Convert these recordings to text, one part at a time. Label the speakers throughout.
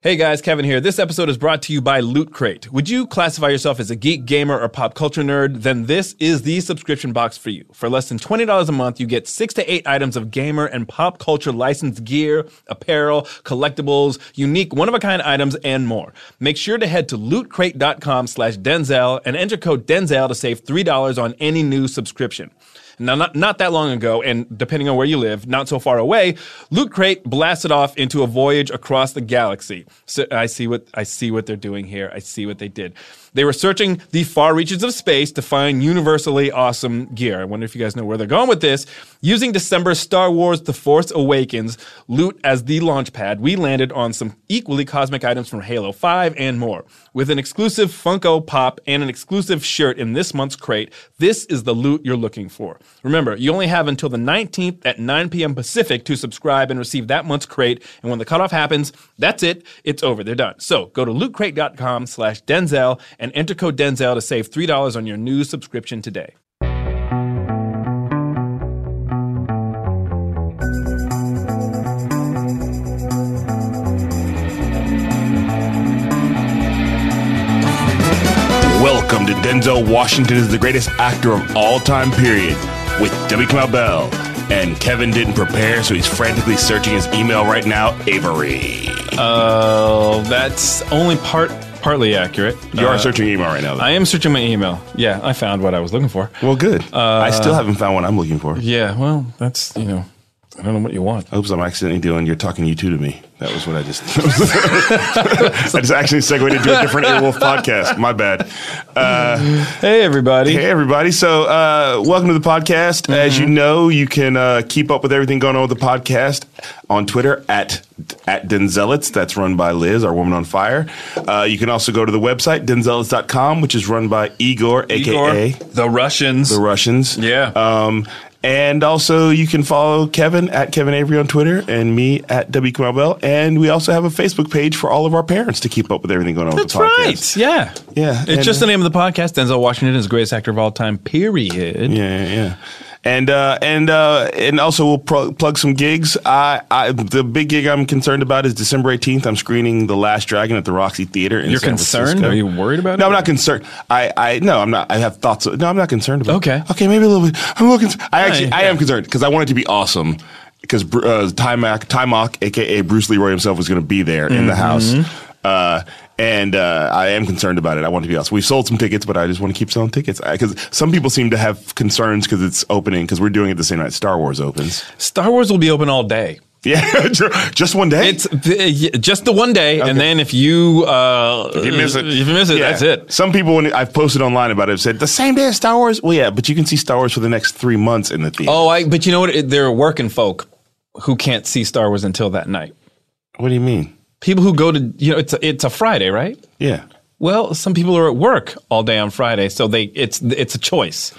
Speaker 1: Hey guys, Kevin here. This episode is brought to you by Loot Crate. Would you classify yourself as a geek, gamer, or pop culture nerd? Then this is the subscription box for you. For less than $20 a month, you get six to eight items of gamer and pop culture licensed gear, apparel, collectibles, unique one-of-a-kind items, and more. Make sure to head to lootcrate.com slash Denzel and enter code Denzel to save $3 on any new subscription. Now, not, not that long ago, and depending on where you live, not so far away, Loot Crate blasted off into a voyage across the galaxy. So I see what I see what they're doing here. I see what they did. They were searching the far reaches of space to find universally awesome gear. I wonder if you guys know where they're going with this. Using December's Star Wars The Force Awakens loot as the launch pad, we landed on some equally cosmic items from Halo 5 and more. With an exclusive Funko Pop and an exclusive shirt in this month's crate, this is the loot you're looking for. Remember, you only have until the 19th at 9 p.m. Pacific to subscribe and receive that month's crate. And when the cutoff happens, that's it. It's over. They're done. So go to lootcrate.com slash Denzel and enter code Denzel to save $3 on your new subscription today.
Speaker 2: Welcome to Denzel Washington is the greatest actor of all time, period, with Debbie Kamau Bell. And Kevin didn't prepare, so he's frantically searching his email right now, Avery.
Speaker 1: Oh, that's only part partly accurate.
Speaker 2: You are searching email right now. Though.
Speaker 1: I am searching my email. Yeah, I found what I was looking for.
Speaker 2: well, good. I still haven't found what I'm looking for.
Speaker 1: Yeah, well, that's, you know, I don't know what you want.
Speaker 2: Oops, I'm accidentally doing You're Talking You Too to Me. That was what I just. I just actually segued into a different Airwolf podcast. My bad. Uh,
Speaker 1: Hey, everybody.
Speaker 2: Hey, everybody. So, uh, welcome to the podcast. As
Speaker 1: Mm-hmm.
Speaker 2: you know, you can uh, keep up with everything going on with the podcast on Twitter at at Denzelitz. That's run by Liz, our woman on fire. Uh, you can also go to the website, denzelitz.com, which is run by Igor, aka
Speaker 1: Igor, the Russians.
Speaker 2: the Russians.
Speaker 1: Yeah.
Speaker 2: Um, and also, you can follow Kevin at Kevin Avery on Twitter and me at W. Kamau Bell. And we also have a Facebook page for all of our parents to keep up with everything going on
Speaker 1: That's
Speaker 2: with the
Speaker 1: right.
Speaker 2: podcast.
Speaker 1: Yeah.
Speaker 2: Yeah,
Speaker 1: It's
Speaker 2: and,
Speaker 1: just the
Speaker 2: uh,
Speaker 1: name of the podcast. Denzel Washington is the greatest actor of all time, period.
Speaker 2: Yeah, yeah, yeah. And uh, and uh, and also we'll pro- plug some gigs. I, I the big gig I'm concerned about is December 18th. I'm screening The Last Dragon at the Roxy Theater. In
Speaker 1: You're
Speaker 2: San
Speaker 1: concerned?
Speaker 2: Francisco.
Speaker 1: Are you worried about
Speaker 2: No,
Speaker 1: it?
Speaker 2: I'm not concerned. I, I no, I'm not. I have thoughts. Of, no, I'm not concerned about.
Speaker 1: Okay.
Speaker 2: it. okay, maybe a little bit. I'm looking. I actually
Speaker 1: yeah.
Speaker 2: I am concerned because I want it to be awesome. Because uh, Timac, Timac, aka Bruce Leroy himself, was going to be there in the house.
Speaker 1: Mm-hmm.
Speaker 2: Uh, and uh, I am concerned about it. I want it to be awesome. We've sold some tickets, but I just want to keep selling tickets because some people seem to have concerns because it's opening because we're doing it the same night Star Wars opens.
Speaker 1: Star Wars will be open all day.
Speaker 2: Yeah, just one day.
Speaker 1: It's th- just the one day, and then if you uh,
Speaker 2: If you miss it,
Speaker 1: if you miss it,
Speaker 2: Yeah.
Speaker 1: that's it.
Speaker 2: Some people, when I've posted online about it, have said the same day as Star Wars. Well, yeah, but you can see Star Wars for the next three months in the theater.
Speaker 1: Oh, I. But you know what? There are working folk who can't see Star Wars until that night.
Speaker 2: What do you mean?
Speaker 1: People who go to you know it's a, it's a Friday, right?
Speaker 2: Yeah,
Speaker 1: Well, some people are at work all day on Friday, so they it's it's a choice.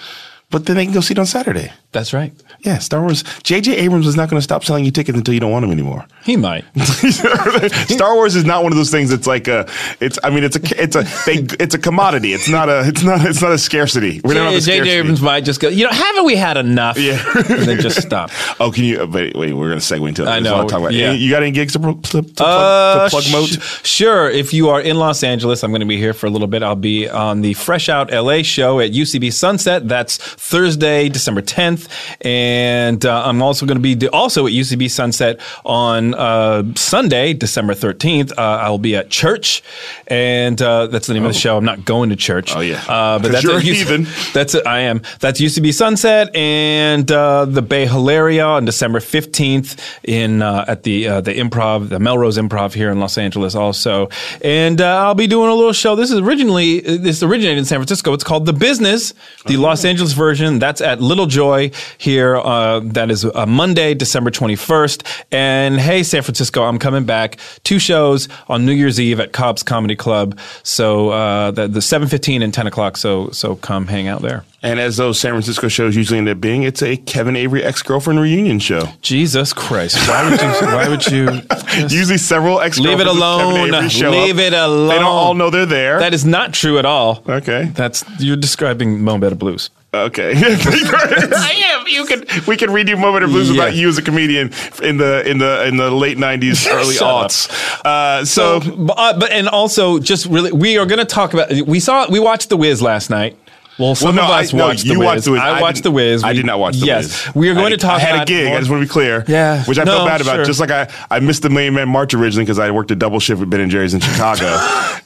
Speaker 2: but then they can go see it on Saturday.
Speaker 1: That's right.
Speaker 2: Yeah, Star Wars. J.J. Abrams is not going to stop selling you tickets until you don't want them anymore.
Speaker 1: He might.
Speaker 2: Star Wars is not one of those things. that's like a. It's. I mean, it's a. It's a. They, it's a commodity. It's not a. It's not. It's not a scarcity. We don't have a
Speaker 1: J.J.
Speaker 2: scarcity.
Speaker 1: Abrams might just go. You know, haven't we had enough?
Speaker 2: Yeah.
Speaker 1: and then just stop.
Speaker 2: Oh, can you? uh, Wait, wait we're going to segue into. That.
Speaker 1: I
Speaker 2: There's a
Speaker 1: know,
Speaker 2: lot to talk about.
Speaker 1: yeah.
Speaker 2: Any- You got any gigs to, pro- to, to
Speaker 1: Uh,
Speaker 2: plug, to plug moat?
Speaker 1: sh- sure. If you are in Los Angeles, I'm going to be here for a little bit. I'll be on the Fresh Out LA show at UCB Sunset. That's Thursday, December 10th, and uh, I'm also going to be d- also at UCB Sunset on uh, Sunday, December 13th. Uh, I'll be at church, and uh, that's the name of the show. I'm not going to church.
Speaker 2: Oh, yeah.
Speaker 1: uh, but
Speaker 2: 'Cause
Speaker 1: that's
Speaker 2: you're a
Speaker 1: at UC-
Speaker 2: heathen.
Speaker 1: that's it. I am. That's UCB Sunset and uh, the Bay Hilaria on December fifteenth in uh, at the uh, the Improv, the Melrose Improv here in Los Angeles, also. And uh, I'll be doing a little show. This is originally this originated in San Francisco. It's called The Business, the Los Angeles version. That's at Little Joy here. Uh, that is uh, Monday, December twenty first. And hey, San Francisco, I'm coming back. Two shows on New Year's Eve at Cobb's Comedy Club. So uh, the, the seven fifteen and ten o'clock. So so come hang out there.
Speaker 2: And as those San Francisco shows usually end up being, it's a Kevin Avery ex girlfriend reunion show.
Speaker 1: Jesus Christ! Why would you? Why would you? just-
Speaker 2: Usually several ex
Speaker 1: Leave it alone. Leave it alone.
Speaker 2: They don't all know they're there.
Speaker 1: that is not true at all.
Speaker 2: Okay.
Speaker 1: That's you're describing Mo Better Blues.
Speaker 2: Okay, I am. You can we can redo moment of blues
Speaker 1: Yeah.
Speaker 2: about you as a comedian in the in the in the late nineties, early
Speaker 1: Shut up.
Speaker 2: aughts. Uh, so,
Speaker 1: So, but, uh, but and also just really, we are going to talk about. We saw we watched The Wiz last night. Well, some
Speaker 2: no,
Speaker 1: of us
Speaker 2: I- no,
Speaker 1: watched,
Speaker 2: you
Speaker 1: the Wiz.
Speaker 2: watched The Wiz.
Speaker 1: I,
Speaker 2: I
Speaker 1: watched
Speaker 2: didn't-
Speaker 1: The Wiz.
Speaker 2: I
Speaker 1: We-
Speaker 2: did not watch The
Speaker 1: yes,
Speaker 2: Wiz.
Speaker 1: we are going
Speaker 2: I-
Speaker 1: to talk.
Speaker 2: I had
Speaker 1: about
Speaker 2: a gig.
Speaker 1: more-
Speaker 2: I just want to be clear.
Speaker 1: Yeah.
Speaker 2: which I
Speaker 1: No,
Speaker 2: felt bad
Speaker 1: sure.
Speaker 2: about. Just like I, I missed the Million Man March originally because I worked a double shift at Ben and Jerry's in Chicago,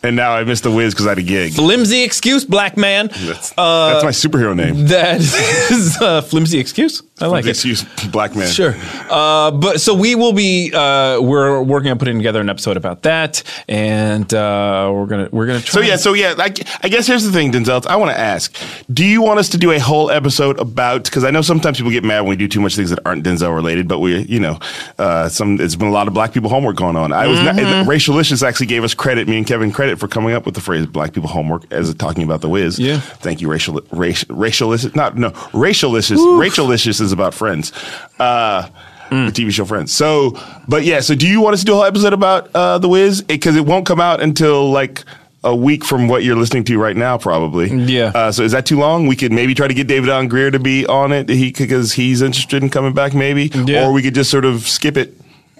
Speaker 2: and now I missed the Wiz because I had a gig.
Speaker 1: flimsy excuse, black man.
Speaker 2: That's,
Speaker 1: Uh,
Speaker 2: that's my superhero name.
Speaker 1: that is a flimsy excuse. I like it.
Speaker 2: Excuse, black man.
Speaker 1: Sure. Uh, but so we will be uh, we're working on putting together an episode about that, and uh, we're gonna we're gonna try.
Speaker 2: So yeah, so yeah, I, I guess here's the thing, Denzel. I want to ask: Do you want us to do a whole episode about? Because I know sometimes people get mad when we do too much things that aren't Denzel related, but we, you know, uh, some it's been a lot of Black people homework going on. I was not, and Racialicious actually gave us credit, me and Kevin credit for coming up with the phrase "Black people homework" as talking about the Wiz.
Speaker 1: Yeah.
Speaker 2: Thank you, racial, racial, racialicious. Not no, racialicious. Racialicious is about friends. Uh, The TV show Friends. So, but yeah. So, do you want us to do a whole episode about uh, the Wiz? Because it, won't come out until like a week from what you're listening to right now, probably.
Speaker 1: Yeah.
Speaker 2: Uh, so, is that too long? We could maybe try to get David Allen Greer to be on it. He because he's interested in coming back, maybe.
Speaker 1: Yeah.
Speaker 2: Or we could just sort of skip it.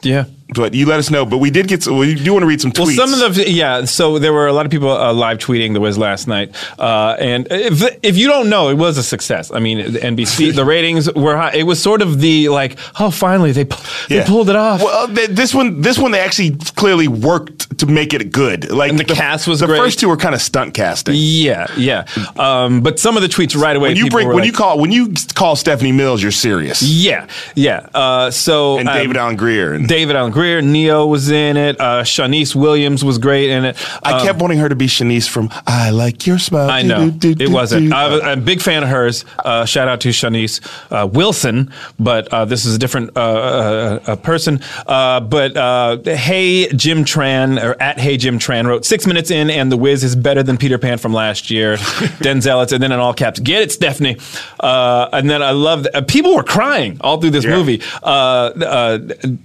Speaker 1: yeah.
Speaker 2: But you let us know. But we did get. We do want to read some
Speaker 1: Well,
Speaker 2: tweets.
Speaker 1: some of the yeah. So there were a lot of people uh, live tweeting the Wiz last night, uh, and if if you don't know, it was a success. I mean, the NBC, the ratings were high. It was sort of the like, oh, finally they pu-
Speaker 2: Yeah.
Speaker 1: they pulled it off.
Speaker 2: Well, th- this one, this one, they actually clearly worked to make it good. Like
Speaker 1: And the cast was
Speaker 2: the
Speaker 1: great.
Speaker 2: first two were kind of stunt casting.
Speaker 1: yeah, yeah. Um, but some of the tweets right away.
Speaker 2: when you
Speaker 1: people
Speaker 2: bring,
Speaker 1: were
Speaker 2: when
Speaker 1: like,
Speaker 2: you call, when you call Stephanie Mills, you're serious.
Speaker 1: yeah, yeah. Uh, so
Speaker 2: and
Speaker 1: um,
Speaker 2: David Allen Greer. And
Speaker 1: David Allen Greer, Neo was in it. Uh, Shanice Williams was great in it.
Speaker 2: I kept wanting her to be Shanice from "I Like Your Smile."
Speaker 1: um, I
Speaker 2: Uh, Do,
Speaker 1: know
Speaker 2: do, do,
Speaker 1: it
Speaker 2: do,
Speaker 1: wasn't.
Speaker 2: do.
Speaker 1: I was, I'm a big fan of hers. Uh, shout out to Shanice uh, Wilson, but uh, this is a different uh, uh, uh, person. Uh, but uh, hey Jim Tran or at Hey Jim Tran wrote six minutes in, and the Wiz is better than Peter Pan from last year. Denzel, it's and then in all caps, get it, Stephanie. Uh, and then I love that uh, people were crying all through this
Speaker 2: Yeah.
Speaker 1: movie. Uh, uh,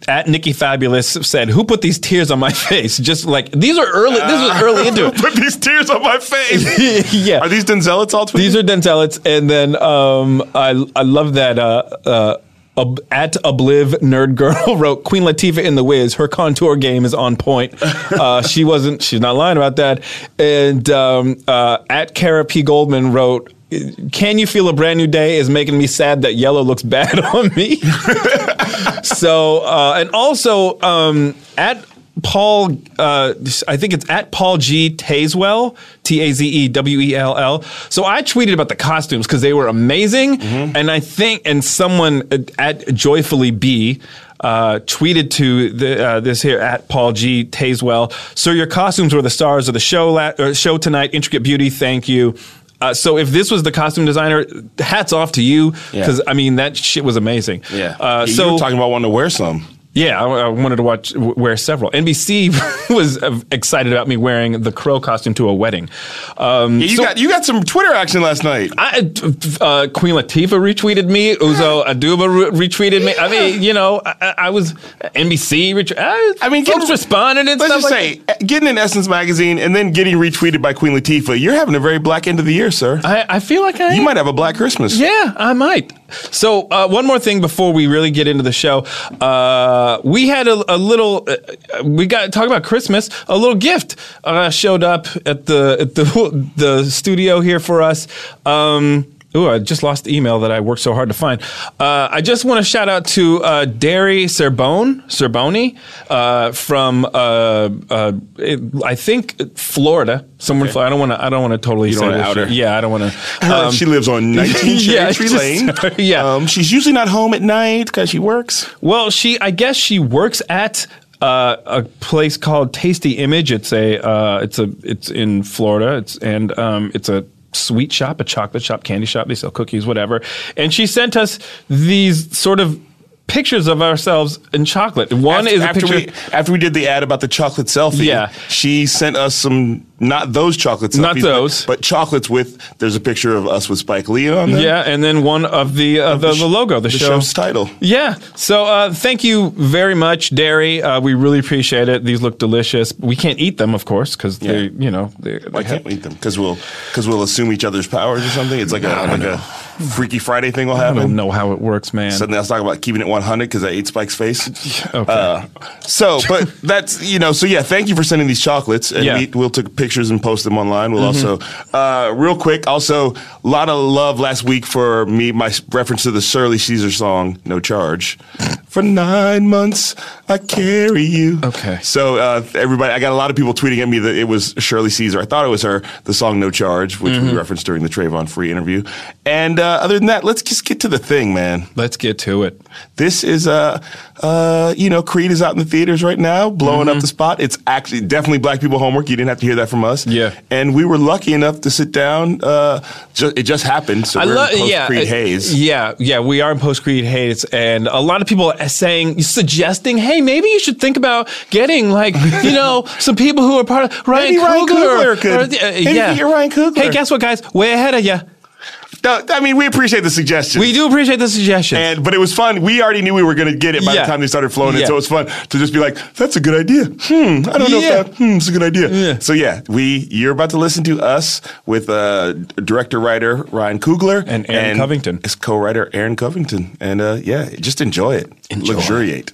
Speaker 1: at Nikki Fabulous said, "Who put these tears on my face?" Just like these are early. This was early into it.
Speaker 2: Put these tears on my face.
Speaker 1: yeah,
Speaker 2: Are these Denzelites all?
Speaker 1: these are dentellets, and then um, I I love that. Uh, uh, Ob- at Obliv Nerd Girl wrote Queen Latifah in the Wiz. Her contour game is on point. Uh, she wasn't. She's not lying about that. And um, uh, at Kara P Goldman wrote. Can you feel a brand new day is making me sad that yellow looks bad on me. so uh, and also um, at Paul, uh, I think it's at Paul G Tazewell, T A Z E W E L L. So I tweeted about the costumes because they were amazing,
Speaker 2: Mm-hmm.
Speaker 1: and I think and someone at, at joyfully B. Uh, tweeted to the, uh, this here at Paul G Tazewell, sir, your costumes were the stars of the show la- or show tonight. Intricate beauty, thank you. Uh, so if this was the costume designer, hats off to you
Speaker 2: Yeah.
Speaker 1: because I mean that shit was amazing. Uh,
Speaker 2: you
Speaker 1: so
Speaker 2: were talking about wanting to wear some.
Speaker 1: yeah, I, I wanted to watch w- wear several. NBC was uh, excited about me wearing the crow costume to a wedding. Um,
Speaker 2: Yeah, you
Speaker 1: so
Speaker 2: got you got some Twitter action last night.
Speaker 1: I, uh, Queen Latifah retweeted me. Uzo Aduba re- retweeted me. I mean, you know, I- I, I was NBC. Ret- I,
Speaker 2: I mean,
Speaker 1: uh, folks
Speaker 2: getting-
Speaker 1: responded and
Speaker 2: Let's
Speaker 1: stuff
Speaker 2: just
Speaker 1: like
Speaker 2: say, uh, getting in Essence magazine and then getting retweeted by Queen Latifah, you're having a very black end of the year, sir.
Speaker 1: that. I, I feel like I
Speaker 2: you
Speaker 1: am.
Speaker 2: might have a black Christmas.
Speaker 1: Yeah, I might. So uh, one more thing before we really get into the show, uh, we had a, a little. Uh, we got to talk about Christmas. A little gift uh, showed up at the at the the studio here for us. Um, Ooh, I just lost the email that I worked so hard to find. Uh, I just want to shout out to uh, Derry Serbone, Serboni, uh, from uh, uh, it- I think Florida, somewhere. in Florida. I don't want to. I don't want to totally. say
Speaker 2: wanna
Speaker 1: this
Speaker 2: out her.
Speaker 1: shit. Yeah, I don't want to.
Speaker 2: Uh, she lives on 19
Speaker 1: yeah,
Speaker 2: Cherry Tree
Speaker 1: just-
Speaker 2: Lane.
Speaker 1: yeah.
Speaker 2: Um, she's usually not home at night because she works.
Speaker 1: Well, she, I guess she works at uh, a place called Tasty Image. It's a, uh, it's a, it's in Florida. It's and um, it's a sweet shop, a chocolate shop, candy shop. They sell cookies, whatever. And she sent us these sort of pictures of ourselves in chocolate. One
Speaker 2: after,
Speaker 1: is a
Speaker 2: after
Speaker 1: picture.
Speaker 2: we after we did the ad about the chocolate selfie.
Speaker 1: Yeah.
Speaker 2: she sent us some Not those chocolates. stuff
Speaker 1: Not
Speaker 2: he's put-
Speaker 1: those.
Speaker 2: But chocolates with, there's a picture of us with Spike Lee on there.
Speaker 1: Yeah, and then one of the uh, the,
Speaker 2: sh-
Speaker 1: the logo, the,
Speaker 2: The
Speaker 1: show.
Speaker 2: show's title.
Speaker 1: Yeah. So uh, thank you very much, Dairy. Uh, we really appreciate it. These look delicious. We can't eat them, of course, because they,
Speaker 2: Yeah.
Speaker 1: you know, they, they
Speaker 2: Why
Speaker 1: have-
Speaker 2: can't we eat them? Because we'll, cause we'll assume each other's powers or something. It's like, a, like a Freaky Friday thing will
Speaker 1: I don't
Speaker 2: happen.
Speaker 1: know how it works, man.
Speaker 2: Suddenly I was talking about keeping it 100 because I ate Spike's face.
Speaker 1: Okay.
Speaker 2: Uh, so, but that's you know, so yeah, thank you for sending these chocolates, and
Speaker 1: Yeah. Mm-hmm.
Speaker 2: we, we'll take pictures and post them online. We'll also, uh, real quick, also a lot of love last week for me, my s- reference to the Shirley Caesar song "No Charge." for nine months, I carry you.
Speaker 1: Okay.
Speaker 2: So uh, everybody, I got a lot of people tweeting at me that it was Shirley Caesar. I thought it was her. The song "No Charge," which
Speaker 1: Mm-hmm.
Speaker 2: we referenced during the Trayvon Free interview. And uh, other than that, let's just get to the thing, man.
Speaker 1: Let's get to it.
Speaker 2: This is uh, uh, you know, Creed is out in the theaters right now, blowing
Speaker 1: Mm-hmm.
Speaker 2: up the spot. It's actually definitely black people homework. You didn't have to hear that from us.
Speaker 1: Yeah.
Speaker 2: and we were lucky enough to sit down. Uh, ju- it just happened. So we're in post Creed
Speaker 1: uh,
Speaker 2: haze.
Speaker 1: Yeah, yeah, we are in post Creed haze, and a lot of people are saying, suggesting, hey, maybe you should think about getting like, you know, some people who are part of Ryan
Speaker 2: Maybe Ryan
Speaker 1: Coogler.
Speaker 2: Coogler could- maybe you're Ryan Coogler.
Speaker 1: Hey, guess what, guys? Way ahead of you.
Speaker 2: No, I mean, we appreciate the suggestion.
Speaker 1: We do appreciate the suggestion.
Speaker 2: And but it was fun. We already knew we were going to get it by
Speaker 1: Yeah.
Speaker 2: the time they started flowing
Speaker 1: Yeah.
Speaker 2: in. So it was fun to just be like, "That's a good idea." Hmm. I don't know
Speaker 1: Yeah.
Speaker 2: if that hmm is a good idea.
Speaker 1: Yeah.
Speaker 2: So yeah, we you're about to listen to us with uh, director writer Ryan Coogler
Speaker 1: And Aaron Covington.
Speaker 2: It's co-writer Aaron Covington, and uh, yeah, just enjoy it,
Speaker 1: Enjoy.
Speaker 2: luxuriate.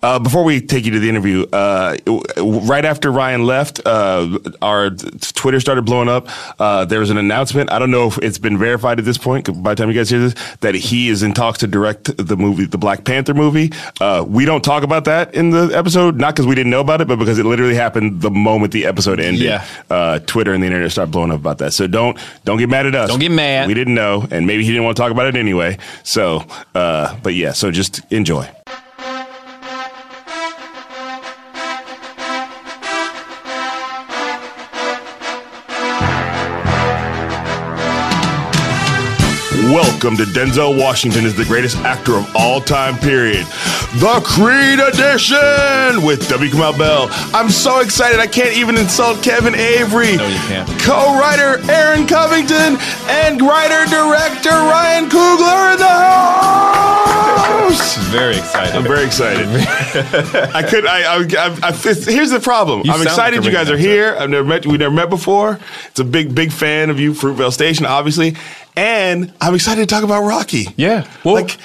Speaker 2: Uh, before we take you to the interview, uh, w- w- right after Ryan left, uh, our t- Twitter started blowing up. Uh, there was an announcement. I don't know if it's been verified at this point. 'cause By the time you guys hear this, that he is in talks to direct the movie, the Black Panther movie. Uh, we don't talk about that in the episode, not because we didn't know about it, but because it literally happened the moment the episode ended.
Speaker 1: Yeah.
Speaker 2: Uh, Twitter and the internet started blowing up about that. So don't don't get mad at us.
Speaker 1: Don't get mad.
Speaker 2: We didn't know, and maybe he didn't want to talk about it anyway. So, uh, but yeah. So just enjoy. Welcome to Denzel Washington is the greatest actor of all time, period. The Creed Edition with W. Kamau Bell. I'm so excited I can't even insult Kevin Avery.
Speaker 1: No, you can't.
Speaker 2: Co-writer Aaron Covington and writer-director Ryan Coogler in the house.
Speaker 1: Very excited.
Speaker 2: I'm very excited. I could. I. I, I, I it's- here's the problem.
Speaker 1: You
Speaker 2: I'm
Speaker 1: sound
Speaker 2: excited
Speaker 1: like a
Speaker 2: you guys are
Speaker 1: ringmaster.
Speaker 2: here. I've never met. We've never met before. It's a big, big fan of you, Fruitvale Station, obviously, and I'm excited to talk about Rocky.
Speaker 1: Yeah. Well-
Speaker 2: like,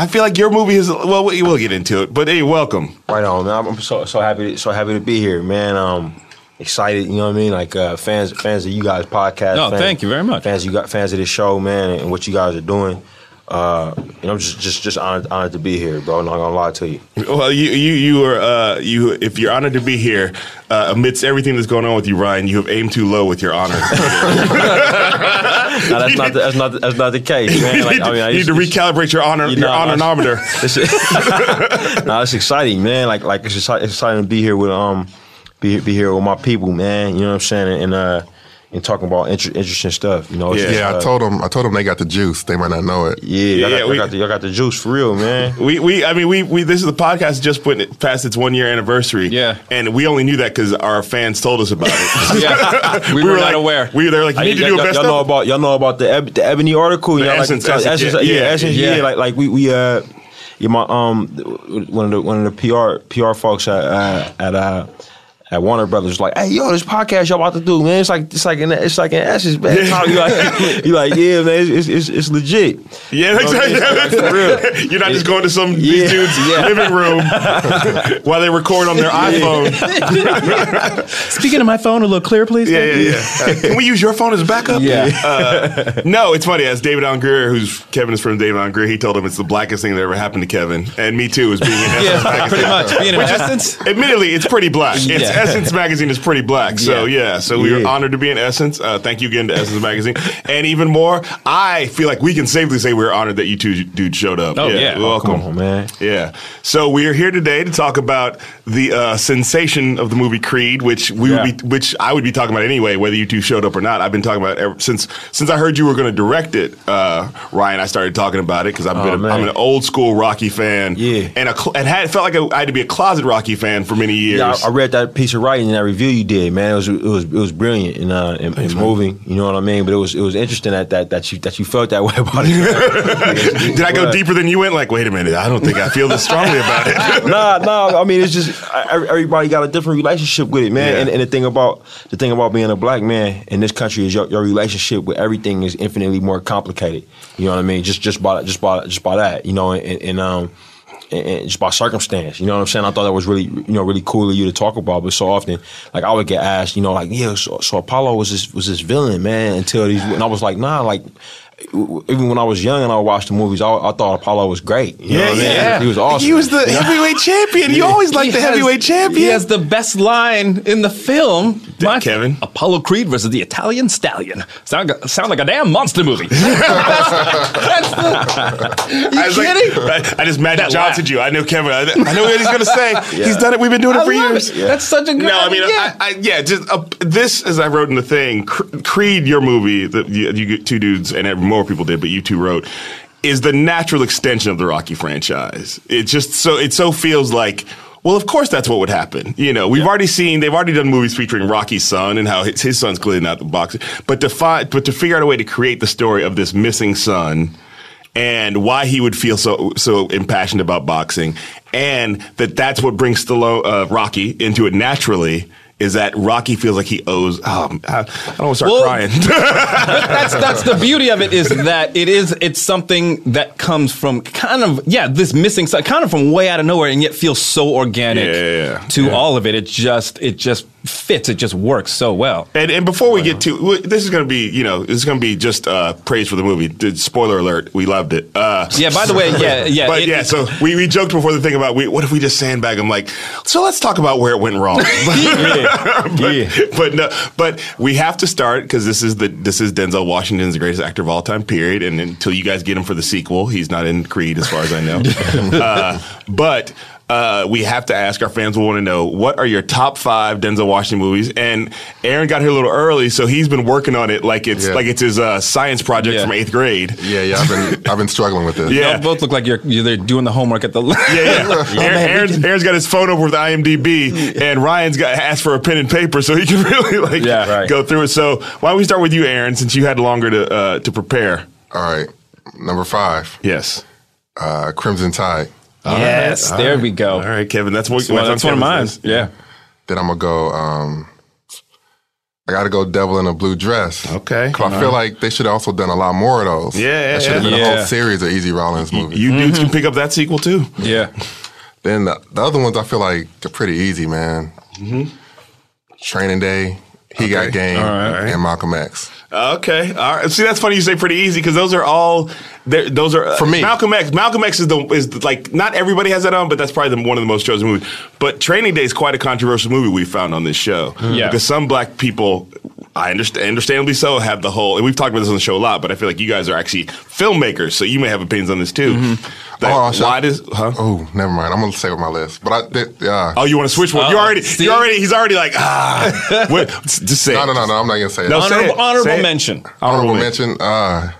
Speaker 2: I feel like your movie is. Well, we, we'll get into it. But hey, welcome.
Speaker 3: Right on, man. I'm- I'm so so happy so happy to be here, man. Um, excited, you know what I mean? Like uh, fans fans of you guys podcast.
Speaker 1: No,
Speaker 3: fans-
Speaker 1: thank you very much.
Speaker 3: Fans you got fans of this show, man, and what you guys are doing. Uh, and I'm just just just honored honored to be here, bro. Not gonna lie to you.
Speaker 2: Well, you you you are uh, you. If you're honored to be here, uh, amidst everything that's going on with you, Ryan, you have aimed too low with your honor.
Speaker 3: No, that's not the, that's not the, that's not the case, man.
Speaker 2: you
Speaker 3: Like,
Speaker 2: need,
Speaker 3: I mean, I
Speaker 2: you need to
Speaker 3: it's-
Speaker 2: recalibrate your honor
Speaker 3: you
Speaker 2: your
Speaker 3: know, I-
Speaker 2: honorometer.
Speaker 3: It's, nah, it's exciting, man. Like like it's exciting, it's exciting to be here with um be be here with my people, man. You know what I'm saying? And uh and talking about inter- interesting stuff. You know, it's
Speaker 2: Yeah.
Speaker 3: just,
Speaker 4: Yeah,
Speaker 3: uh,
Speaker 4: I told them. I told them they got the juice. They might not know it.
Speaker 3: Yeah, y'all,
Speaker 2: Yeah,
Speaker 3: got, y'all
Speaker 2: we-
Speaker 3: got the, y'all got the juice for real, man.
Speaker 2: We, we I mean we we this is the podcast just putting it past its one year anniversary.
Speaker 1: Yeah.
Speaker 2: and we only knew that because our fans told us about it.
Speaker 1: Yeah. We were not
Speaker 2: like,
Speaker 1: aware.
Speaker 2: We they're like you
Speaker 3: Like,
Speaker 2: need to
Speaker 3: y'all-
Speaker 2: do a
Speaker 3: y'all-
Speaker 2: best
Speaker 3: y'all know
Speaker 2: of.
Speaker 3: about y'all know about the Eb- the Ebony article. y'all
Speaker 2: Essence,
Speaker 3: like,
Speaker 2: Essence,
Speaker 3: Essence,
Speaker 2: yeah,
Speaker 3: yeah,
Speaker 2: yeah,
Speaker 3: Essence,
Speaker 1: yeah.
Speaker 3: yeah. Like like we we uh, yeah, my um one of the one of the PR PR folks at uh, at uh. At Warner Brothers, like, hey, yo, this podcast y'all about to do, man. It's like, it's like, in, it's like in essence, man. You like, you like, yeah, man. It's, it's, it's, it's legit.
Speaker 2: Yeah,
Speaker 3: You know what I'm saying?
Speaker 2: exactly.
Speaker 3: Like, for real.
Speaker 2: You're not just going to some
Speaker 3: Yeah,
Speaker 2: these dudes'
Speaker 3: yeah.
Speaker 2: living room while they record on their iPhone.
Speaker 1: Speaking of my phone, a little clear, please.
Speaker 2: Yeah, yeah, yeah. Uh, can we use your phone as backup?
Speaker 1: Yeah.
Speaker 2: Uh, no, it's funny. As David on Greer, who's Kevin is from David on Greer, he told him it's the blackest thing that ever happened to Kevin, and me too, is being in Essence
Speaker 1: Yeah,
Speaker 2: magazine.
Speaker 1: pretty much. Being in essence.
Speaker 2: Admittedly, it's pretty black. It's
Speaker 1: Yeah.
Speaker 2: Essence magazine is pretty black. So
Speaker 1: Yeah.
Speaker 2: yeah, so we are
Speaker 3: Yeah.
Speaker 2: honored to be in Essence. Uh, thank you again to Essence magazine, and even more, I feel like we can safely say we're honored that you two dudes showed up.
Speaker 1: Oh, yeah.
Speaker 2: welcome.
Speaker 3: Come on, man.
Speaker 2: Yeah. So we are here today to talk about the uh, sensation of the movie Creed, which we
Speaker 1: Yeah.
Speaker 2: would be, which I would be talking about anyway, whether you two showed up or not. I've been talking about it ever, since since I heard you were going to direct it, uh, Ryan. I started talking about it because I've been a,
Speaker 3: man.
Speaker 2: I'm an old school Rocky fan,
Speaker 3: Yeah.
Speaker 2: and a cl- and had felt like I had to be a closet Rocky fan for many years.
Speaker 3: Yeah, I, I read that piece of writing in that review you did, man. It was it was it was brilliant and, uh, and, and moving. You know what I mean? But it was it was interesting that that that you that you felt that way about it.
Speaker 2: Did I go deeper than you went? Like, wait a minute, I don't think I feel this strongly about it.
Speaker 3: nah, nah. I mean, it's just I- I- everybody got a different relationship with it, man.
Speaker 2: Yeah.
Speaker 3: And, and the thing about the thing about being a black man in this country is your, your relationship with everything is infinitely more complicated. You know what I mean? Just just by just by just by that, you know, and, and um. And and just by circumstance, you know what I'm saying. I thought that was really, you know, really cool of you to talk about. But so often, like I would get asked, you know, like, yeah, so, so Apollo was this was this villain, man. Until these, and I was like, nah, like even when I was young and I watched the movies, I, I thought Apollo was great. You know what I mean? he was awesome.
Speaker 2: He was the heavyweight champion. You always like
Speaker 1: He
Speaker 2: the
Speaker 1: has-
Speaker 2: heavyweight champion.
Speaker 1: He has the best line in the film. My-
Speaker 2: Kevin.
Speaker 1: Apollo Creed versus the Italian Stallion. Sound, sound like a damn monster movie. that's, that's the, you
Speaker 2: I was like-
Speaker 1: kidding?
Speaker 2: I, I just magic
Speaker 1: That
Speaker 2: Johnson
Speaker 1: laugh.
Speaker 2: you. I know Kevin. I, I know what he's gonna say. He's done it. We've been doing it
Speaker 1: I
Speaker 2: for
Speaker 1: love
Speaker 2: years.
Speaker 1: it. That's such a good
Speaker 2: No, I mean,
Speaker 1: idea.
Speaker 2: I, I, yeah, just uh, this, as I wrote in the thing, Cre- Creed, your movie that you, you get two dudes and more people did, but you two wrote, is the natural extension of the Rocky franchise. It just so it so feels like. Well, of course, that's what would happen. You know, we've already seen they've already done movies featuring Rocky's son and how his, his son's clearly not the boxer. But to find, but to figure out a way to create the story of this missing son and why he would feel so so impassioned about boxing, and that that's what brings Stallone uh, Rocky into it naturally. Is that Rocky feels like he owes? Um, I, I don't want to start
Speaker 1: Well-
Speaker 2: crying.
Speaker 1: but that's that's the beauty of it is that it is it's something that comes from kind of yeah this missing side kind of from way out of nowhere and yet feels so organic
Speaker 2: Yeah, yeah, yeah.
Speaker 1: to all of it it just it just fits it just works so well
Speaker 2: and and before we get to w- this is going to be you know this is going to be just uh, praise for the movie. Did- Spoiler alert: we loved it. Uh,
Speaker 1: yeah by the way yeah yeah
Speaker 2: but
Speaker 1: it-
Speaker 2: yeah, so we, we joked before the thing about we, what if we just sandbag him? Like, so let's talk about where it went wrong. but,
Speaker 3: Yeah.
Speaker 2: but no, but we have to start because this is the this is Denzel Washington's greatest actor of all time. Period. And until you guys get him for the sequel, he's not in Creed, as far as I know. uh, but. Uh, we have to ask our fans will want to know what are your top five Denzel Washington movies and Aaron got here a little early so he's been working on it like it's
Speaker 4: Yeah.
Speaker 2: like it's his uh, science project
Speaker 1: Yeah.
Speaker 2: from eighth grade
Speaker 4: Yeah, yeah. I've been I've been struggling with this.
Speaker 2: Yeah.
Speaker 1: y'all both look like you're you're they're doing the homework at the
Speaker 2: Yeah,
Speaker 1: Oh, man,
Speaker 2: yeah.
Speaker 1: we
Speaker 2: Aaron, Aaron's, Aaron's got his phone over with IMDb, and Ryan's got asked for a pen and paper so he can really like
Speaker 1: Yeah, right.
Speaker 2: go through it. So why don't we start with you, Aaron, since you had longer to uh, to prepare?
Speaker 4: All right. Number five,
Speaker 2: Yes.
Speaker 4: uh, Crimson Tide.
Speaker 1: yes there we go
Speaker 2: All right, Kevin. That's what.
Speaker 1: well Oh. that's one of mine
Speaker 2: Kevin's list.
Speaker 1: yeah
Speaker 4: Then I'm gonna go. Um, I gotta go. Devil in a blue dress.
Speaker 2: Okay.
Speaker 4: 'Cause I feel like they should have also done a lot more of those.
Speaker 2: Yeah, yeah,
Speaker 4: That should have
Speaker 2: yeah.
Speaker 4: been a
Speaker 1: Yeah.
Speaker 4: whole series of Easy Rollins movies.
Speaker 2: You
Speaker 1: Mm-hmm.
Speaker 2: dudes can pick up that sequel too.
Speaker 1: yeah
Speaker 4: then the, the other ones I feel like they're pretty easy, man. Mm-hmm. Training Day, He Got Game,
Speaker 2: right.
Speaker 4: and Malcolm X.
Speaker 2: Okay. All right. See, that's funny you say pretty easy because those are all. they're- Those are
Speaker 4: For me.
Speaker 2: Malcolm X. Malcolm X is the is the- like not everybody has that on, but that's probably the, one of the most chosen movies. But Training Day is quite a controversial movie we found on this show.
Speaker 4: Hmm.
Speaker 1: Yeah.
Speaker 2: Because some black people, I understand, understandably so, have the whole. And we've talked about this on the show a lot, but I feel like you guys are actually filmmakers, so you may have opinions on this too. Like,
Speaker 4: Oh, so-
Speaker 2: why does? Huh?
Speaker 4: Oh, never mind. I'm gonna say with my list, but I did. Uh,
Speaker 2: Oh, you want to switch one? you
Speaker 1: Oh,
Speaker 2: already.
Speaker 1: see?
Speaker 2: You already. He's already like ah. What- just say.
Speaker 4: no,
Speaker 2: it.
Speaker 4: no, no, Oh, no. I'm not gonna say it.
Speaker 2: No, say
Speaker 1: honorable,
Speaker 2: it. Say
Speaker 1: honorable
Speaker 2: it.
Speaker 1: mention
Speaker 4: Honorable
Speaker 2: men-
Speaker 4: mention. Uh,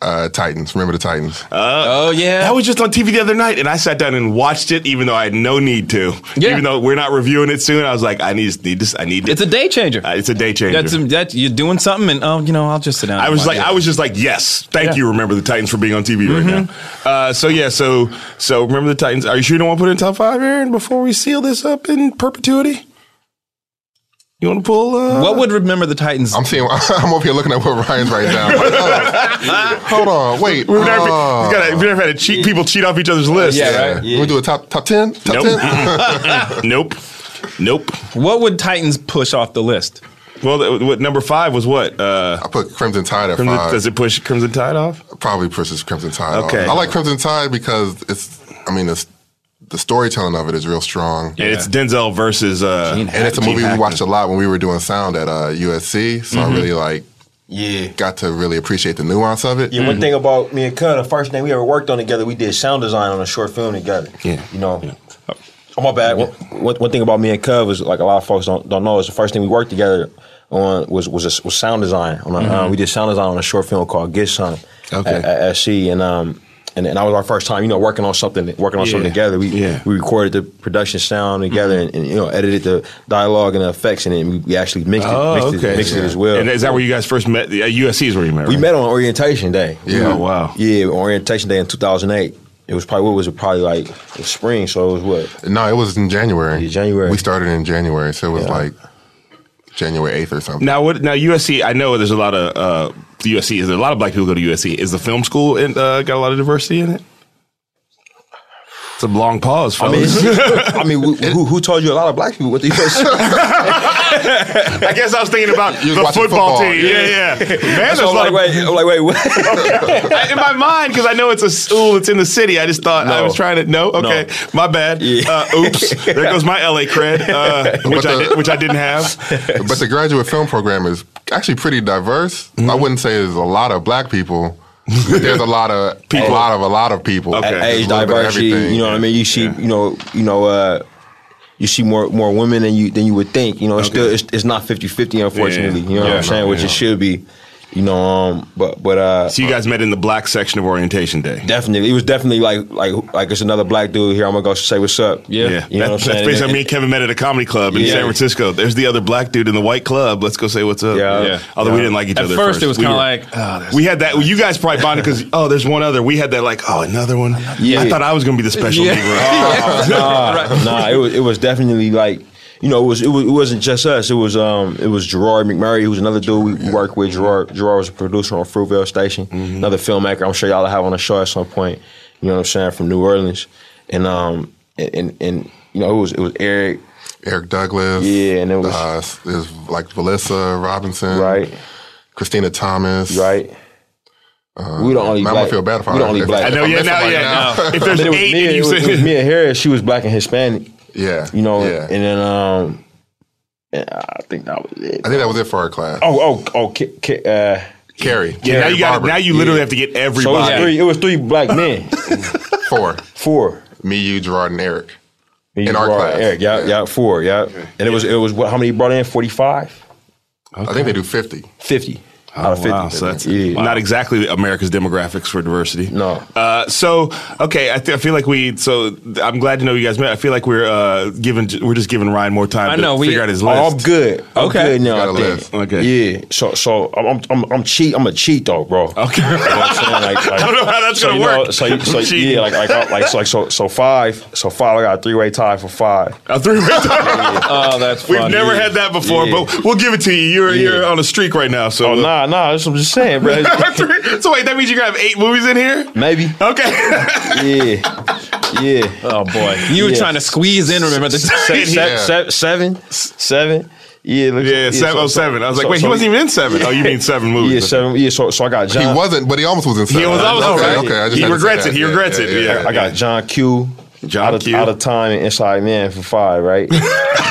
Speaker 4: uh, Titans. Remember the Titans.
Speaker 2: Uh.
Speaker 1: oh yeah
Speaker 2: That was just on TV the other night, and I sat down and watched it, even though I had no need to.
Speaker 1: Yeah.
Speaker 2: Even though we're not reviewing it soon, I was like, I need, need this. I need
Speaker 1: it's a day changer
Speaker 2: uh, it's a day changer.
Speaker 1: that's that you're doing something and oh you know I'll just sit down
Speaker 2: I
Speaker 1: and
Speaker 2: was
Speaker 1: watch
Speaker 2: like,
Speaker 1: it.
Speaker 2: I was just like, yes, thank
Speaker 1: Yeah. Mm-hmm.
Speaker 2: you. Remember the Titans for being on TV right now. Uh, so yeah, so so remember the Titans. Are you sure you don't want to put it in top five, Aaron? Before we seal this up in perpetuity, you want to pull? Uh,
Speaker 1: what would remember the Titans
Speaker 4: I'm seeing. I'm over here looking at what Ryan's writing down. Like, oh, hold on. Wait.
Speaker 2: We've never,
Speaker 4: oh.
Speaker 2: we've gotta- we've never had to cheat people cheat off each other's list.
Speaker 1: Yeah, right.
Speaker 4: We do a top top ten. Top
Speaker 2: Nope.
Speaker 4: ten.
Speaker 2: Mm-mm. nope. Nope.
Speaker 1: What would Titans push off the list?
Speaker 2: Well, th- what number five was what? Uh,
Speaker 4: I put Crimson Tide at
Speaker 2: Crimson,
Speaker 4: five.
Speaker 2: does it push Crimson Tide off?
Speaker 4: Probably pushes Crimson Tide.
Speaker 2: Okay.
Speaker 4: Okay. I like Crimson Tide because it's. I mean, it's, the storytelling of it is real strong.
Speaker 2: And it's Denzel versus uh,
Speaker 4: And it's a movie we watched a lot when we were doing sound at uh, USC. So
Speaker 2: Mm-hmm.
Speaker 4: I really like
Speaker 3: yeah.
Speaker 4: got to really appreciate the nuance of it.
Speaker 3: Yeah,
Speaker 2: Mm-hmm.
Speaker 3: one thing about me and Cud, the first thing we ever worked on together, we did sound design on a short film together.
Speaker 2: Yeah.
Speaker 3: You know, Oh my bad. One, one- one thing about me and Cub is like a lot of folks don't don't know is the first thing we worked together on was was a, was sound design. On a, um, we did sound design on a short film called Get Some.
Speaker 2: Mm-hmm. Okay.
Speaker 3: At, at SC and um and, and that was our first time you know working on something working on something
Speaker 2: Yeah.
Speaker 3: together. We
Speaker 2: Yeah. Mm-hmm.
Speaker 3: we recorded the production sound together and, and you know edited the dialogue and the effects and then we, we actually mixed it
Speaker 4: Oh,
Speaker 3: mixed, it, mixed it as well.
Speaker 2: Oh, And is that where you guys first met? The- At USC is where you met.
Speaker 3: we
Speaker 2: right?
Speaker 3: met on orientation day.
Speaker 2: Yeah. Oh, wow.
Speaker 3: Yeah, orientation day in 2008. It was probably what was it? Probably like it was spring, so it was what?
Speaker 4: No, it was in January.
Speaker 3: Yeah, January.
Speaker 4: We started in January, so it was like January eighth or something.
Speaker 2: Now, what? Now USC. I know there's a lot of uh, the USC. Is there a lot of black people go to USC? Is the film school in, uh, got a lot of diversity in it? It's a long pause,
Speaker 3: I mean,
Speaker 2: fellas. I,
Speaker 3: I mean, who, who, who told you a lot of black people what they
Speaker 2: guess
Speaker 3: first?
Speaker 2: I was thinking about
Speaker 4: You was
Speaker 2: the
Speaker 4: watching
Speaker 2: football,
Speaker 4: football,
Speaker 2: team. Yeah,
Speaker 4: yeah.
Speaker 2: yeah. Man, there's a lot
Speaker 3: I'm like,
Speaker 2: of
Speaker 3: wait, I'm like, wait, what?
Speaker 2: I- in my mind because I know it's a school that's in the city. I just thought I
Speaker 3: No.
Speaker 2: was trying to. No, okay, my bad.
Speaker 3: Yeah.
Speaker 2: Uh, oops, there goes my LA cred, uh, which I
Speaker 4: the-
Speaker 2: did, which I didn't have.
Speaker 4: But the graduate film program is actually pretty diverse. I
Speaker 3: Mm-hmm.
Speaker 4: wouldn't say there's a lot of black people. but there's a lot of people. a lot of a lot of people.
Speaker 2: Okay.
Speaker 4: There's a
Speaker 3: Age
Speaker 4: little bit of
Speaker 3: diversity,
Speaker 4: everything.
Speaker 3: you know what I mean? You see, you know, you know, uh, you see more more women than you than you would think. You know, it's still it's, it's not 50-50, unfortunately. You know what
Speaker 2: Yeah,
Speaker 3: I'm saying?
Speaker 2: no,
Speaker 3: Which
Speaker 2: yeah.
Speaker 3: it should be. You know, um, but but uh,
Speaker 2: So you guys met in the black section of orientation day.
Speaker 3: definitely, it was definitely like like like it's another black dude here. I'm gonna go say what's up.
Speaker 1: Yeah.
Speaker 3: you know
Speaker 2: That-
Speaker 3: what I'm
Speaker 2: that's
Speaker 3: saying?
Speaker 2: basically
Speaker 3: And-
Speaker 2: me and Kevin met at a comedy club in
Speaker 3: Yeah.
Speaker 2: San Francisco. There's the other black dude in the white club. Let's go say what's up.
Speaker 3: Yeah.
Speaker 1: Yeah.
Speaker 2: Although we didn't like each
Speaker 1: At
Speaker 2: other.
Speaker 1: first, it was
Speaker 2: We
Speaker 1: kind of
Speaker 2: were-
Speaker 1: like, oh, there's-
Speaker 2: We had that. You guys probably bonded because oh, there's one other. We had that like oh, another one.
Speaker 3: Yeah. Oh,
Speaker 2: I thought I was gonna be the special
Speaker 1: Yeah.
Speaker 2: Negro.
Speaker 3: nah, nah, it was it was definitely like you know it was it, was, it wasn't just us. It was um it was Gerard McMurray, who's another dude we worked with. Gerard Gerard was a producer on Fruitvale Station,
Speaker 4: Mm-hmm.
Speaker 3: another filmmaker. I'm sure y'all will have on a show at some point. You know what I'm saying from New Orleans, and um and and, and you know it was it was Eric
Speaker 4: Eric Douglas.
Speaker 3: Yeah, and it was-
Speaker 4: uh, s- there's like Valissa Robinson.
Speaker 3: right
Speaker 4: Christina Thomas.
Speaker 3: right. we the only
Speaker 4: man, Uh-huh. I'm gonna
Speaker 3: black.
Speaker 4: feel bad if I-
Speaker 3: we the only
Speaker 4: if-
Speaker 3: black.
Speaker 2: I know.
Speaker 4: If I
Speaker 2: Yeah.
Speaker 4: miss
Speaker 2: Now.
Speaker 4: somebody
Speaker 2: Yeah.
Speaker 4: now-
Speaker 2: now. If there's
Speaker 3: But it was
Speaker 2: eight,
Speaker 3: me.
Speaker 2: and you
Speaker 3: and- It was,
Speaker 2: said
Speaker 3: it was me and Harris. She was black and Hispanic.
Speaker 4: Yeah.
Speaker 3: You know,
Speaker 4: Yeah.
Speaker 3: and then um, and I think that was it.
Speaker 4: I think that was it for our class.
Speaker 3: Oh, oh, oh, K- K- uh,
Speaker 4: Carrie.
Speaker 2: Yeah, now
Speaker 4: Carrie
Speaker 2: you got.
Speaker 4: Barber.
Speaker 2: Now you literally have to get
Speaker 3: so it was
Speaker 2: everybody.
Speaker 3: three. It was three black men,
Speaker 4: four.
Speaker 3: four
Speaker 4: Me, you, Gerard, and Eric.
Speaker 3: Me,
Speaker 4: In our
Speaker 3: Gerard,
Speaker 4: class.
Speaker 3: Eric, yeah, yeah,
Speaker 4: Yeah.
Speaker 3: four, yeah. And it was, it was what? How many you brought in? 45?
Speaker 4: I think they do fifty.
Speaker 3: 50 out of
Speaker 2: Oh,
Speaker 3: 50.
Speaker 2: wow, so that's
Speaker 3: yeah.
Speaker 2: not exactly America's demographics for diversity.
Speaker 3: No.
Speaker 2: Uh, so okay, I, th- I feel like we. So th- I'm glad to know you guys met. I feel like we're uh, giving. We're just giving Ryan more time
Speaker 1: I
Speaker 2: to
Speaker 1: know, we-
Speaker 2: figure out his
Speaker 3: Oh,
Speaker 2: list.
Speaker 3: I'm good. I'm
Speaker 1: Okay.
Speaker 3: good now.
Speaker 4: Got a
Speaker 3: I think.
Speaker 4: list.
Speaker 2: Okay.
Speaker 3: Yeah. So, so I'm, I'm, I'm, I'm cheat. I'm a cheat though, bro.
Speaker 2: Okay.
Speaker 3: You know what I'm saying? Like, like-
Speaker 2: I don't know how that's
Speaker 3: so
Speaker 2: gonna
Speaker 3: you know,
Speaker 2: work.
Speaker 3: So, you- so
Speaker 2: I'm cheating.
Speaker 3: yeah, like, like, I- like, so, like, so, so five. So five. I got a three way tie for five.
Speaker 2: A three-way tie.
Speaker 1: Oh, that's
Speaker 2: We've
Speaker 1: funny.
Speaker 2: never had that before,
Speaker 3: Yeah.
Speaker 2: but we'll give it to you. You're you're on a streak right now. So
Speaker 3: Oh, nah, nah. That's what I'm just saying, bro.
Speaker 2: Three- so wait, that means you're gonna have eight movies in here.
Speaker 3: Maybe.
Speaker 2: Okay.
Speaker 3: Yeah. Yeah.
Speaker 1: Oh boy, you were
Speaker 3: Yeah.
Speaker 1: trying to squeeze in. Remember the
Speaker 3: Se- se-
Speaker 4: Yeah.
Speaker 3: se- seven, seven, yeah, look,
Speaker 2: Yeah, seven, oh, seven. I was like,
Speaker 3: so-
Speaker 2: wait, he
Speaker 3: so-
Speaker 2: wasn't even in seven. Oh, you mean seven movies?
Speaker 3: Yeah, seven. Yeah, so so I got
Speaker 4: He
Speaker 3: John.
Speaker 4: wasn't, but he almost was in seven.
Speaker 2: Uh, He was almost
Speaker 4: okay,
Speaker 2: alright.
Speaker 4: okay. I just
Speaker 2: He
Speaker 4: had to say
Speaker 2: regrets
Speaker 4: that.
Speaker 2: it. He
Speaker 4: Yeah,
Speaker 2: regrets
Speaker 4: yeah,
Speaker 2: it.
Speaker 4: yeah.
Speaker 2: Yeah.
Speaker 3: I got John Q.
Speaker 2: John
Speaker 3: out of,
Speaker 2: Q.
Speaker 3: out of time and Inside Man for five, right?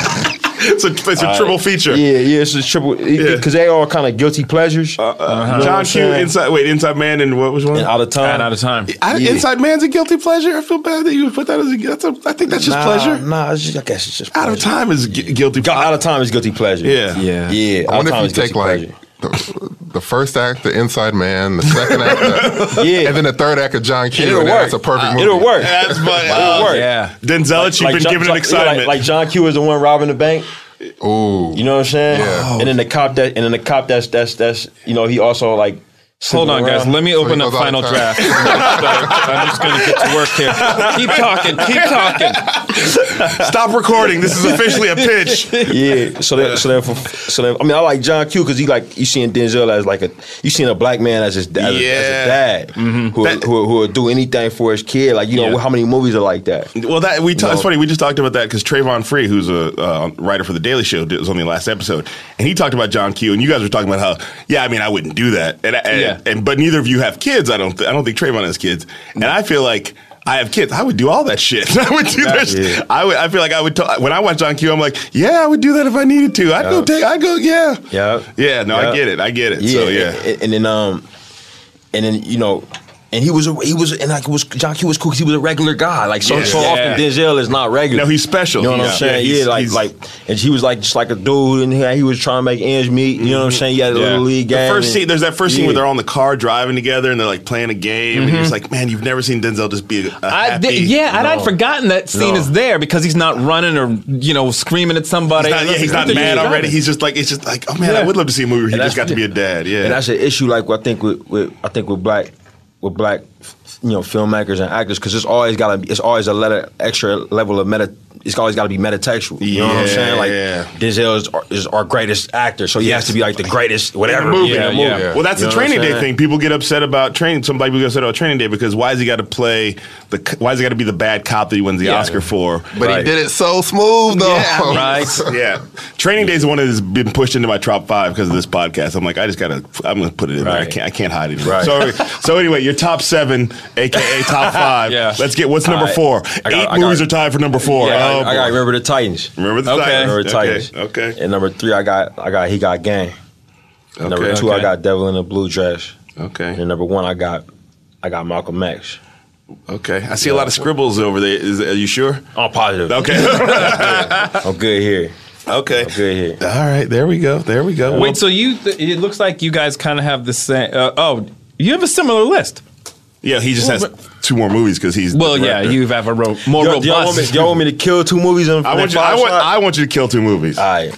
Speaker 2: It's a, it's a triple feature.
Speaker 3: uh, yeah, yeah, it's a triple because they all kind of guilty pleasures.
Speaker 2: Uh,
Speaker 3: Uh-huh. You know what
Speaker 2: John
Speaker 3: I'm
Speaker 2: Q.
Speaker 3: saying?
Speaker 2: Inside. Wait, Inside Man and what was one?
Speaker 3: and out of time.
Speaker 1: out of time.
Speaker 2: I,
Speaker 3: Yeah.
Speaker 2: Inside Man's a guilty pleasure. I feel bad that you would put that as a. That's a I think that's just
Speaker 3: nah,
Speaker 2: pleasure.
Speaker 3: Nah, it's just, I guess it's just
Speaker 2: Out of
Speaker 3: pleasure.
Speaker 2: time is gu- guilty.
Speaker 3: Gu-
Speaker 2: pleasure.
Speaker 3: out of time is guilty pleasure.
Speaker 2: Yeah.
Speaker 1: Yeah.
Speaker 3: yeah.
Speaker 4: I wonder
Speaker 3: out of time
Speaker 4: if you
Speaker 3: is guilty
Speaker 4: take like
Speaker 3: pleasure.
Speaker 4: the, the first act, the Inside Man, the second act, the,
Speaker 3: Yeah.
Speaker 4: and then the third act of John Q.
Speaker 3: It'll
Speaker 4: and
Speaker 3: work.
Speaker 4: That's a
Speaker 2: Uh,
Speaker 4: perfect movie.
Speaker 3: It'll work.
Speaker 2: That's funny.
Speaker 3: It'll work.
Speaker 1: Yeah.
Speaker 2: Denzel, you've been
Speaker 3: John-
Speaker 2: given
Speaker 3: John-
Speaker 2: an excitement.
Speaker 3: Like, like John Q is the one robbing the bank.
Speaker 4: Ooh,
Speaker 3: You know what I'm saying?
Speaker 4: Yeah.
Speaker 3: And then the cop that and then the cop that's that's that's you know he also like
Speaker 1: Hold on, guys. Let me open
Speaker 4: he
Speaker 1: up
Speaker 4: goes out
Speaker 1: final
Speaker 4: of
Speaker 1: draft. I'm just gonna get to work here. Keep talking. Keep talking.
Speaker 2: Stop recording. This is officially a pitch.
Speaker 3: yeah. So then so then for, so then I mean I like John Q because he like you seeing Denzel as like a you seeing a black man as his dad as,
Speaker 2: Yeah.
Speaker 3: a dad who
Speaker 2: That-
Speaker 3: who who will do anything for his kid like you know
Speaker 1: Yeah.
Speaker 3: how many movies are like that.
Speaker 2: Well, that we ta-
Speaker 3: No.
Speaker 2: it's funny. We just talked about that because Trayvon Free, who's a uh, writer for the Daily Show, did, was on the last episode, and he talked about John Q. And you guys were talking about how, yeah, I mean, I wouldn't do that, and I- and,
Speaker 1: Yeah.
Speaker 2: and but neither of you have kids. I don't. Th- I don't think Trayvon has kids, and I feel like. I have kids. I would do all that shit. I would do this.
Speaker 3: Yeah.
Speaker 2: I would. I feel like I would. T- when I watch John Q, I'm like, yeah, I would do that if I needed to. I would go take. I go. Yeah.
Speaker 3: Yeah.
Speaker 2: Yeah. No, I
Speaker 3: Yeah.
Speaker 2: get it. I get it. So yeah.
Speaker 3: And, and then um, and then you know, And he was a, he was and like it was John Q was cool because he was a regular guy. Like so,
Speaker 2: Yeah.
Speaker 3: so
Speaker 1: Yeah.
Speaker 3: often Denzel is not regular.
Speaker 2: No, he's special.
Speaker 3: You know what
Speaker 2: Yeah.
Speaker 3: I'm saying?
Speaker 2: Yeah,
Speaker 3: Yeah,
Speaker 2: he's-
Speaker 3: like
Speaker 2: he's-
Speaker 3: like and he was like just like a dude and he, he was trying to make ends meet. You know what I'm saying? He had a
Speaker 2: Yeah.
Speaker 3: little league game.
Speaker 2: The first
Speaker 3: and-
Speaker 2: scene, there's that first scene
Speaker 3: Yeah. Mm-hmm.
Speaker 2: where they're on the car driving together and they're like playing a game, and you're just like, man, you've never seen Denzel just be a, a
Speaker 1: I
Speaker 2: happy.
Speaker 1: did, yeah, and I'd
Speaker 3: No.
Speaker 1: forgotten that scene
Speaker 3: No.
Speaker 1: is there because he's not running or you know screaming at somebody.
Speaker 2: He's not, yeah, he's not
Speaker 1: Nothing.
Speaker 2: mad
Speaker 1: He's
Speaker 2: already. He's just like, it's just like, oh man,
Speaker 1: Yeah.
Speaker 2: I would love to see a movie where he
Speaker 3: And
Speaker 2: just got
Speaker 3: that's-
Speaker 2: to be a dad. Yeah,
Speaker 3: And that's an issue. Like I think with, with I think with black with black you know filmmakers and actors because it's always got to it's always a letter extra level of meta. It's always got to be metatextual. You know what I'm saying? Like
Speaker 2: Yeah.
Speaker 3: Denzel is our, is our greatest actor, so he has to be like the greatest whatever.
Speaker 2: movie,
Speaker 3: you know,
Speaker 1: the movie.
Speaker 2: Well, that's
Speaker 3: You
Speaker 2: the
Speaker 3: know what
Speaker 2: training
Speaker 3: I'm
Speaker 2: day
Speaker 3: saying?
Speaker 2: thing. People get upset about training. Some black people get upset about training day because why has he got to play the? c- Why has he got to be the bad cop that he wins the
Speaker 1: Yeah.
Speaker 2: Oscar for?
Speaker 4: But
Speaker 3: Right.
Speaker 4: he did it so smooth though.
Speaker 2: Yeah,
Speaker 1: Right.
Speaker 2: yeah, training day is the one that has been pushed into my top five because of this podcast. I'm like, I just gotta, I'm gonna put it in there. I
Speaker 3: Right.
Speaker 2: can't, I can't hide it.
Speaker 3: Right.
Speaker 2: So, so anyway, your top seven, aka top five.
Speaker 1: Yeah.
Speaker 2: Let's get what's number
Speaker 3: I-
Speaker 2: four.
Speaker 3: I got-
Speaker 2: Eight
Speaker 3: I got-
Speaker 2: movies are tied for number four.
Speaker 3: Yeah,
Speaker 2: Oh,
Speaker 3: I, I got
Speaker 2: boy.
Speaker 3: remember the Titans.
Speaker 2: Remember the
Speaker 1: Okay.
Speaker 2: Titans.
Speaker 3: Remember the Titans.
Speaker 2: Okay. okay.
Speaker 3: And number three, I got I got he got gang. Number
Speaker 2: Okay.
Speaker 3: two, I
Speaker 1: Okay.
Speaker 3: got Devil in a Blue Dress.
Speaker 2: Okay.
Speaker 3: And then number one, I got I got Malcolm X.
Speaker 2: Okay. I see a lot of scribbles over there. Is, are you sure?
Speaker 3: I'm positive.
Speaker 2: Okay.
Speaker 3: I'm good here.
Speaker 2: okay.
Speaker 3: good here.
Speaker 2: All right. There we go. There we go.
Speaker 1: Wait, so you? Th- it looks like you guys kind of have the same. Uh, oh, you have a similar list.
Speaker 2: yeah, he just has two more movies because he's. the
Speaker 1: Well, yeah,
Speaker 2: director.
Speaker 1: you have a ro- more
Speaker 3: Yo, do
Speaker 1: robust.
Speaker 3: y'all, want me, y'all want me to kill two movies in,
Speaker 2: I
Speaker 3: in
Speaker 2: want you.
Speaker 3: five Uh,
Speaker 2: I want.
Speaker 3: slots?
Speaker 2: I want you to kill two movies.
Speaker 3: All right.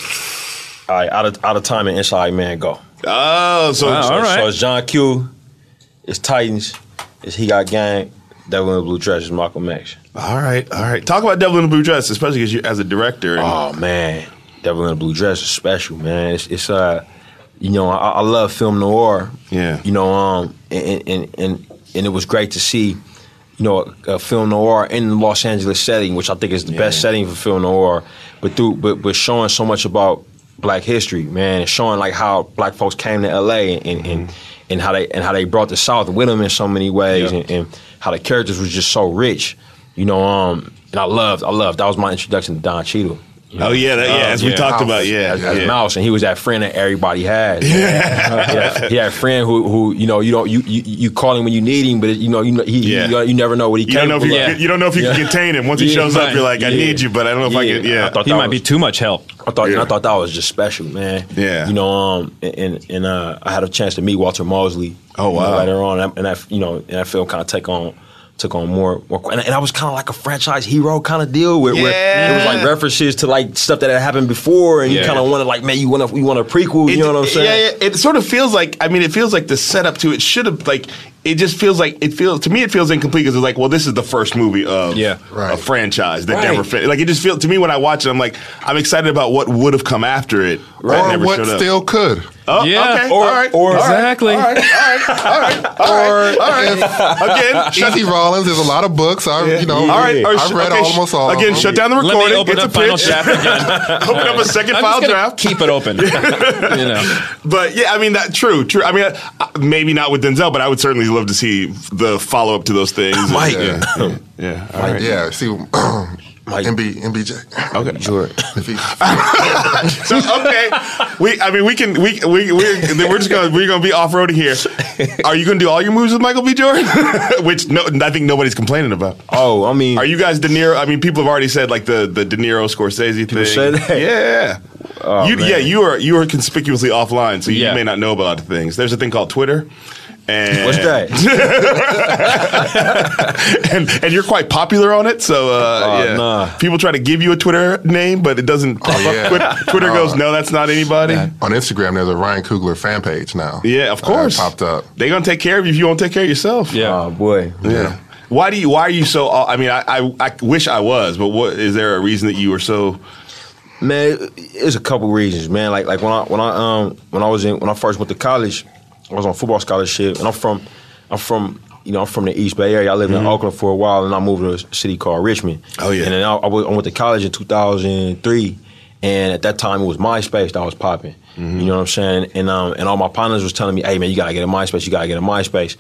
Speaker 3: All right, out of, out of time and Inside Man Go.
Speaker 2: oh, so
Speaker 1: Wow, all right.
Speaker 3: So it's John Q, it's Titans, it's He Got Gang, Devil in the Blue Dress, it's Malcolm X.
Speaker 2: all right, all right. Talk about Devil in the Blue Dress, especially because you as a director. And,
Speaker 3: Oh man, Devil in the Blue Dress is special, man. It's, it's uh, you know, I, I love film noir.
Speaker 2: Yeah.
Speaker 3: You know, um, and and and and it was great to see, you know, a, a film noir in the Los Angeles setting, which I think is the best setting for film noir. But through, but but showing so much about Black history, man, and showing like how Black folks came to L.A. and and. and and how they and how they brought the South with them in so many ways,
Speaker 2: Mm-hmm. Yeah.
Speaker 3: and, and how the characters was just so rich, you know. Um, and I loved, I loved. That was my introduction to Don Cheadle. you know?
Speaker 2: oh yeah, that, yeah. As we
Speaker 1: yeah.
Speaker 2: talked
Speaker 4: Mouse.
Speaker 2: about, yeah,
Speaker 3: as, as
Speaker 2: yeah.
Speaker 3: Mouse, and he was that friend that everybody had. Yeah, he, had, he had a friend who, who you know, you don't you, you you call him when you need him, but you know, you know, he, he-
Speaker 2: Yeah.
Speaker 3: you, know, you never know what he.
Speaker 2: You don't know if you,
Speaker 1: Yeah.
Speaker 2: you don't know if you can
Speaker 3: Yeah.
Speaker 2: contain him. Once he
Speaker 3: Yeah,
Speaker 2: shows up,
Speaker 1: right.
Speaker 2: you're like, I
Speaker 3: Yeah.
Speaker 2: need you, but I don't know if I
Speaker 3: Yeah.
Speaker 2: can. Yeah,
Speaker 3: I thought
Speaker 1: he
Speaker 3: that
Speaker 1: might
Speaker 3: was-
Speaker 1: be too much help.
Speaker 3: I thought
Speaker 2: Yeah.
Speaker 3: I thought that was just special, man.
Speaker 2: Yeah.
Speaker 3: You know, um, and- and and uh, I had a chance to meet Walter Mosley.
Speaker 2: Oh,
Speaker 3: you know,
Speaker 2: wow.
Speaker 3: later on, and I, and I you know, and I film kind of take on. Took on more, more and, and I was kind of like a franchise hero kind of deal where, where it was like
Speaker 2: Yeah.
Speaker 3: references to like stuff that had happened before, and
Speaker 1: Yeah.
Speaker 3: you kind of wanted like, man, you want to, you want a prequel, you
Speaker 2: It-
Speaker 3: know what I'm saying?
Speaker 2: Yeah, yeah, it sort of feels like. I mean, it feels like the setup to it should have like. It just feels like it feels to me. It feels incomplete because it's like, well, this is the first movie of
Speaker 1: Yeah.
Speaker 2: a
Speaker 4: Right.
Speaker 2: franchise that
Speaker 3: Right.
Speaker 2: never fit. Like it just feels to me when I watch it, I'm like, I'm excited about what would have come after it that
Speaker 4: Or
Speaker 2: never
Speaker 4: what
Speaker 2: showed up.
Speaker 4: still could.
Speaker 2: oh,
Speaker 1: Yeah.
Speaker 2: okay,
Speaker 1: Or-
Speaker 2: all right,
Speaker 3: or-
Speaker 2: all right,
Speaker 1: Exactly.
Speaker 2: All right, all right, all right, all right. All right. Again, shut
Speaker 4: Jesse Rollins, there's a lot of books. I, you know,
Speaker 2: all right. or
Speaker 4: I've
Speaker 2: sh-
Speaker 4: read
Speaker 2: okay, sh-
Speaker 4: almost all.
Speaker 2: Again,
Speaker 4: of them.
Speaker 2: shut down the
Speaker 1: Let me
Speaker 2: recording.
Speaker 1: open
Speaker 2: it's
Speaker 1: up
Speaker 2: a
Speaker 1: final
Speaker 2: pitch.
Speaker 1: draft again.
Speaker 2: open up a second
Speaker 1: I'm
Speaker 2: file
Speaker 1: just gonna
Speaker 2: draft.
Speaker 1: Keep it open. you know.
Speaker 2: But yeah, I mean that true, true. I mean, I, I- maybe not with Denzel, but I would certainly love to see the follow up to those things. And-
Speaker 3: Mike.
Speaker 2: yeah, yeah, yeah. All right.
Speaker 4: Yeah, see, MB, MBJ.
Speaker 3: Oh.
Speaker 2: Okay.
Speaker 4: If he-
Speaker 2: So okay, we. I mean, we can. We we we. Then we're just gonna we're gonna be off roading here. Are you gonna do all your moves with Michael B. Jordan? Which no, I think nobody's complaining about.
Speaker 3: Oh, I mean,
Speaker 2: Are you guys De Niro? I mean, people have already said like the the De Niro Scorsese thing.
Speaker 3: say that? Oh,
Speaker 2: Yeah. you,
Speaker 3: man.
Speaker 2: yeah, you are you are conspicuously offline, so
Speaker 1: Yeah.
Speaker 2: you may not know about things. There's a thing called Twitter. And
Speaker 3: What's that?
Speaker 2: and, and you're quite popular on it, so uh,
Speaker 3: Oh,
Speaker 2: yeah.
Speaker 3: nah.
Speaker 2: People try to give you a Twitter name, but it doesn't. Pop
Speaker 4: Oh, yeah. Oh.
Speaker 2: up. Twitter, Twitter goes, no, that's not anybody.
Speaker 4: on Instagram, there's a Ryan Coogler fan page now.
Speaker 2: Yeah, of
Speaker 4: Uh,
Speaker 2: course.
Speaker 4: popped up.
Speaker 2: They're gonna take care of you if you don't take care of yourself.
Speaker 1: Yeah.
Speaker 3: Oh boy.
Speaker 2: Yeah. Why do you? Why are you so? I mean, I, I I wish I was, but what is there a reason that you were so?
Speaker 3: Man, it's a couple reasons, man. Like like when I when I um when I was in when I first went to college, I was on football scholarship, and I'm from I'm from you know I'm from the East Bay area. I lived in Oakland for a while, and I moved to a city called Richmond.
Speaker 2: Mm-hmm. Oh, yeah.
Speaker 3: And then I, I went I went to college in 2003, and at that time it was MySpace that was popping.
Speaker 2: Mm-hmm.
Speaker 3: You know what I'm saying? And um and all my partners was telling me, hey man, you gotta get a MySpace, you gotta get a MySpace.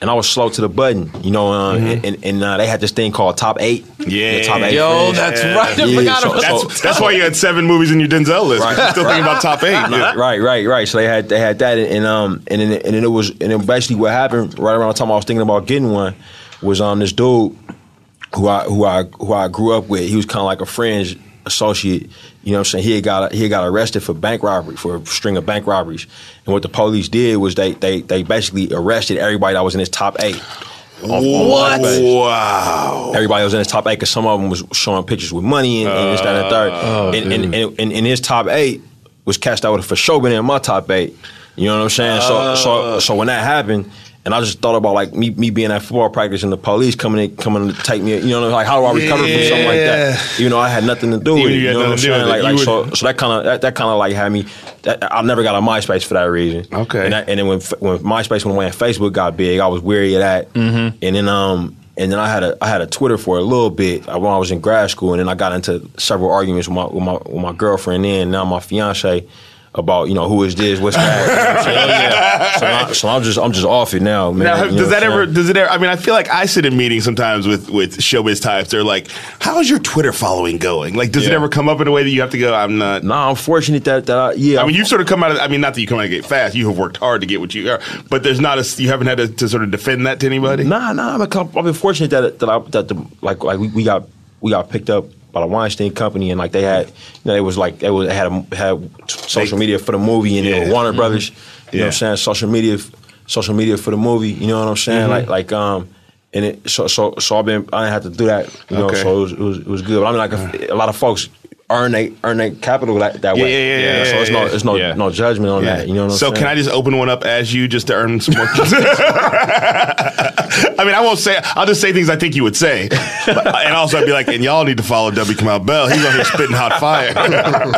Speaker 3: and I was slow to the button, you know. Uh, And, and uh, they had this thing called Top Eight.
Speaker 2: Mm-hmm. Yeah.
Speaker 3: The top eight
Speaker 1: Yo,
Speaker 3: finish.
Speaker 1: that's right. I
Speaker 3: Yeah,
Speaker 1: forgot
Speaker 3: so-
Speaker 1: about
Speaker 3: so-
Speaker 1: that.
Speaker 2: That's, that's why you had seven movies in your Denzel list.
Speaker 3: Right.
Speaker 2: You're still thinking about top eight. Yeah.
Speaker 3: Right, right, right. So they had they had that, and, and um, and then and then it was, and then basically what happened right around the time I was thinking about getting one was um this dude who I who I who I grew up with. He was kind of like a friend's associate. You know what I'm saying? He had got he had got arrested for bank robbery for a string of bank robberies, and what the police did was they they they basically arrested everybody that was in his top eight.
Speaker 2: What? Wow.
Speaker 3: Everybody that was in his top eight because some of them was showing pictures with money and, and this, that, and the third.
Speaker 2: Oh,
Speaker 3: and, and, and, and, and his top eight was cashed out with for sure been in my top eight. You know what I'm saying? So
Speaker 2: Ah.
Speaker 3: so so when that happened, and I just thought about like me me being at football practice and the police coming in coming to take me. You know, like how do I recover from something like that? You know, I had nothing to do with it.
Speaker 2: You
Speaker 3: You
Speaker 2: had
Speaker 3: know what I'm
Speaker 2: nothing to do
Speaker 3: saying?
Speaker 2: with
Speaker 3: Like,
Speaker 2: it.
Speaker 3: like
Speaker 2: You
Speaker 3: so
Speaker 2: would-
Speaker 3: so that kind of that, that kind of like had me. That, I never got on MySpace for that reason.
Speaker 2: Okay.
Speaker 3: And, that, and then when F- when MySpace went away and Facebook got big, I was weary of that. Mm-hmm. And then um and then I had a I had a Twitter for a little bit uh, when I was in grad school, and then I got into several arguments with my with my with my girlfriend and now my fiance about you know who is this, what's that. You know what I'm saying? so, now- so I'm just I'm just off it now, man.
Speaker 2: Now,
Speaker 3: You know
Speaker 2: does
Speaker 3: what
Speaker 2: that
Speaker 3: I'm
Speaker 2: ever?
Speaker 3: saying?
Speaker 2: Does it ever? I mean, I feel like I sit in meetings sometimes with with showbiz types. They're like, "How's your Twitter following going?" Like, does it
Speaker 1: Yeah.
Speaker 2: ever come up in a way that you have to go? I'm not.
Speaker 3: Nah, I'm fortunate that that I yeah.
Speaker 2: I mean, you've sort of come out. Of, I mean, not that you come out of the gate fast. You have worked hard to get what you are, but there's not a. You haven't had to, to sort of defend that to anybody.
Speaker 3: Nah, nah. I'm a, com- I've been fortunate that that I that the like like we, we got we got picked up by the Weinstein Company and like they had you know it was like they was had a, had social media for the movie and it
Speaker 2: Yeah. Mm-hmm.
Speaker 3: was Warner Brothers. You know what I'm
Speaker 2: Yeah.
Speaker 3: saying? Social media, f- social media for the movie. You know what I'm saying?
Speaker 2: Mm-hmm.
Speaker 3: Like like um. And it, so so so I've been I didn't have to do that you know
Speaker 2: Okay.
Speaker 3: so it was, it was it was good but I mean like a, a lot of folks earn they earn their capital that, that
Speaker 2: Yeah,
Speaker 3: way
Speaker 2: yeah, yeah, yeah,
Speaker 3: so it's no
Speaker 2: yeah,
Speaker 3: it's no
Speaker 1: yeah.
Speaker 3: no judgment on that you know what I'm
Speaker 2: so
Speaker 3: saying
Speaker 2: can I just open one up as you just to earn some more? I mean, I won't say. I'll just say things I think you would say, But- and also I'd be like, and y'all need to follow W. Kamau Bell. He's out here spitting hot fire.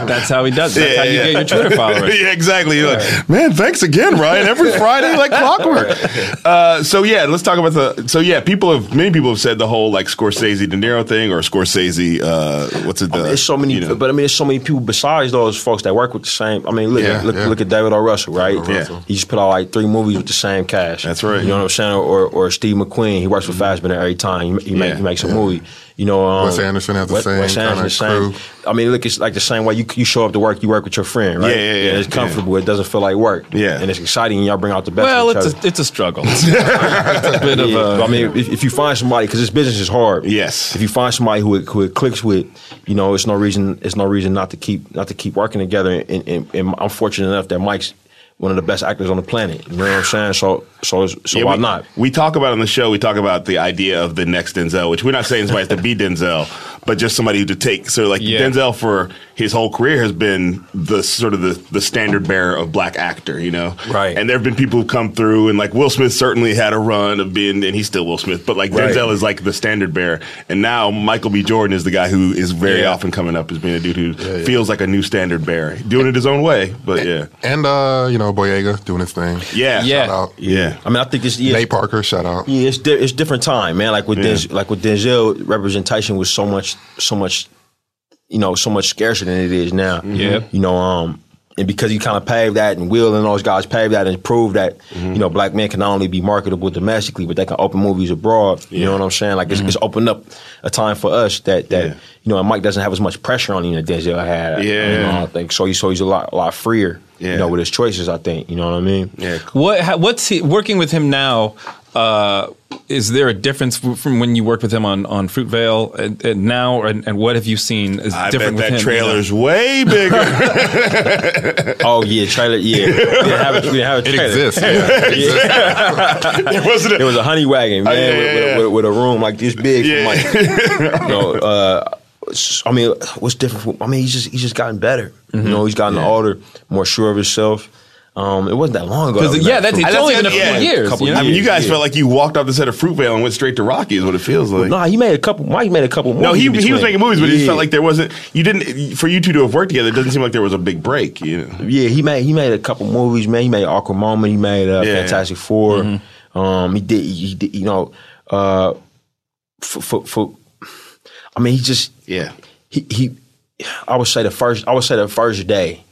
Speaker 1: That's how he does. it. That's how you get your Twitter followers.
Speaker 2: yeah, exactly. You're like, Man, thanks again, Ryan. Every Friday, like clockwork. Uh, so yeah, let's talk about the. So yeah, people have many people have said the whole like Scorsese De Niro thing or Scorsese. Uh, what's it? The,
Speaker 3: Oh, There's so many,
Speaker 2: you know.
Speaker 3: but I mean, there's so many people besides those folks that work with the same. I mean, look,
Speaker 4: Yeah,
Speaker 3: look,
Speaker 4: yeah.
Speaker 3: look at David O. Russell, right?
Speaker 4: David O. Russell.
Speaker 3: He just put out like three movies with the same cast.
Speaker 2: That's right. Mm-hmm.
Speaker 3: You know what I'm saying? Or or Steve McQueen, he works with Fassbender every time. He, he, make,
Speaker 2: Yeah,
Speaker 3: he makes a movie. You know, um,
Speaker 4: Wes Anderson has the same kinda
Speaker 3: same. I mean, look, it's like the same way you you show up to work, you work with your friend, right?
Speaker 2: Yeah, yeah, yeah,
Speaker 3: And it's
Speaker 2: yeah.
Speaker 3: comfortable. It doesn't feel like work.
Speaker 2: Yeah.
Speaker 3: and it's exciting. and Y'all bring out the best.
Speaker 1: Well,
Speaker 3: of each
Speaker 1: it's
Speaker 3: other.
Speaker 1: a, it's a struggle. It's a bit of
Speaker 3: Yeah,
Speaker 1: a.
Speaker 3: I mean, if, if you find somebody, because this business is hard.
Speaker 2: Yes.
Speaker 3: If you find somebody who it, who it clicks with, you know, it's no reason it's no reason not to keep not to keep working together. And, and, and I'm fortunate enough that Mike's one of the best actors on the planet. You know what I'm saying? So so it's- so
Speaker 2: Yeah,
Speaker 3: why
Speaker 2: we,
Speaker 3: not?
Speaker 2: We talk about on the show. We talk about the idea of the next Denzel, which we're not saying somebody has to be Denzel, but just somebody who to take. So like
Speaker 1: Yeah.
Speaker 2: Denzel for his whole career has been the sort of the, the standard bearer of black actor, you know.
Speaker 3: Right.
Speaker 2: And there have been people who've come through, and like Will Smith certainly had a run of being, and he's still Will Smith, but like
Speaker 3: Right.
Speaker 2: Denzel is like the standard bearer, and now Michael B. Jordan is the guy who is very
Speaker 1: Yeah.
Speaker 2: often coming up as being a dude who
Speaker 4: yeah.
Speaker 2: feels like a new standard bearer, doing it his own way, but yeah,
Speaker 4: And uh, you know, Boyega doing his thing.
Speaker 2: yeah,
Speaker 1: Yeah.
Speaker 4: Shout out.
Speaker 2: yeah.
Speaker 3: I mean, I think it's yeah,
Speaker 4: Nate Parker, shout out.
Speaker 3: Yeah, it's di- it's different time, man. Like with Denz- like with Denzel, representation was so much so much, you know, so much scarcer than it is now.
Speaker 2: Mm-hmm.
Speaker 1: Yep.
Speaker 3: you know, um, and because you kind of paved that, and Will and those guys paved that and proved that,
Speaker 2: Mm-hmm.
Speaker 3: you know, black men can not only be marketable domestically, but they can open movies abroad. You know what I'm saying? Like it's, it's opened up a time for us that that
Speaker 2: Mm-hmm. Yeah.
Speaker 3: you know, and Mike doesn't have as much pressure on him that Denzel had. you know,
Speaker 2: Yeah.
Speaker 3: I think so. He's so he's a lot a lot freer.
Speaker 2: Yeah.
Speaker 3: You know, with his choices, I think. You know what I mean?
Speaker 2: Yeah,
Speaker 1: What how, what's he, working with him now? Uh, is there a difference f- from when you worked with him on on Fruitvale and, and now, and, and what have you seen is
Speaker 2: I bet
Speaker 1: different with
Speaker 2: that
Speaker 1: him?
Speaker 2: trailer's way bigger.
Speaker 3: Oh yeah, trailer. Yeah, we didn't have a, we didn't have a
Speaker 4: It
Speaker 3: trailer.
Speaker 4: exists. Yeah.
Speaker 2: It wasn't
Speaker 3: It was a honey wagon, man,
Speaker 2: Oh, yeah,
Speaker 3: with,
Speaker 2: yeah,
Speaker 3: with,
Speaker 2: yeah.
Speaker 3: With, with a room like this big.
Speaker 2: Yeah.
Speaker 3: Yeah. you know, uh, s- I mean, what's different? From, I mean, he's just he's just gotten better.
Speaker 1: Mm-hmm.
Speaker 3: You know, he's gotten older, more sure of himself. Um, it wasn't that long ago.
Speaker 1: 'Cause,
Speaker 3: that we
Speaker 1: yeah, that's-
Speaker 3: met Fruit-
Speaker 1: it's
Speaker 2: I-
Speaker 1: only
Speaker 2: that's
Speaker 1: been a
Speaker 2: the-
Speaker 1: few
Speaker 2: yeah,
Speaker 1: years.
Speaker 3: couple
Speaker 1: you know?
Speaker 2: I mean, you guys
Speaker 3: Yeah.
Speaker 2: felt like you walked off the set of Fruitvale and went straight to Rocky. Is what it feels like.
Speaker 3: Nah, he made a couple. Mike made a couple.
Speaker 2: no,
Speaker 3: movies
Speaker 2: he
Speaker 3: in
Speaker 2: he was
Speaker 3: between.
Speaker 2: making movies, but it just
Speaker 3: Yeah.
Speaker 2: felt like there wasn't. You didn't for you two to have worked together. It doesn't seem like there was a big break. You know.
Speaker 3: Yeah, he made he made a couple movies, man. He made Awkward Moment. He made uh,
Speaker 2: Yeah.
Speaker 3: Fantastic 4
Speaker 1: Mm-hmm.
Speaker 3: Um, he did he did you know uh, for, for for I mean he just
Speaker 2: Yeah.
Speaker 3: he he I would say the first I would say the first day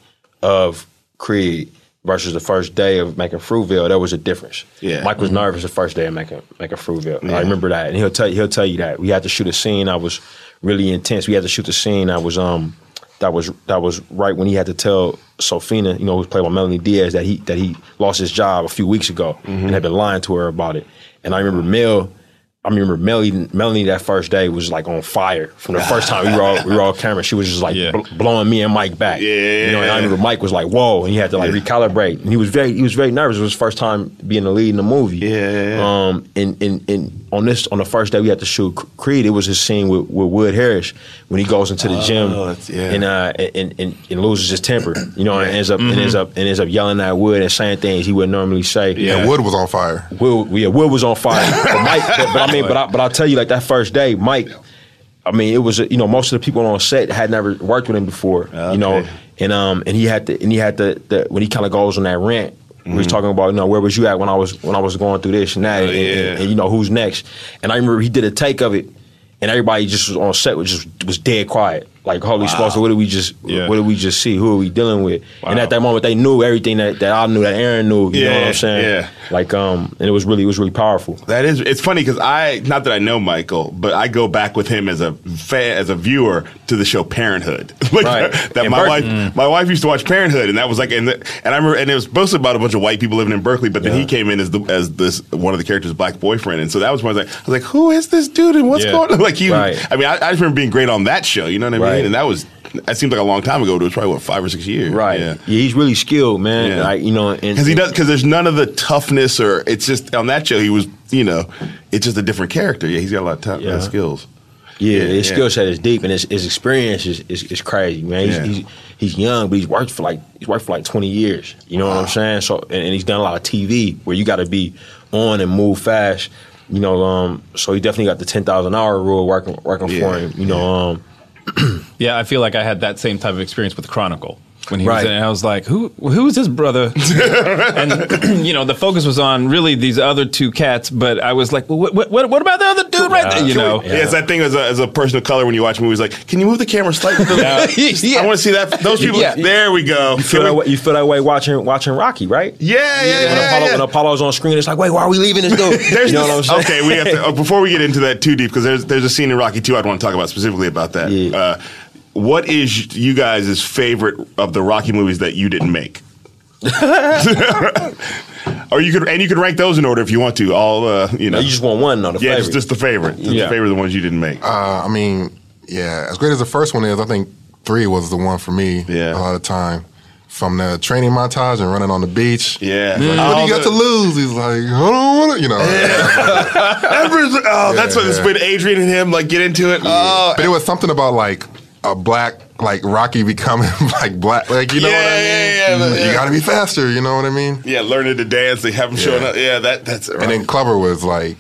Speaker 3: of Creed versus the first day of making Fruitville, there was a difference.
Speaker 2: Yeah.
Speaker 3: Mike was nervous the first day of making making Fruitville. I remember that, and he'll tell you, he'll tell you that we had to shoot a scene. I was really intense. We had to shoot the scene. I was um that was that was right when he had to tell Sofina, you know, who's played by Melanie Diaz, that he that he lost his job a few weeks ago and had been lying to her about it. And I remember Mel. I remember Melanie, Melanie that first day was like on fire from the first time we were all, we were all camera. She was just like
Speaker 1: Yeah.
Speaker 3: bl- blowing me and Mike back. You know, and I remember Mike was like, "Whoa!" and he had to like recalibrate. And he was very he was very nervous. It was his first time being the lead in the movie.
Speaker 2: Yeah.
Speaker 3: Um. And and, and on this on the first day we had to shoot C- Creed. It was his scene with, with Wood Harris when he goes into the gym
Speaker 2: Oh, that's- yeah.
Speaker 3: and uh and, and, and loses his temper. You know, and ends up and ends up and ends up yelling at Wood and saying things he would normally say.
Speaker 2: Mm-hmm. Yeah.
Speaker 4: And Wood was on fire.
Speaker 3: Will, yeah, Will was on fire. But Mike, but, but I mean, but I, but I'll tell you, like that first day, Mike. I mean, it was you know most of the people on set had never worked with him before, you know,
Speaker 2: Okay.
Speaker 3: and um and he had to and he had to the, when he kind of goes on that rant. We was talking about, you know, where was you at when I was when I was going through this and that, and, and-
Speaker 2: yeah.
Speaker 3: and, you know who's next. And I remember he did a take of it, and everybody just was on set was just was dead quiet. Like, holy smokes, what did we just
Speaker 1: Yeah.
Speaker 3: what did we just see? Who are we dealing with? And
Speaker 1: Wow.
Speaker 3: at that moment, they knew everything that, that I knew, that Aaron knew. You know what
Speaker 2: Yeah,
Speaker 3: I'm saying?
Speaker 2: yeah.
Speaker 3: Like um, and it was really it was really powerful.
Speaker 2: That is, it's funny because I, not that I know Michael, but I go back with him as a fan, as a viewer to the show Parenthood. like
Speaker 3: Right.
Speaker 2: that
Speaker 3: In
Speaker 2: my
Speaker 3: Berkeley. Mm.
Speaker 2: wife, my wife used to watch Parenthood, and that was like, and the, and I remember, and it was mostly about a bunch of white people living in Berkeley, but then he came in as the as this one of the characters' black boyfriend, and so that was when I was like, I was like, who is this dude, and what's
Speaker 1: Yeah.
Speaker 2: going on? Like he,
Speaker 3: Right.
Speaker 2: I mean, I, I just remember being great on that show, you know what I mean?
Speaker 3: Right.
Speaker 2: And that was that seems like a long time ago, but it was probably what five or six years,
Speaker 3: Yeah.
Speaker 2: Yeah.
Speaker 3: he's really skilled, man.
Speaker 2: Yeah.
Speaker 3: Like you know, and
Speaker 2: Because he does, because there's none of the toughness, or it's just on that show he was, you know, it's just a different character. Yeah, he's got a lot of tough, uh,
Speaker 3: Yeah.
Speaker 2: skills.
Speaker 3: Yeah,
Speaker 2: Yeah,
Speaker 3: his
Speaker 2: yeah.
Speaker 3: skill set is deep, and his, his experience is, is, is crazy, man. He's,
Speaker 2: Yeah.
Speaker 3: he's he's young, but he's worked for like he's worked for like twenty years. You know what I'm saying? So, and, and he's done a lot of TV where you got to be on and move fast. You know, um, so he definitely got the ten thousand hour rule working working for
Speaker 2: Yeah,
Speaker 3: him. You know, um,
Speaker 1: Yeah, I feel like I had that same type of experience with Chronicle when he was
Speaker 3: Right.
Speaker 1: in it. And I was like, who who is his brother? and you know, the focus was on really these other two cats, but I was like, well, what what, what about the other dude right there? You
Speaker 2: Can
Speaker 1: know.
Speaker 2: we- yeah, it's that thing as a, as a person of color when you watch movies, like, can you move the camera slightly?
Speaker 1: Yeah.
Speaker 2: I want to see that. Those people.
Speaker 1: Yeah.
Speaker 2: There we go.
Speaker 3: you feel
Speaker 2: Can
Speaker 3: that
Speaker 2: we-
Speaker 3: way, you feel that way watching watching Rocky, right?
Speaker 2: yeah, yeah,
Speaker 3: when,
Speaker 2: yeah.
Speaker 3: Apollo,
Speaker 2: yeah.
Speaker 3: when Apollo's on screen, it's like, wait, why are we leaving this dude?
Speaker 2: There's
Speaker 3: you know
Speaker 2: this-
Speaker 3: what I'm saying?
Speaker 2: Okay, we have to, uh, before we get into that too deep because there's there's a scene in Rocky Two I'd want to talk about specifically about that.
Speaker 3: Yeah.
Speaker 2: Uh, what is you guys' favorite of the Rocky movies that you didn't make? or you could and you could rank those in order if you want to. All uh, you know,
Speaker 3: You just want one, though. The
Speaker 2: yeah,
Speaker 3: favorite.
Speaker 2: just, just the favorite, just
Speaker 1: Yeah.
Speaker 2: the favorite of the ones you didn't make.
Speaker 4: Uh, I mean, yeah, as great as the first one is, I think three was the one for me
Speaker 2: Yeah.
Speaker 4: a lot of time. From the training montage and running on the beach.
Speaker 2: yeah,
Speaker 4: What do
Speaker 2: All
Speaker 4: you got
Speaker 2: the-
Speaker 4: to lose? He's like, I don't want to, you know.
Speaker 2: Every- oh, that's what it's
Speaker 4: Yeah.
Speaker 2: when Adrian and him like get into it. Oh,
Speaker 4: But it was something about like a black, like Rocky becoming like black, like you know
Speaker 2: Yeah,
Speaker 4: what I mean.
Speaker 2: yeah, yeah,
Speaker 4: Like,
Speaker 2: yeah.
Speaker 4: You got to be faster, you know what I mean.
Speaker 2: yeah, learning to dance. They have him showing up. Yeah, that that's
Speaker 4: And then Clubber was like,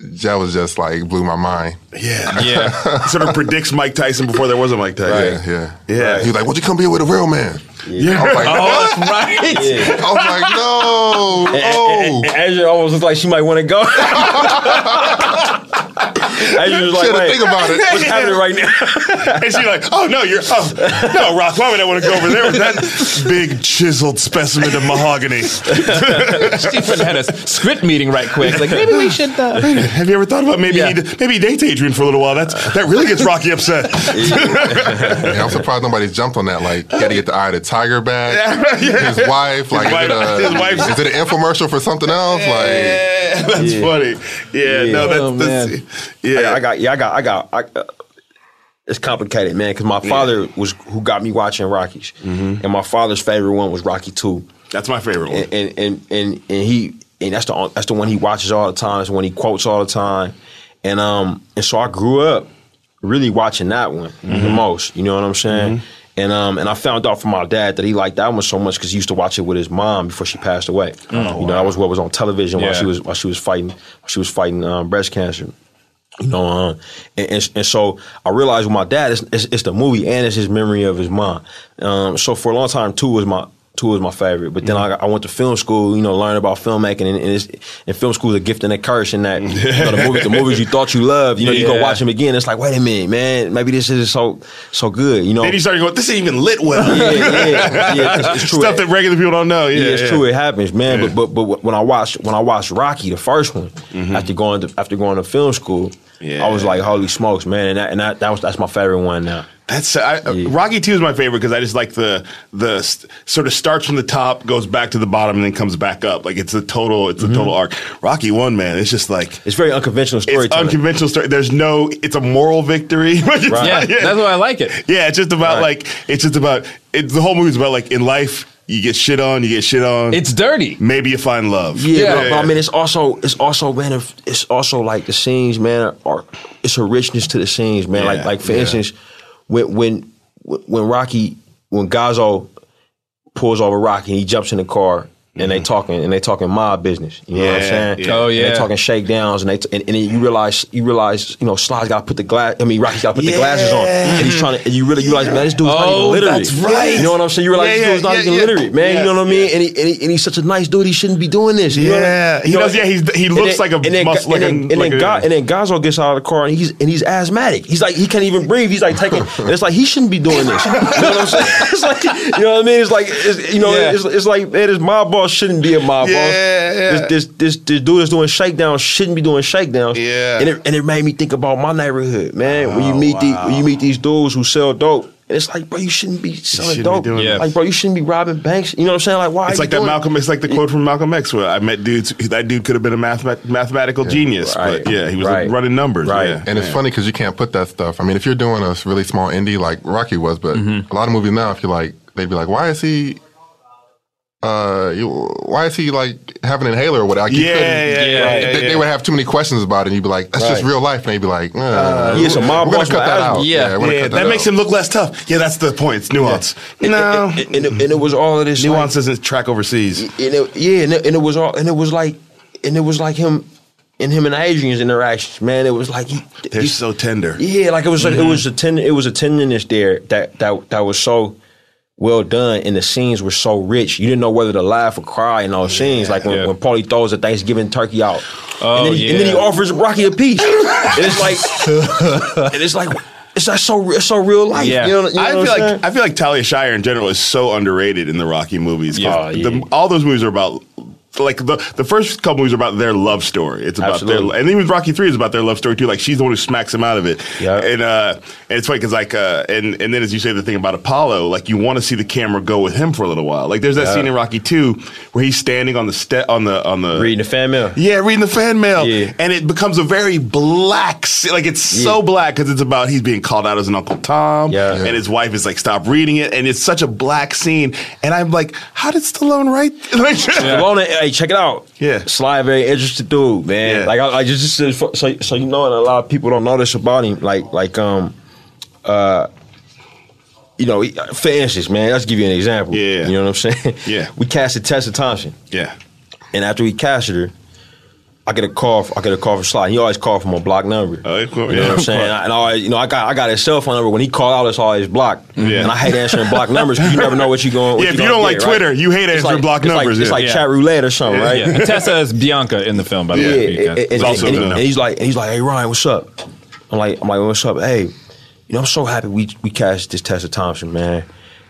Speaker 4: that was just like blew my mind.
Speaker 2: yeah,
Speaker 1: yeah.
Speaker 2: sort of predicts Mike Tyson before there was a Mike Tyson.
Speaker 4: Yeah, yeah,
Speaker 2: Yeah.
Speaker 4: He was like, "What'd you come here with a real man?"
Speaker 2: Yeah.
Speaker 4: I was like,
Speaker 1: Oh, that's right.
Speaker 4: I was like, "No, oh."
Speaker 3: And, and Andrew almost looked like she might want to go. Andrew was like,
Speaker 4: Shit,
Speaker 3: wait,
Speaker 4: think about it.
Speaker 3: what's happening right now?
Speaker 2: And she's like, "Oh no, you're oh, no Rock. Why would I want to go over there with that big chiseled specimen of mahogany?
Speaker 1: Stephen had a s- script meeting right quick. Like maybe we should. Uh,
Speaker 2: Have you ever thought about maybe
Speaker 1: Yeah.
Speaker 2: he maybe he dates Adrian for a little while? That's that really gets Rocky upset.
Speaker 4: Yeah, I'm surprised nobody's jumped on that. Like, you got to get the eye of the tiger back.
Speaker 2: Yeah.
Speaker 4: His wife, like,
Speaker 2: wife-
Speaker 4: is, it
Speaker 2: his
Speaker 4: a,
Speaker 2: wife's-
Speaker 4: is it an infomercial for something else? Like,
Speaker 2: yeah, that's
Speaker 3: Yeah.
Speaker 2: funny. Yeah,
Speaker 3: Yeah.
Speaker 2: no,
Speaker 1: Oh,
Speaker 2: that's,
Speaker 1: man.
Speaker 2: that's yeah.
Speaker 3: I got, yeah, I got, I got. I, uh, it's complicated, man, because my father was who got me watching Rockies,
Speaker 2: Mm-hmm.
Speaker 3: and my father's favorite one was Rocky Two.
Speaker 2: that's my favorite one.
Speaker 3: and and and and, and he and that's the on- that's the one he watches all the time. That's the one he quotes all the time, and um and so I grew up really watching that one the most. You know what I'm saying? And um and I found out from my dad that he liked that one so much because he used to watch it with his mom before she passed away. you know that was what was on television while
Speaker 1: Yeah.
Speaker 3: she was while she was fighting while she was fighting um, breast cancer. You know, um, and, and and so I realized with my dad, it's, it's, it's the movie and it's his memory of his mom. Um, so for a long time, two was my two is my favorite. But then I, I went to film school, you know, learn about filmmaking, and, and, it's, and film school is a gift and a curse. And that you know, the movies, the movies you thought you loved, you know, you go
Speaker 1: Yeah.
Speaker 3: watch them again. It's like, wait a minute, man, maybe this is so so good, you know.
Speaker 2: Then he started going, this ain't even lit well.
Speaker 3: yeah, yeah, yeah, it's, it's true.
Speaker 2: Stuff that regular people don't know. Yeah,
Speaker 3: Yeah, it's
Speaker 2: yeah.
Speaker 3: true. It happens, man.
Speaker 2: Yeah. Mm-hmm.
Speaker 3: But but but when I watched when I watched Rocky, the first one, after going to after going to film school, I was
Speaker 2: Yeah.
Speaker 3: like, holy smokes, man! And that, and that, that was that's my favorite one now.
Speaker 2: That's I, uh, Rocky Two is my favorite because I just like the the st- sort of starts from the top, goes back to the bottom, and then comes back up. Like it's a total, it's
Speaker 3: Mm-hmm.
Speaker 2: a total arc. Rocky One, man, it's just like
Speaker 3: It's very unconventional
Speaker 2: it's
Speaker 3: storytelling.
Speaker 2: unconventional story. There's no, it's a moral victory. It's
Speaker 3: Right.
Speaker 1: Yeah,
Speaker 2: not- yeah.
Speaker 1: that's why I like it.
Speaker 2: Yeah, it's just about
Speaker 3: Right.
Speaker 2: like it's just about it's the whole movie's about like in life you get shit on, you get shit on.
Speaker 1: It's dirty.
Speaker 2: maybe you find love.
Speaker 3: Yeah,
Speaker 1: Yeah.
Speaker 3: But, but I mean, it's also it's also man, if- it's also like the scenes, man. Are it's a richness to the scenes, man.
Speaker 2: Yeah,
Speaker 3: Like like for
Speaker 2: yeah.
Speaker 3: instance, when when when Rocky when Gazzo pulls over Rocky, he jumps in the car. And they talking, and they talking mob business. You know
Speaker 2: Mm-hmm.
Speaker 3: what
Speaker 2: Yeah,
Speaker 3: I'm saying?
Speaker 2: yeah.
Speaker 1: Oh,
Speaker 3: And
Speaker 1: yeah.
Speaker 3: they talking shakedowns, and they t- and, and then you realize you realize you know Sly's got to put the glass. I mean Rocky's got to put the glasses on, and he's trying to. And you really you realize, man, this dude's not
Speaker 1: Oh,
Speaker 3: even literate.
Speaker 1: that's right.
Speaker 3: You know what I'm saying? You realize
Speaker 2: Yeah,
Speaker 3: this
Speaker 2: yeah,
Speaker 3: dude's not
Speaker 2: yeah,
Speaker 3: even
Speaker 2: yeah.
Speaker 3: literate, man.
Speaker 2: Yeah.
Speaker 3: You know what I mean? And, he, and, he, and he's such a nice dude. He shouldn't be doing this. you know what I mean?
Speaker 2: Yeah, he
Speaker 3: You know,
Speaker 2: does. Yeah, he's he
Speaker 3: and
Speaker 2: looks
Speaker 3: then-
Speaker 2: like a
Speaker 3: and then,
Speaker 2: muscle, like
Speaker 3: and
Speaker 2: a-
Speaker 3: then, and
Speaker 2: like
Speaker 3: then,
Speaker 2: a-
Speaker 3: Ga- and then Gonzo gets out of the car and he's and he's asthmatic. He's like he can't even breathe. He's like taking. and it's like he shouldn't be doing this. You know what I'm saying? It's like you know what I mean. It's like it's, you know
Speaker 1: Yeah.
Speaker 3: it's, it's like man, this mob boss shouldn't be a mob boss.
Speaker 2: Yeah, yeah.
Speaker 3: This, this this this dude is doing shakedowns shouldn't be doing shakedowns.
Speaker 2: Yeah. Oh,
Speaker 3: and it, and it made me think about my neighborhood, man. When you meet the when you meet these dudes who sell dope. And it's like, bro, you shouldn't be selling
Speaker 2: shouldn't be
Speaker 3: dope.
Speaker 2: doing
Speaker 1: that.
Speaker 3: Like, bro, you shouldn't be robbing banks. You know what I'm saying? Like, why?
Speaker 2: It's
Speaker 3: are
Speaker 2: like
Speaker 3: you
Speaker 2: that
Speaker 3: doing
Speaker 2: Malcolm. It's like the quote from Malcolm X, where I met dudes. That dude could have been a math, mathematical genius, but
Speaker 3: Right.
Speaker 2: yeah, he was
Speaker 3: Right.
Speaker 2: like running numbers.
Speaker 3: Right.
Speaker 2: yeah.
Speaker 4: And it's funny because you can't put that stuff. I mean, if you're doing a really small indie like Rocky was, but
Speaker 2: Mm-hmm.
Speaker 4: a lot of movies now, if you're like, they'd be like, why is he? Uh, you, why is he like having an inhaler or what? Like, you
Speaker 2: Yeah,
Speaker 4: couldn't-
Speaker 2: yeah,
Speaker 1: yeah,
Speaker 4: like,
Speaker 2: yeah,
Speaker 4: they,
Speaker 2: yeah.
Speaker 4: they would have too many questions about it, and you'd be like, "That's just
Speaker 3: Right.
Speaker 4: real life." And they'd be like, uh,
Speaker 3: yeah, it's a mob
Speaker 4: "We're gonna
Speaker 3: boss
Speaker 4: cut
Speaker 3: with
Speaker 4: that
Speaker 3: asthma.
Speaker 4: out."
Speaker 1: Yeah.
Speaker 4: we're
Speaker 2: Yeah,
Speaker 4: gonna cut
Speaker 2: that, makes
Speaker 4: out.
Speaker 2: him look less tough. Yeah, that's the point. It's nuance.
Speaker 3: And-
Speaker 2: No,
Speaker 3: and, and, it, and it was all of this like-
Speaker 2: nuance doesn't track overseas.
Speaker 3: and it, yeah, and it, and it was all, and it was like, and it was like him, and him and Adrian's interactions, man. It was like he,
Speaker 2: They're
Speaker 3: he-
Speaker 2: so tender.
Speaker 3: yeah, like it was like it was a ten, it was a tenderness there that that that was so well done, and the scenes were so rich. You didn't know whether to laugh or cry in those scenes. Like when,
Speaker 1: Yeah.
Speaker 3: when Paulie throws a Thanksgiving turkey out,
Speaker 1: Oh,
Speaker 3: and, then he, and then he
Speaker 1: yeah.
Speaker 3: offers Rocky a piece, and it's like, and it's like. It's like so, it's so real life.
Speaker 1: Yeah.
Speaker 3: You know, you know
Speaker 2: I
Speaker 3: what I'm
Speaker 2: feel
Speaker 3: saying?
Speaker 2: like I feel like Talia Shire in general is so underrated in the Rocky movies. 'cause
Speaker 3: Yeah.
Speaker 2: the- all those movies are about like the the first couple movies are about their love story. It's about
Speaker 3: Absolutely.
Speaker 2: their and even Rocky Three is about their love story too. Like she's the one who smacks him out of it.
Speaker 3: Yeah.
Speaker 2: And uh, and it's funny because like uh, and and then as you say the thing about Apollo, like you want to see the camera go with him for a little while. Like there's that scene in Rocky Two where he's standing on the step on the on the
Speaker 3: reading the fan mail.
Speaker 2: yeah, reading the fan mail,
Speaker 3: Yeah.
Speaker 2: and it becomes a very black. se- Like it's so
Speaker 3: Yeah.
Speaker 2: black because it's about he's being called out as an Uncle Tom,
Speaker 3: Yeah.
Speaker 2: and his wife is like, "Stop reading it," and it's such a black scene. And I'm like, "How did Stallone write?" th- Like,
Speaker 3: Stallone, hey, check it out.
Speaker 2: Yeah.
Speaker 3: Sly, very interested dude, man.
Speaker 2: Yeah.
Speaker 3: Like, I, I just, just so, so so you know, and a lot of people don't know this about him. Like, like um, uh, you know, he- for instance, man, let's give you an example.
Speaker 2: Yeah.
Speaker 3: you know what I'm saying.
Speaker 2: Yeah.
Speaker 3: we casted Tessa Thompson,
Speaker 2: yeah,
Speaker 3: and after we casted her, I get a call. I get a call from Sly. He always called from a block number.
Speaker 2: Oh, of course.
Speaker 3: You know
Speaker 2: Yeah,
Speaker 3: what I'm
Speaker 2: of
Speaker 3: saying?
Speaker 2: course.
Speaker 3: And I, always- you know, I got I got his cell phone number. When he called out, it's always blocked.
Speaker 2: Yeah.
Speaker 3: And I hate answering block numbers because you never know what you're going. What
Speaker 2: Yeah, if
Speaker 3: gonna
Speaker 2: you don't
Speaker 3: get,
Speaker 2: like
Speaker 3: right?
Speaker 2: Twitter, you hate
Speaker 3: It's
Speaker 2: answering
Speaker 3: like-
Speaker 2: block
Speaker 3: it's like-
Speaker 2: numbers,
Speaker 3: It's
Speaker 2: yeah.
Speaker 3: like
Speaker 1: Yeah.
Speaker 3: chat roulette or something, right?
Speaker 1: Yeah. And Tessa is Bianca in the film, by the
Speaker 3: Yeah,
Speaker 1: way.
Speaker 3: and, and-
Speaker 2: It's also
Speaker 3: and-
Speaker 2: a
Speaker 3: and
Speaker 2: no.
Speaker 3: he's like, and he's like, hey Ryan, what's up? I'm like, I'm like, what's up? Hey, you know, I'm so happy we we cashed this Tessa Thompson, man.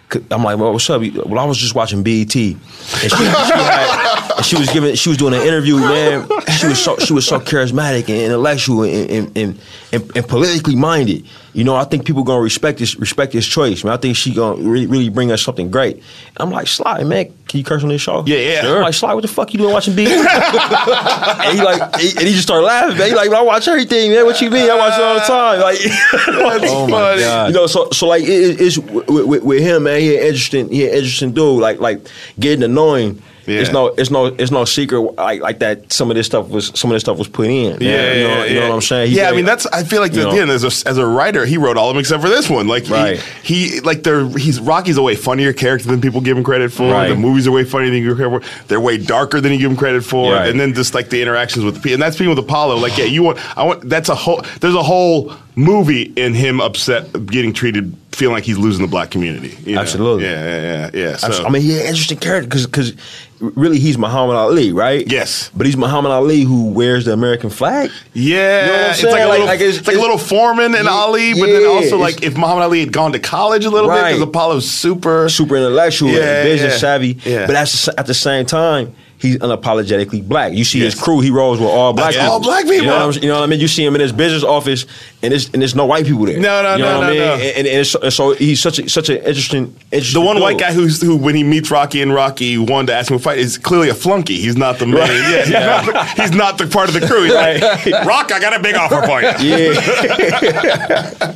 Speaker 3: 'Cause- I'm like, well, what's up? He- Well, I was just watching BET, and she, she, had- and she was giving, she was doing an interview, man. She was so, she was so charismatic and intellectual and and, and, and, and politically minded. You know, I think people gonna respect this, respect this choice, man. I think she gonna really, really bring us something great. And I'm like, Sly, man, can you curse on this show?
Speaker 2: Yeah, yeah.
Speaker 3: I'm like, Sly, what the fuck you doing watching BET? And he like, he- and he just started laughing. Man. He like, I watch everything, man. What you mean? I watch it all the time. Like,
Speaker 2: Oh my funny. God.
Speaker 3: You know, so so like it, it- it's with, with, with him, man. He an interesting, he an interesting dude. Like like getting annoying.
Speaker 2: Yeah.
Speaker 3: It's no, it's no, it's no secret. Like like that. Some of this stuff was, some of this stuff was put in. man.
Speaker 2: Yeah,
Speaker 3: you know,
Speaker 2: yeah,
Speaker 3: you know
Speaker 2: yeah.
Speaker 3: what I'm saying. He
Speaker 2: yeah, I
Speaker 3: very-
Speaker 2: mean that's. I feel like
Speaker 3: you
Speaker 2: the,
Speaker 3: know.
Speaker 2: again, as a, as a writer, he wrote all of them except for this one. Like he-
Speaker 3: Right.
Speaker 2: he, like they're he's Rocky's a way funnier character than people give him credit for.
Speaker 3: Right.
Speaker 2: The movies are way funnier than you give him credit for. They're way darker than you give him credit for.
Speaker 3: Right.
Speaker 2: And then just like the interactions with the people, and that's being with Apollo. Like yeah, you want I want that's a whole. There's a whole movie in him upset getting treated feeling like he's losing the black community. you know?
Speaker 3: Absolutely.
Speaker 2: Yeah, yeah, yeah. yeah. So,
Speaker 3: I mean, he's an interesting character because really he's Muhammad Ali, right?
Speaker 2: Yes.
Speaker 3: But he's Muhammad Ali who wears the American flag.
Speaker 2: yeah,
Speaker 3: You know what I'm
Speaker 2: it's
Speaker 3: saying?
Speaker 2: like a
Speaker 3: Like-
Speaker 2: little,
Speaker 3: like
Speaker 2: it's,
Speaker 3: it's-
Speaker 2: like a
Speaker 3: it's-
Speaker 2: little Foreman and
Speaker 3: Ye-
Speaker 2: Ali, but then
Speaker 3: yeah,
Speaker 2: also
Speaker 3: it's-
Speaker 2: like if Muhammad Ali had gone to college a little bit, 'cause bit,
Speaker 3: Right.
Speaker 2: because Apollo's super,
Speaker 3: super intellectual
Speaker 2: Yeah,
Speaker 3: and business
Speaker 2: yeah.
Speaker 3: savvy.
Speaker 2: Yeah.
Speaker 3: But at the, at the same time, he's unapologetically black. You see
Speaker 2: Yes.
Speaker 3: his crew; he rolls with all black
Speaker 2: That's
Speaker 3: people.
Speaker 2: all black people.
Speaker 3: You know, what I'm, you know what I mean? You see him in his business office, and it's and there's no white people there.
Speaker 2: No, no,
Speaker 3: you know
Speaker 2: no,
Speaker 3: what
Speaker 2: no,
Speaker 3: I mean?
Speaker 2: no.
Speaker 3: And, and, and so, and so he's such a, such an interesting, interesting.
Speaker 2: The one
Speaker 3: dude.
Speaker 2: white guy who's who when he meets Rocky and Rocky wanted to ask him to fight is clearly a flunky. He's not the main. Yeah, he's, Not the, he's not the part of the crew. He's like, Rock, I got a big offer for you.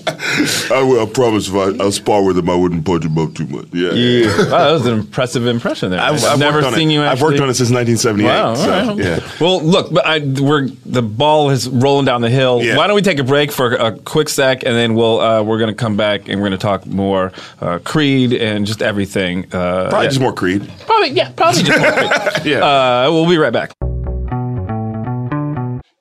Speaker 3: Yeah,
Speaker 2: I, will, I promise if I, I'll spar with him, I wouldn't punch him up too much. Yeah.
Speaker 3: yeah.
Speaker 1: Wow, that was an impressive impression there. I've, never
Speaker 2: worked on
Speaker 1: seen
Speaker 2: it.
Speaker 1: you.
Speaker 2: I've worked
Speaker 1: actually-
Speaker 2: on it since 1978.
Speaker 1: Wow. all
Speaker 2: so,
Speaker 1: right.
Speaker 2: yeah.
Speaker 1: Well, look, but I, we're the ball is rolling down the hill.
Speaker 2: Yeah.
Speaker 1: Why don't we take a break for a quick sec, and then we'll uh, we're gonna come back and we're gonna talk more uh, Creed and just everything. Uh,
Speaker 2: Probably
Speaker 1: yeah.
Speaker 2: just more Creed.
Speaker 1: Probably yeah. Probably just more Creed.
Speaker 2: Yeah.
Speaker 1: Uh, we'll be right back.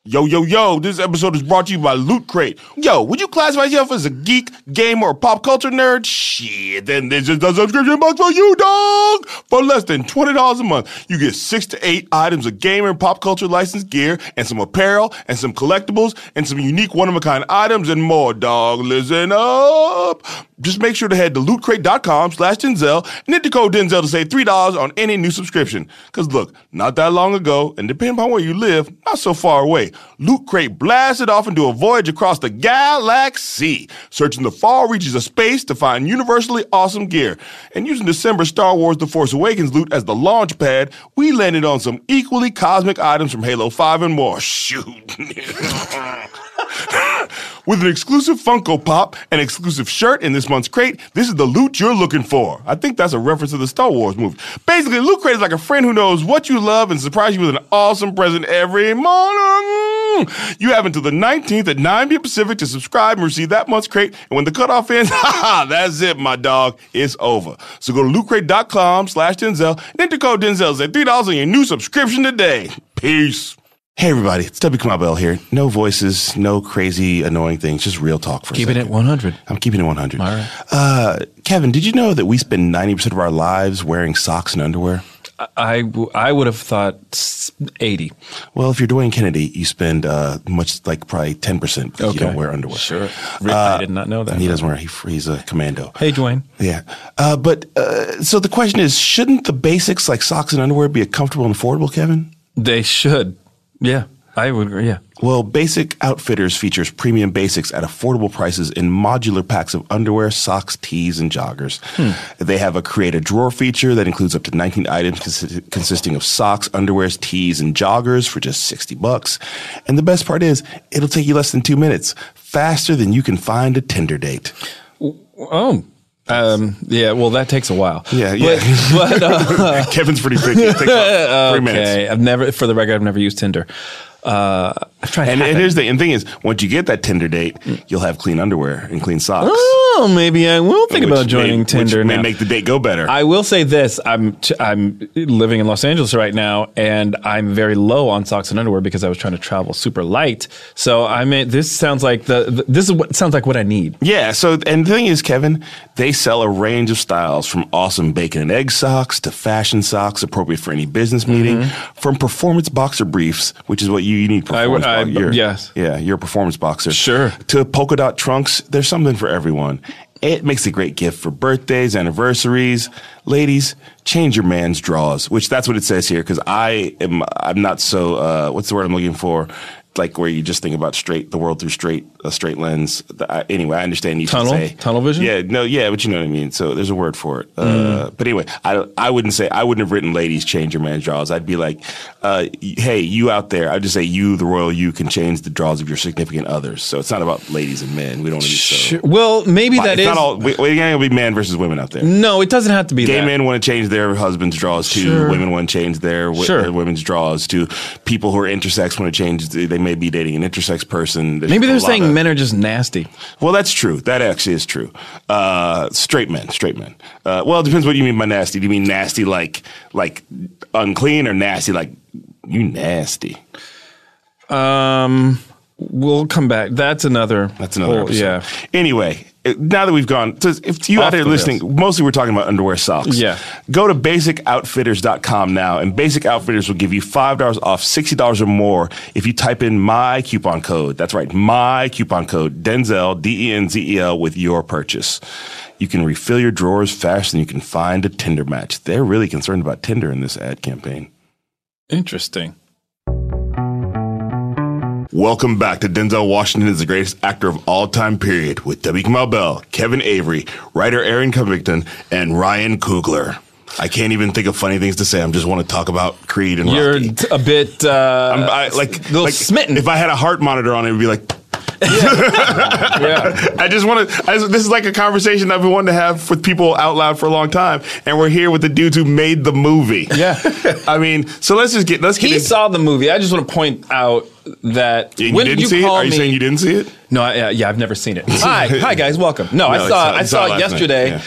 Speaker 2: Yo, yo, yo, this episode is brought to you by Loot Crate. Yo, would you classify yourself as a geek, gamer, or pop culture nerd? Shit, then this is the subscription box for you, dog! For less than $20 a month, you get six to eight items of gamer and pop culture licensed gear, and some apparel, and some collectibles, and some unique one of a kind items, and more, dog. Listen up! Just make sure to head to lootcrate.com slash Denzel and hit the code Denzel to save $3 on any new subscription. Because look, not that long ago, and depending upon where you live, not so far away, Loot Crate blasted off into a voyage across the galaxy, searching the far reaches of space to find universally awesome gear. And using December Star Wars The Force Awakens loot as the launch pad, we landed on some equally cosmic items from Halo 5 and more. Shoot. With an exclusive Funko Pop and exclusive shirt in this month's crate, this is the loot you're looking for. I think that's a reference to the Star Wars movie. Basically, Loot Crate is like a friend who knows what you love and surprises you with an awesome present every morning. You have until the 19th at 9 p.m. Pacific to subscribe and receive that month's crate. And when the cutoff ends, ha ha, that's it, my dog. It's over. So go to lootcrate.com slash Denzel and enter code Denzel at $3 on your new subscription today. Peace. Hey everybody, it's W. Kamabel here. No voices, no crazy annoying things, just real talk for a
Speaker 1: Keeping
Speaker 2: second.
Speaker 1: it one hundred.
Speaker 2: I'm keeping it 100.
Speaker 1: All right.
Speaker 2: Uh, Kevin, did you know that we spend 90% of our lives wearing socks and underwear?
Speaker 1: I, w- I would have thought s- eighty.
Speaker 2: Well, if you're Dwayne Kennedy, you spend uh, much like probably 10% because you
Speaker 1: Okay.
Speaker 2: don't wear underwear.
Speaker 1: Sure. Uh, Really, I did not know that.
Speaker 2: He doesn't wear, he, he's a commando.
Speaker 1: Hey, Dwayne.
Speaker 2: Yeah. Uh, but uh, so the question is shouldn't the basics like socks and underwear be comfortable and affordable, Kevin?
Speaker 1: They should. Yeah, I would. agree, Yeah.
Speaker 2: Well, Basic Outfitters features premium basics at affordable prices in modular packs of underwear, socks, tees, and joggers.
Speaker 1: Hmm.
Speaker 2: They have a create a drawer feature that includes up to 19 items consi- consisting of socks, underwears, tees, and joggers for just 60 bucks. And the best part is, it'll take you less than two minutes, faster than you can find a Tinder date.
Speaker 1: Oh. Um, yeah. Well, that takes a while.
Speaker 2: Yeah, yeah.
Speaker 1: But, but uh,
Speaker 2: Kevin's pretty picky. It takes about three minutes.
Speaker 1: Okay, I've never, for the record, I've never used Tinder. Uh, I've tried.
Speaker 2: And,
Speaker 1: half
Speaker 2: and
Speaker 1: it.
Speaker 2: here's the and thing is, once you get that Tinder date,
Speaker 1: Hmm.
Speaker 2: you'll have clean underwear and clean socks.
Speaker 1: oh, maybe I will think
Speaker 2: which
Speaker 1: about joining
Speaker 2: may,
Speaker 1: Tinder
Speaker 2: which may
Speaker 1: now.
Speaker 2: make the date go better.
Speaker 1: I will say this: I'm t- I'm living in Los Angeles right now, and I'm very low on socks and underwear because I was trying to travel super light. So I mean, this sounds like the, the this is what sounds like what I need.
Speaker 2: Yeah. So, and the thing is, Kevin, they sell a range of styles from awesome bacon and egg socks to fashion socks appropriate for any business meeting, from performance boxer briefs, which is what you, you need. Performance
Speaker 1: Mm-hmm. I-
Speaker 2: bo- you're-
Speaker 1: yes.
Speaker 2: Yeah. You're a performance boxer.
Speaker 1: Sure.
Speaker 2: To polka dot trunks. There's something for everyone. It makes a great gift for birthdays, anniversaries. Ladies, change your man's draws, which that's what it says here. Cause I am, I'm not so, uh, what's the word I'm looking for? Like where you just think about straight, the world through straight, a straight lens. The- I, anyway, I understand you should
Speaker 1: Tunnel?
Speaker 2: say-
Speaker 1: Tunnel vision?
Speaker 2: Yeah, Uh, no, yeah, but you know what I mean. So there's a word for it. Uh,
Speaker 1: Mm.
Speaker 2: But anyway, I I wouldn't say I wouldn't have written "ladies change your man's draws." I'd be like, uh, y- "Hey, you out there," I'd just say, "You, the royal you, can change the draws of your significant others." So it's not about ladies and men. We don't want to be so.
Speaker 1: Sure. Well, maybe that
Speaker 2: it's
Speaker 1: is
Speaker 2: not all. We, we ain't gonna be men versus women out there.
Speaker 1: no. It doesn't have to be
Speaker 2: Gay
Speaker 1: that.
Speaker 2: men want to change their husband's draws too.
Speaker 1: Sure.
Speaker 2: Women want to change their, wi-
Speaker 1: Sure.
Speaker 2: their women's draws too. People who are intersex want to change. They may be dating an intersex person. There's
Speaker 1: Maybe
Speaker 2: a
Speaker 1: they're
Speaker 2: lot
Speaker 1: saying
Speaker 2: of-
Speaker 1: men are just nasty.
Speaker 2: well, that's true. That actually is true. Uh, straight men, straight men. Uh, well, it depends what you mean by nasty. Do you mean nasty like like unclean or nasty like you nasty?
Speaker 1: Um, we'll come back. That's another.
Speaker 2: That's another
Speaker 1: whole-
Speaker 2: episode.
Speaker 1: Yeah.
Speaker 2: Anyway, it- now that we've gone, so if you
Speaker 1: Off
Speaker 2: out there
Speaker 1: the
Speaker 2: listening, mostly we're talking about underwear socks.
Speaker 1: Yeah.
Speaker 2: Go to basicoutfitters.com now, and Basic Outfitters will give you $5 off $60 or more if you type in my coupon code. That's right, my coupon code, Denzel, D E N Z E L, with your purchase. You can refill your drawers faster than you can find a Tinder match. They're really concerned about Tinder in this ad campaign.
Speaker 1: Interesting.
Speaker 2: Welcome back to Denzel Washington is the greatest actor of all time, period, with W. Kamau Bell, Kevin Avery, writer Aaron Covington, and Ryan Coogler. I can't even think of funny things to say. I am just want to talk about Creed and
Speaker 1: You're
Speaker 2: Rocky.
Speaker 1: t- a bit uh,
Speaker 2: I'm, I, like,
Speaker 1: a little
Speaker 2: like,
Speaker 1: smitten.
Speaker 2: If I had a heart monitor on, it would be like,
Speaker 1: yeah.
Speaker 2: I just want to. I just- This is like a conversation I've been wanting to have with people out loud for a long time, and we're here with the dudes who made the movie.
Speaker 1: Yeah.
Speaker 2: I mean, so let's just get let's get.
Speaker 1: He
Speaker 2: into-
Speaker 1: saw the movie. I just want to point out that
Speaker 2: you
Speaker 1: when
Speaker 2: didn't
Speaker 1: did you
Speaker 2: see it?
Speaker 1: call
Speaker 2: Are you
Speaker 1: me?
Speaker 2: saying you didn't see it?
Speaker 1: No, I, uh, yeah, I've never seen it. Hi, hi guys, welcome. No, I saw
Speaker 2: No, you saw-
Speaker 1: I saw
Speaker 2: you saw it
Speaker 1: it
Speaker 2: last night,
Speaker 1: yesterday,
Speaker 2: yeah.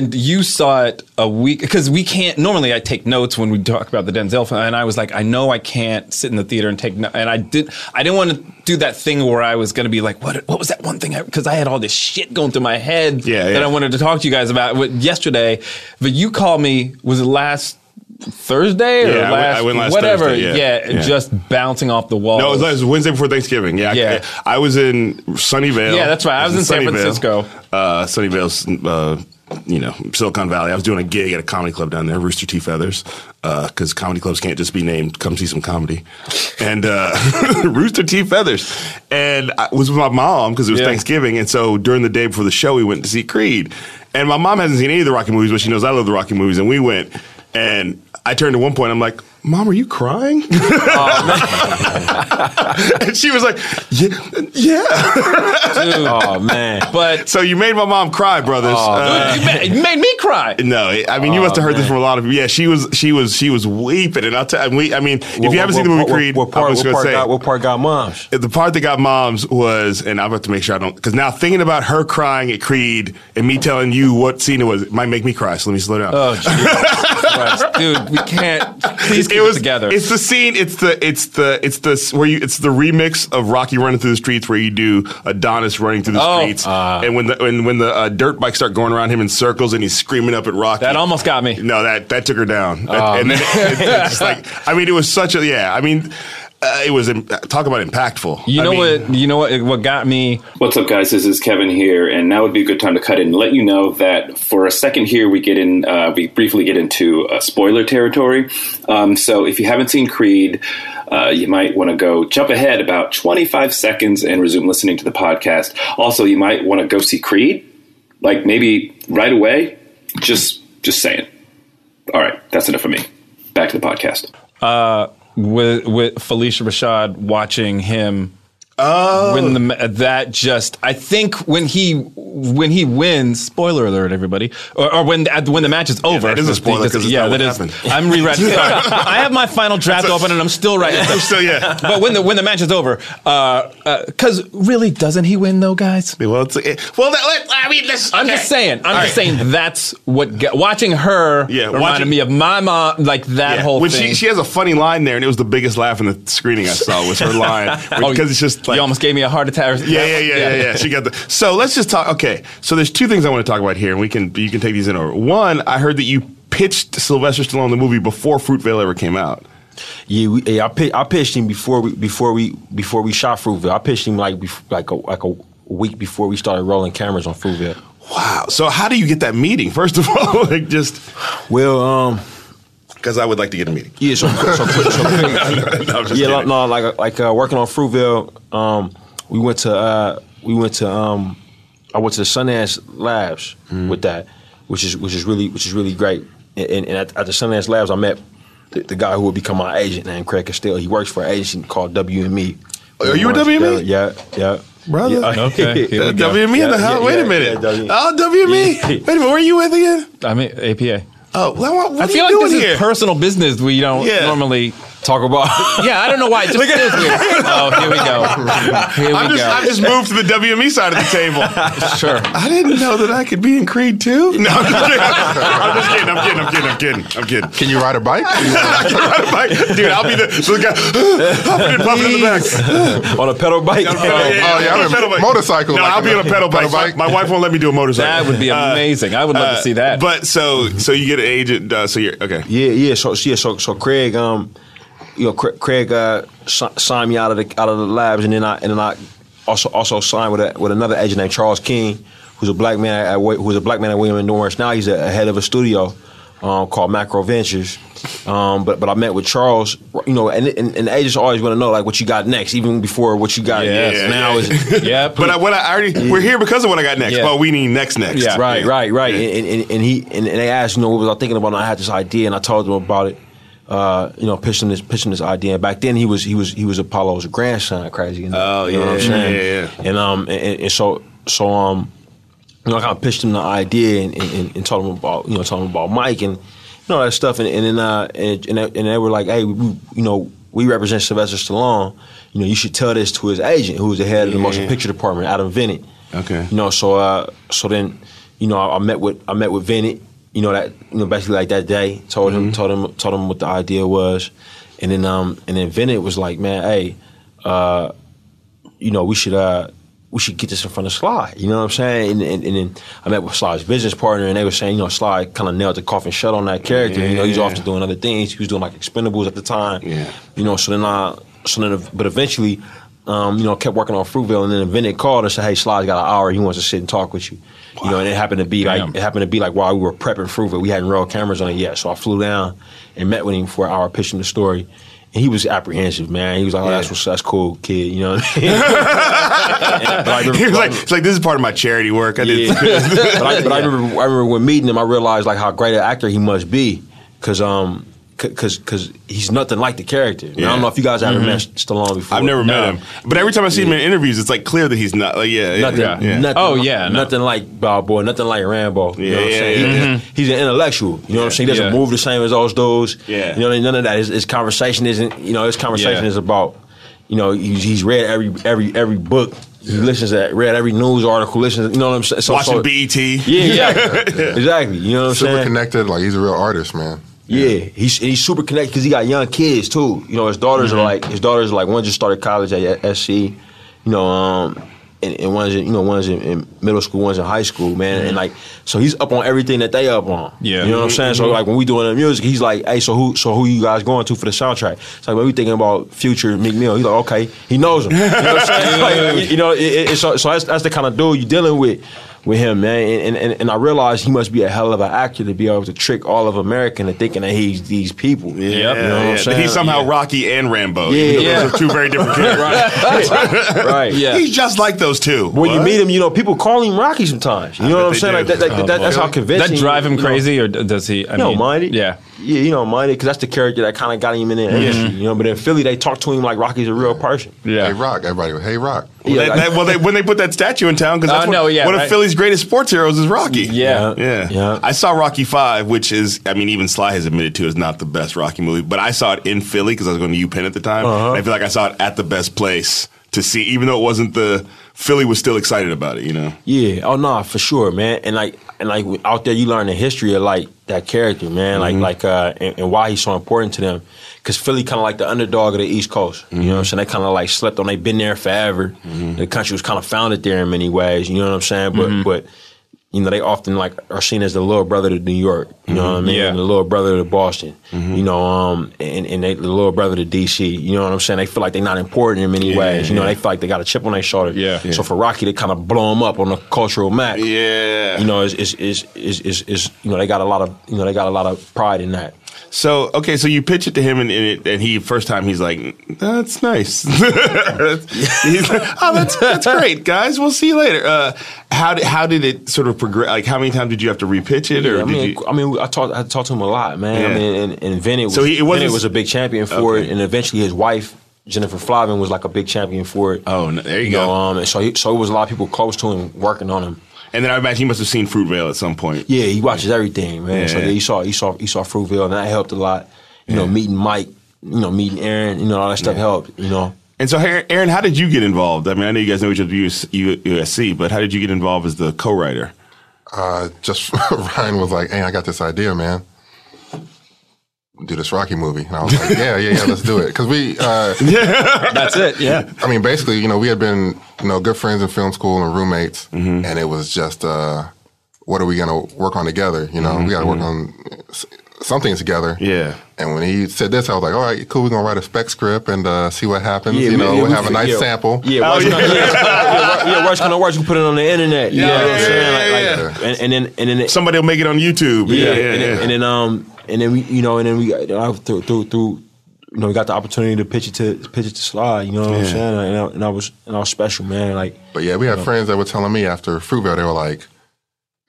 Speaker 1: and you saw it a week because we can't. Normally, I take notes when we talk about the Denzel film, and I was like, I know I can't sit in the theater and take. No, and I did. I didn't want to do that thing where I was going to be like, what What was that one thing? Because I, had all this shit going through my head
Speaker 2: Yeah,
Speaker 1: that
Speaker 2: yeah.
Speaker 1: I wanted to talk to you guys about with- yesterday, but you called me. Was it last? Thursday or
Speaker 2: Yeah, I went-
Speaker 1: last,
Speaker 2: I went last
Speaker 1: whatever,
Speaker 2: Thursday, yeah,
Speaker 1: yeah,
Speaker 2: yeah.
Speaker 1: just bouncing off the wall.
Speaker 2: No, it was, it was Wednesday before Thanksgiving. Yeah, I-
Speaker 1: Yeah.
Speaker 2: I, was in Sunnyvale.
Speaker 1: Yeah, that's right. I was in San Francisco.
Speaker 2: Uh, Sunnyvale's, uh, you know, Silicon Valley. I was doing a gig at a comedy club down there, Rooster Tea Feathers, because comedy clubs can't just be named. Come see some comedy, and uh, Rooster Tea Feathers. And I was with my mom because it was
Speaker 1: Yeah.
Speaker 2: Thanksgiving, and so during the day before the show, we went to see Creed. And my mom hasn't seen any of the Rocky movies, but she knows I love the Rocky movies, and we went. And I turned to one point, I'm like, "Mom, are you crying?" and she was like, "Yeah, yeah."
Speaker 1: Dude,
Speaker 3: Oh man.
Speaker 1: but
Speaker 2: So you made my mom cry, brothers. Uh,
Speaker 1: Dude, you ma- it made me cry.
Speaker 2: no, I mean you must have heard
Speaker 3: Oh,
Speaker 2: this from a lot of people. Yeah, she was, she was, she was weeping, and I'll tell. and we- I mean, if you haven't seen the movie Creed,
Speaker 3: what part,
Speaker 2: I was
Speaker 3: what
Speaker 2: going to
Speaker 3: part
Speaker 2: say
Speaker 3: got what part got moms?
Speaker 2: the part that got moms was, and I have to make sure I don't, because now thinking about her crying at Creed and me telling you what scene it was it might make me cry. So let me slow down.
Speaker 3: Uh,
Speaker 1: Oh, Jesus Christ. dude, we can't. Please keep it, together.
Speaker 2: It's the scene. It's the. It's the. It's the where you. It's the remix of Rocky running through the streets where you do Adonis running through the
Speaker 1: Oh.
Speaker 2: streets, and when the when, when the uh, dirt bikes start going around him in circles, and he's screaming up at Rocky.
Speaker 1: That almost got me.
Speaker 2: No, that that took her down.
Speaker 1: Oh,
Speaker 2: That- and then it- it's just like I mean, it was such a yeah. I mean, uh, it was im- talk about impactful.
Speaker 1: You
Speaker 2: I
Speaker 1: know
Speaker 2: mean,
Speaker 1: what? You know what? What got me?
Speaker 5: What's up, guys? This is Kevin here, and now would be a good time to cut in and let you know that for a second here, we get in, uh, we briefly get into uh, spoiler territory. Um, so if you haven't seen Creed, uh, you might want to go jump ahead about 25 seconds and resume listening to the podcast. Also, you might want to go see Creed, like maybe right away. Just, just saying. All right, that's enough for me. Back to the podcast.
Speaker 1: Uh, with with Felicia Rashad watching him. Oh, when the that just I think when he when he wins, spoiler alert, everybody, or, or when at, when the match is over.
Speaker 2: that is a spoiler 'cause it's
Speaker 1: yeah,
Speaker 2: not what
Speaker 1: that is-
Speaker 2: happened.
Speaker 1: I'm rewriting. Sorry. I have my final draft open and I'm still writing. stuff.
Speaker 2: So yeah.
Speaker 1: but when the when the match is over, because uh 'cause really, doesn't he win though, guys?
Speaker 2: Well, it's, it, well. That, let, I mean, let's,
Speaker 1: I'm just saying. I'm just saying that's what ga- watching her
Speaker 2: Yeah,
Speaker 1: reminded
Speaker 2: watching-
Speaker 1: me of my mom, like that
Speaker 2: Yeah.
Speaker 1: whole
Speaker 2: when
Speaker 1: thing.
Speaker 2: She, she has a funny line there, and it was the biggest laugh in the screening I saw was her line because
Speaker 1: Oh,
Speaker 2: it's just like
Speaker 1: you almost gave me a heart attack.
Speaker 2: yeah, yeah, yeah, yeah, yeah. She got the. So let's just talk. Okay, so there's two things I want to talk about here, and we can you can take these in order. One, I heard that you pitched Sylvester Stallone the movie before Fruitvale ever came out.
Speaker 3: Yeah, we, yeah I, pitched, I pitched him before we before we before we shot Fruitville. I pitched him like bef- like a, like a week before we started rolling cameras on Fruitville.
Speaker 2: Wow. So how do you get that meeting? First of all, like just
Speaker 3: Well, um,
Speaker 2: because I would like to get a meeting.
Speaker 3: yeah, so, so, so,
Speaker 2: No, I'm just
Speaker 3: yeah,
Speaker 2: kidding.
Speaker 3: no, like like uh, working on Fruitville. Um, we went to uh, we went to um, I went to the Sundance Labs
Speaker 2: Mm-hmm.
Speaker 3: with that, which is which is really which is really great. And, and, and at, at the Sundance Labs, I met the, the guy who would become my agent named Craig Castile. He works for an agency called WME.
Speaker 2: Are Oh, you a WME?
Speaker 3: Yeah, yeah,
Speaker 2: E? Brother.
Speaker 3: Yeah.
Speaker 1: Okay, here we go.
Speaker 2: WME in E, the
Speaker 3: Yeah,
Speaker 2: house.
Speaker 3: yeah,
Speaker 2: Wait
Speaker 3: yeah,
Speaker 2: a minute.
Speaker 3: yeah, W- E.
Speaker 2: oh, WME.
Speaker 3: Yeah.
Speaker 2: Wait a minute. Where are you with again?
Speaker 1: I'm APA.
Speaker 2: Oh, what, what
Speaker 1: I
Speaker 2: are
Speaker 1: feel
Speaker 2: you
Speaker 1: like this
Speaker 2: doing
Speaker 1: is
Speaker 2: here?
Speaker 1: personal business we don't
Speaker 2: Yeah.
Speaker 1: normally
Speaker 3: Talk about
Speaker 1: Yeah, I don't know why. It just feels weird. Oh, here we go. Here we
Speaker 2: I've just,
Speaker 1: go.
Speaker 2: I've just moved to the WME side of the table.
Speaker 1: sure.
Speaker 2: I didn't know that I could be in Creed too. No, I'm just kidding. I'm just kidding. I'm kidding. I'm kidding. I'm kidding. I'm kidding.
Speaker 4: Can you ride a bike?
Speaker 2: I can ride a bike. Dude, I'll be the, so the guy pumping and pumping in the back.
Speaker 3: on a pedal bike.
Speaker 4: Oh, yeah, I'm a motorcycle,
Speaker 2: No,
Speaker 4: like
Speaker 2: I'll be
Speaker 4: a-
Speaker 2: on a pedal bike.
Speaker 4: pedal bike.
Speaker 2: My, my wife won't let me do a motorcycle.
Speaker 1: That would be
Speaker 2: Uh,
Speaker 1: amazing. I would love to see that.
Speaker 2: But so so you get an agent. Uh, so you're okay.
Speaker 3: Yeah, yeah. So, so yeah, so, so Craig, um, you know, Cra- Craig uh, si- signed me out of the out of the labs, and then I and then I also also signed with a, with another agent named Charles King, who's a black man at Wa- who's a black man at William and Norris. Now he's a, a head of a studio um, called Macro Ventures. Um, but but I met with Charles, you know, and and, and agents always want to know like what you got next, even before what you got
Speaker 1: Yes.
Speaker 3: next. now is
Speaker 1: Yeah,
Speaker 2: But I, what I already we're here because of what I got next.
Speaker 1: Yeah.
Speaker 2: Well, we need next next.
Speaker 1: Yeah.
Speaker 3: Right, right, right. And, and, and he and, and they asked, you know, what was I thinking about? And I had this idea, and I told him about it. Uh, you know, pitching this pitching this idea. And back then, he was he was he was Apollo's grandson. Crazy enough.
Speaker 2: Oh,
Speaker 3: you know what I'm
Speaker 2: yeah,
Speaker 3: saying?
Speaker 2: yeah,
Speaker 3: And um and- and, and so so um you know, I kind of pitched him the idea and, and, and, and told him about you know told him about Mike and you know that stuff and and then uh, and, and they- and they were like, hey, we, we- you know, we represent Sylvester Stallone. You know, you should tell this to his agent, who's the head of the motion picture department, Adam Vinnick.
Speaker 2: Okay.
Speaker 3: You know, so uh, so then you know I, I met with I met with Vinnick. You know that you know basically like that day told
Speaker 2: Mm-hmm.
Speaker 3: him told him told him what the idea was, and then um and then Vinnick was like, man, hey uh, you know, we should uh we should get this in front of Sly. You know what I'm saying? And, and, and then I met with Sly's business partner, and they were saying, you know, Sly kind of nailed the coffin shut on that character. you know, he's
Speaker 2: Yeah.
Speaker 3: off to doing other things. He was doing like Expendables at the time.
Speaker 2: Yeah.
Speaker 3: You know, so then I, so then, but eventually, um, you know, I kept working on Fruitvale, and then Vinny called and said, "Hey, Sly's got an hour. He wants to sit and talk with you." You know, and it happened to be
Speaker 1: Damn.
Speaker 3: like it happened to be like while we were prepping Fruitvale, we hadn't rolled cameras on it yet. So I flew down and met with him for an hour, pitching the story. And he was apprehensive, man. He was like, "Oh, that's what's that's cool, kid." You know what I mean? And- but I remember-
Speaker 2: He was like, it's like this is part of my charity work. I did.
Speaker 3: yeah. but I, but I remember, I remember when meeting him, I realized like how great an actor he must be, because um, because because he's nothing like the character. Now, I
Speaker 2: Yeah.
Speaker 3: don't know if you guys
Speaker 1: Mm-hmm.
Speaker 3: ever met Stallone before.
Speaker 2: I've never
Speaker 1: No.
Speaker 2: met him, but every time I see him in interviews, it's like clear that he's not. Like, yeah,
Speaker 3: Nothing,
Speaker 2: yeah, yeah.
Speaker 3: nothing.
Speaker 1: Oh, yeah, no.
Speaker 3: nothing like Balboa, nothing like Rambo. You
Speaker 2: Yeah,
Speaker 3: know what I'm
Speaker 2: yeah,
Speaker 3: saying?
Speaker 2: yeah.
Speaker 3: He- He's an intellectual. You know what I'm saying? He doesn't
Speaker 1: Yeah.
Speaker 3: move the same as those dudes.
Speaker 2: Yeah.
Speaker 3: you know, what I mean? none of that. His, his conversation isn't. You know, his conversation
Speaker 1: Yeah.
Speaker 3: is about. You know, he's, he's read every every every book. He listens to read every news article. Listens. You know what I'm saying? So,
Speaker 2: Watching E
Speaker 3: so-
Speaker 2: BET.
Speaker 3: Yeah, exactly. exactly. You know what I'm
Speaker 4: Super
Speaker 3: saying?
Speaker 4: connected. Like he's a real artist, man.
Speaker 3: Yeah, he's and he's super connected because he got young kids too. You know, his daughters are like his daughters are like one just started college at SC, you know, um, and, and one's in, you know one's in, in middle school, one's in high school, man, and like so he's up on everything that they up on.
Speaker 1: Yeah.
Speaker 3: you know what I'm saying. So like when we doing the music, he's like, hey, so who so who you guys going to for the soundtrack? It's like when we thinking about future Meek Mill, he's like, okay, he knows him. You know, what I'm saying? Like, you know, it, it, it's so, so that's that's the kind of dude you dealing with with him, man. And, and, and I realized he must be a hell of an actor to be able to trick all of America into thinking that he's these people.
Speaker 2: Yeah,
Speaker 1: Yep.
Speaker 3: You know what I'm
Speaker 2: yeah.
Speaker 3: saying?
Speaker 2: He's somehow Rocky and Rambo.
Speaker 3: Yeah,
Speaker 2: even though
Speaker 1: yeah.
Speaker 2: Those are two very different characters.
Speaker 3: right.
Speaker 1: Yeah.
Speaker 2: He's just like those two.
Speaker 3: When you
Speaker 2: What?
Speaker 3: meet him, you know people call him Rocky sometimes. You know
Speaker 2: bet
Speaker 3: what I'm
Speaker 2: they
Speaker 3: saying?
Speaker 2: do.
Speaker 3: Like that, that,
Speaker 1: Oh,
Speaker 3: that, that's
Speaker 1: boy.
Speaker 3: how
Speaker 1: Does
Speaker 3: convincing.
Speaker 1: that drive him
Speaker 3: you know,
Speaker 1: crazy, or d- does he? I
Speaker 3: You don't
Speaker 1: mean,
Speaker 3: mind it.
Speaker 1: Yeah.
Speaker 3: Yeah, you don't mind it because that's the character that kind of got him in the industry. You know, but in Philly, they talk to him like Rocky's a real person.
Speaker 1: Yeah.
Speaker 4: Hey Rock, everybody. Hey Rock.
Speaker 2: Well,
Speaker 3: Yeah, Uh,
Speaker 2: that-
Speaker 3: like-
Speaker 2: that- well, they, when they put that statue in town, because
Speaker 1: Oh,
Speaker 2: that's what-
Speaker 1: no, yeah,
Speaker 2: one
Speaker 1: right.
Speaker 2: of Philly's greatest sports heroes is Rocky.
Speaker 1: Yeah.
Speaker 2: Yeah.
Speaker 3: Yeah.
Speaker 2: I saw Rocky Five, which is, I mean, even Sly has admitted to is not the best Rocky movie, but I saw it in Philly because I was going to UPenn at the time.
Speaker 3: Uh-huh.
Speaker 2: And I feel like I saw it at the best place to see, even though it wasn't the Philly was still excited about it, you know.
Speaker 3: Yeah. Oh no, for sure, man. And like and like out there, you learn the history of like that character, man.
Speaker 1: Mm-hmm.
Speaker 3: Like like uh, and, and why he's so important to them. Cause Philly kind of like the underdog of the East Coast. You
Speaker 1: Mm-hmm.
Speaker 3: know what I'm saying? They kind of like slept on. They've been there forever. The country was kind of founded there in many ways. You know what I'm saying? But
Speaker 1: Mm-hmm.
Speaker 3: but you know they often like are seen as the little brother to New York. You know what I mean?
Speaker 1: Mm-hmm. Yeah. Mm-hmm.
Speaker 3: And the little brother to Boston. You know, um, and and they, the little brother to DC. You know what I'm saying? They feel like they're not important in many ways. You know, they feel like they got a chip on their shoulder.
Speaker 1: Yeah. Yeah.
Speaker 3: So for Rocky to kind of blow him up on the cultural map,
Speaker 2: Yeah.
Speaker 3: you know, is is, is is is is you know they got a lot of you know they got a lot of pride in that.
Speaker 2: So okay, so you pitch it to him, and and, it, and he first time he's like, "That's nice." He's like, oh, that's that's great, guys. We'll see you later. Uh, how did how did it sort of progress? Like, how many times did you have to repitch it, or
Speaker 3: Yeah,
Speaker 2: did
Speaker 3: I mean,
Speaker 2: you?
Speaker 3: I mean, I talked I talked to him a lot, man.
Speaker 2: Yeah.
Speaker 3: I mean, and, and Vinny was
Speaker 2: So he- it wasn't-
Speaker 3: Vinny was a big champion for
Speaker 2: Okay.
Speaker 3: it, and eventually his wife Jennifer Flavin was like a big champion for it.
Speaker 2: Oh, no, there you,
Speaker 3: you
Speaker 2: go.
Speaker 3: know, um, and so he, so it was a lot of people close to him working on him.
Speaker 2: and then I imagine he must have seen Fruitvale at some point.
Speaker 3: Yeah, he watches everything, man. So
Speaker 2: Yeah.
Speaker 3: yeah, he saw he saw he saw Fruitvale, and that helped a lot. You know, meeting Mike, you know, meeting Aaron, you know, all that stuff helped, you know.
Speaker 2: And so, Aaron, Aaron, how did you get involved? I mean, I know you guys know each other at US, U- USC, but how did you get involved as the co-writer?
Speaker 4: Uh, just Ryan was like, "Hey, I got this idea, man. Do this Rocky movie." And I was like, "Yeah, yeah, yeah, let's do it." Because we, uh,
Speaker 3: That's it, yeah.
Speaker 4: I mean, basically, you know, we had been, you know, good friends in film school and roommates,
Speaker 3: Mm-hmm.
Speaker 4: and it was just, uh, what are we going to work on together? You know,
Speaker 3: Mm-hmm.
Speaker 4: we got to work on s- something together.
Speaker 2: Yeah.
Speaker 4: And when he said this, I was like, all right, cool. We're going to write a spec script and uh, see what happens.
Speaker 3: Yeah,
Speaker 4: you know,
Speaker 3: yeah,
Speaker 4: we'll
Speaker 3: we-
Speaker 4: have a nice
Speaker 3: yeah.
Speaker 4: sample.
Speaker 3: Yeah,
Speaker 2: Oh,
Speaker 3: watch yeah. yeah, yeah, yeah, watch gonna watch. You put it on the internet. Yeah, you know what I'm
Speaker 2: yeah,
Speaker 3: saying?
Speaker 2: yeah,
Speaker 3: Like, like, and, and then and then it,
Speaker 2: Somebody will make it on YouTube.
Speaker 3: yeah, and, Then, and then um and then we you know and then we I, through through through you know we got the opportunity to pitch it to pitch it to Sly. You know what I'm
Speaker 2: Yeah.
Speaker 3: saying? And I, and I was and I was special, man. Like
Speaker 4: But yeah, we had friends that were telling me after Fruitvale, they were like,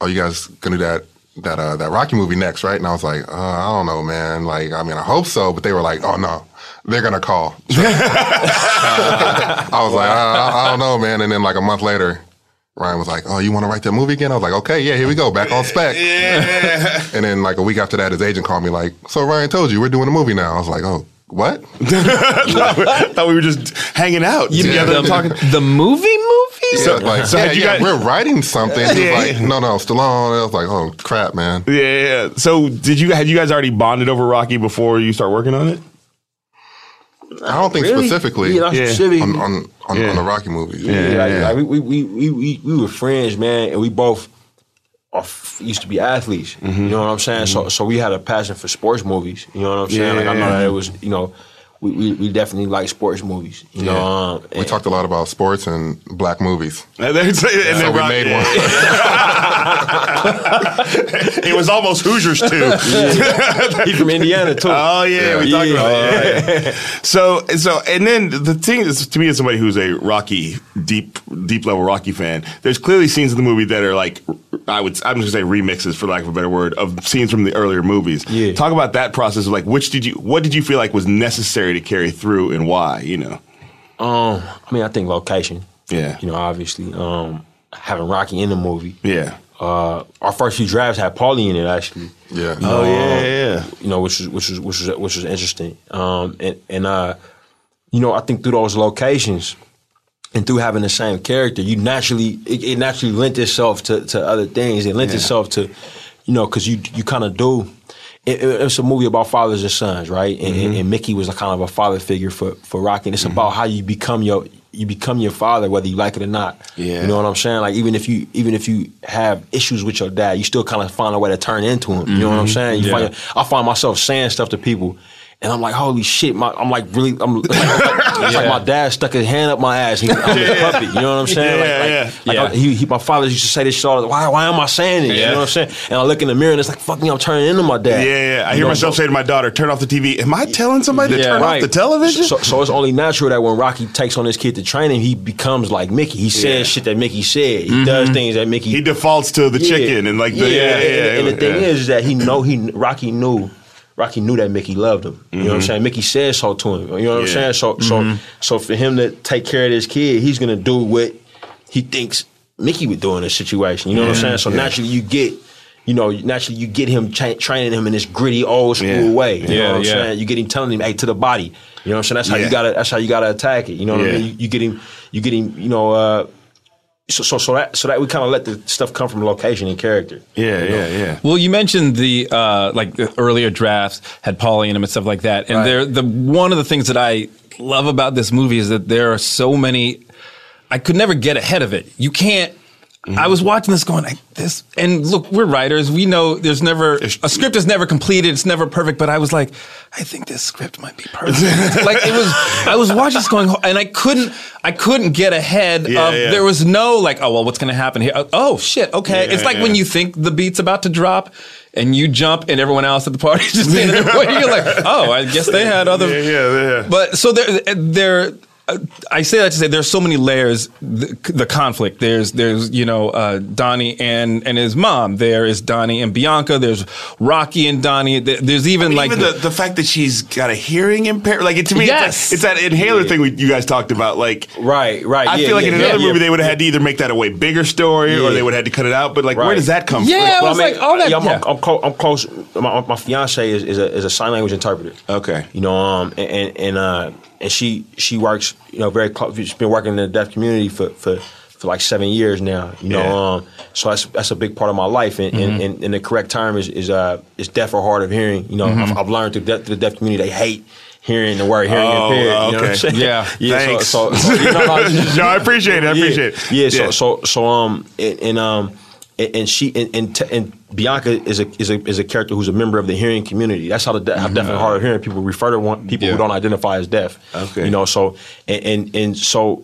Speaker 4: "Oh, you guys gonna do that that uh, that Rocky movie next, right?" And I was like, uh, "I don't know, man. Like, I mean, I hope so." But they were like, "Oh no, they're gonna call." I was like, I, I- "I don't know, man." And then like a month later. Ryan was like, "Oh, you want to write that movie again?" I was like, "Okay, yeah, here we go, back on spec." and then like a week after that, his agent called me like, "So Ryan told you we're doing a movie now." I was like, "Oh, what?"
Speaker 2: thought we were just hanging out together
Speaker 1: the,
Speaker 2: and talking.
Speaker 1: the movie movie?
Speaker 4: So, like,
Speaker 2: so
Speaker 4: yeah,
Speaker 2: had you
Speaker 4: yeah,
Speaker 2: got-
Speaker 4: we're writing something. He was
Speaker 2: Yeah.
Speaker 4: like, no, no, Stallone. I was like, oh crap, man.
Speaker 2: Yeah, yeah. yeah. So did you had you guys already bonded over Rocky before you start working on it?
Speaker 4: I don't think
Speaker 3: really?
Speaker 4: specifically
Speaker 3: yeah, not
Speaker 2: Yeah.
Speaker 3: specifically.
Speaker 4: on on, on,
Speaker 2: Yeah.
Speaker 4: on the Rocky movies.
Speaker 3: Yeah, like,
Speaker 2: Yeah.
Speaker 3: like, we, we, we, we, we were friends, man, and we both are, f- used to be athletes.
Speaker 2: Mm-hmm.
Speaker 3: You know what I'm saying? So so we had a passion for sports movies. You know what I'm saying? like I know
Speaker 2: Yeah.
Speaker 3: that it was, you know, we, we, we definitely like sports movies. You know, um,
Speaker 4: We
Speaker 3: and-
Speaker 4: talked a lot about sports and black movies.
Speaker 2: And then, and then
Speaker 4: So we
Speaker 2: Rocky-
Speaker 4: made one.
Speaker 2: It was almost Hoosiers too.
Speaker 3: he from Indiana too.
Speaker 2: Oh yeah, we
Speaker 3: Yeah.
Speaker 2: talked about
Speaker 3: Yeah.
Speaker 2: it. Yeah, yeah. so so and then the thing is to me as somebody who's a Rocky deep deep level Rocky fan, there's clearly scenes in the movie that are like I would I'm just gonna say remixes for lack of a better word of scenes from the earlier movies.
Speaker 3: Yeah.
Speaker 2: Talk about that process of like which did you what did you feel like was necessary to carry through and why, you know?
Speaker 3: Um, I mean, I think location.
Speaker 2: Yeah.
Speaker 3: You know, obviously, um, having Rocky in the movie.
Speaker 2: Yeah.
Speaker 3: Uh, our first few drafts had Paulie in it actually.
Speaker 4: Yeah.
Speaker 2: Oh yeah, yeah.
Speaker 3: you know, which was which was which was which was interesting. Um, and and uh, you know, I think through those locations and through having the same character, you naturally it, it naturally lent itself to, to other things. It lent itself to, you know, because you you kind of do. It, it- it's a movie about fathers and sons, right? And, and, and Mickey was a kind of a father figure for for Rocky. And it's about how you become your you become your father, whether you like it or not.
Speaker 2: Yeah.
Speaker 3: you know what I'm saying. Like even if you even if you have issues with your dad, you still kind of find a way to turn into him. You know
Speaker 2: Mm-hmm.
Speaker 3: what I'm saying? You
Speaker 1: Yeah.
Speaker 3: find your- I find myself saying stuff to people, and I'm like, holy shit! My, I'm like really, I'm like, it's like my dad stuck his hand up my ass. He, I'm his puppy. You know what I'm saying?
Speaker 2: Yeah,
Speaker 3: like,
Speaker 2: yeah.
Speaker 3: like, like I- he, he, my father used to say this shit all. the- Why, why am I saying this?
Speaker 2: Yeah.
Speaker 3: You know what I'm saying? And I look in the mirror and it's like, fuck me, I'm turning into my
Speaker 2: Yeah,
Speaker 3: dad.
Speaker 2: yeah. I
Speaker 3: You
Speaker 2: hear
Speaker 3: know,
Speaker 2: myself
Speaker 3: so-
Speaker 2: say to my daughter, "Turn off the TV." Am I telling somebody to
Speaker 1: Yeah,
Speaker 2: turn off
Speaker 1: right.
Speaker 2: the television?
Speaker 3: So, so it's only natural that when Rocky takes on this kid to train him, he becomes like Mickey. He says
Speaker 2: Yeah. Mm-hmm.
Speaker 3: shit that Mickey said. He does things that Mickey
Speaker 2: he defaults to the
Speaker 3: Yeah.
Speaker 2: chicken and like the yeah, yeah,
Speaker 3: and,
Speaker 2: yeah,
Speaker 3: and the thing
Speaker 2: yeah.
Speaker 3: is, is that he know he Rocky knew Rocky knew that Mickey loved him. You know what I'm saying? Mickey said so to him. You know what
Speaker 2: Mm-hmm. Yeah. Mm-hmm.
Speaker 3: I'm saying? So so so for him to take care of this kid, he's gonna do what he thinks Mickey would do in this situation. You know what I'm saying? So naturally you get. You know, naturally, you get him tra- training him in this gritty old school
Speaker 2: Yeah.
Speaker 3: way. You
Speaker 1: Yeah,
Speaker 3: know what I'm
Speaker 1: yeah.
Speaker 3: saying? You get him telling him, "Hey, to the body." You know what I'm saying? That's how
Speaker 2: Yeah.
Speaker 3: you gotta. That's how you gotta attack it. You know what
Speaker 2: Yeah.
Speaker 3: I mean? You, you get him. You get him. You know, uh, so, so so that so that we kind of let the stuff come from location and character.
Speaker 2: yeah, yeah, yeah.
Speaker 1: Well, you mentioned the uh, like the earlier drafts had Paulie in them and stuff like that, and
Speaker 3: Right.
Speaker 1: they're the one of the things that I love about this movie is that there are so many. I could never get ahead of it. You can't.
Speaker 2: Mm-hmm.
Speaker 1: I was watching this going like this, and look, we're writers. We know there's never a script is never completed. It's never perfect. But I was like, I think this script might be perfect. like it was. I was watching this going, and I couldn't. I couldn't get ahead
Speaker 2: Yeah,
Speaker 1: of.
Speaker 2: yeah.
Speaker 1: There was no like, oh well, what's going to happen here? Oh shit, okay.
Speaker 2: Yeah,
Speaker 1: it's like
Speaker 2: yeah.
Speaker 1: when you think the beat's about to drop and you jump and everyone else at the party is just standing there waiting. You're like, oh, I guess they had other.
Speaker 2: Yeah, yeah, yeah.
Speaker 1: But so there, there, I say that to say there's so many layers. The, the conflict. There's there's you know uh, Donnie and and his mom. There is Donnie and Bianca. There's Rocky and Donnie. There- There's even like
Speaker 2: even the, the fact that she's got a hearing impairment, like it, to me,
Speaker 1: Yes.
Speaker 2: it's, like, it's that inhaler thing we, you guys talked about. Like,
Speaker 3: Right, right.
Speaker 2: I
Speaker 3: yeah,
Speaker 2: feel like
Speaker 3: yeah,
Speaker 2: in
Speaker 3: yeah.
Speaker 2: another
Speaker 1: yeah.
Speaker 2: movie they would have had to either make that a way bigger story or
Speaker 3: Yeah.
Speaker 2: they would have had to cut it out. But like, where
Speaker 3: Right.
Speaker 2: does that come
Speaker 1: Yeah,
Speaker 2: from?
Speaker 1: I was like, all that-
Speaker 3: yeah, I'm,
Speaker 1: yeah.
Speaker 3: I'm, clo- I'm close. My, my fiance is, is, a, is a sign language interpreter.
Speaker 2: Okay.
Speaker 3: You know, um, and and, and, uh, and she she works, you know, very close. She's been working in the deaf community for for, for like seven years now. You know,
Speaker 2: Yeah. Mm-hmm.
Speaker 3: um, so that's that's a big part of my life. And and, and, and the correct term is is uh is deaf or hard of hearing. You know,
Speaker 2: Mm-hmm.
Speaker 3: I've, I've learned through, de- through the deaf community they hate hearing the word hearing
Speaker 2: Oh,
Speaker 3: impaired. You know what
Speaker 2: okay.
Speaker 3: I'm saying?
Speaker 1: Yeah.
Speaker 3: yeah. so-
Speaker 2: Thanks.
Speaker 3: So, so, you know, like-
Speaker 2: no, I appreciate it. I appreciate it.
Speaker 3: yeah, yeah. So, so, so, um, and, and um, and, and she and and, t- and Bianca is a is a is a character who's a member of the hearing community. That's how the de- how deaf
Speaker 2: Mm-hmm.
Speaker 3: and hard of hearing people refer to one people
Speaker 1: Yeah.
Speaker 3: who don't identify as deaf.
Speaker 2: Okay.
Speaker 3: you know. So, and and, and so,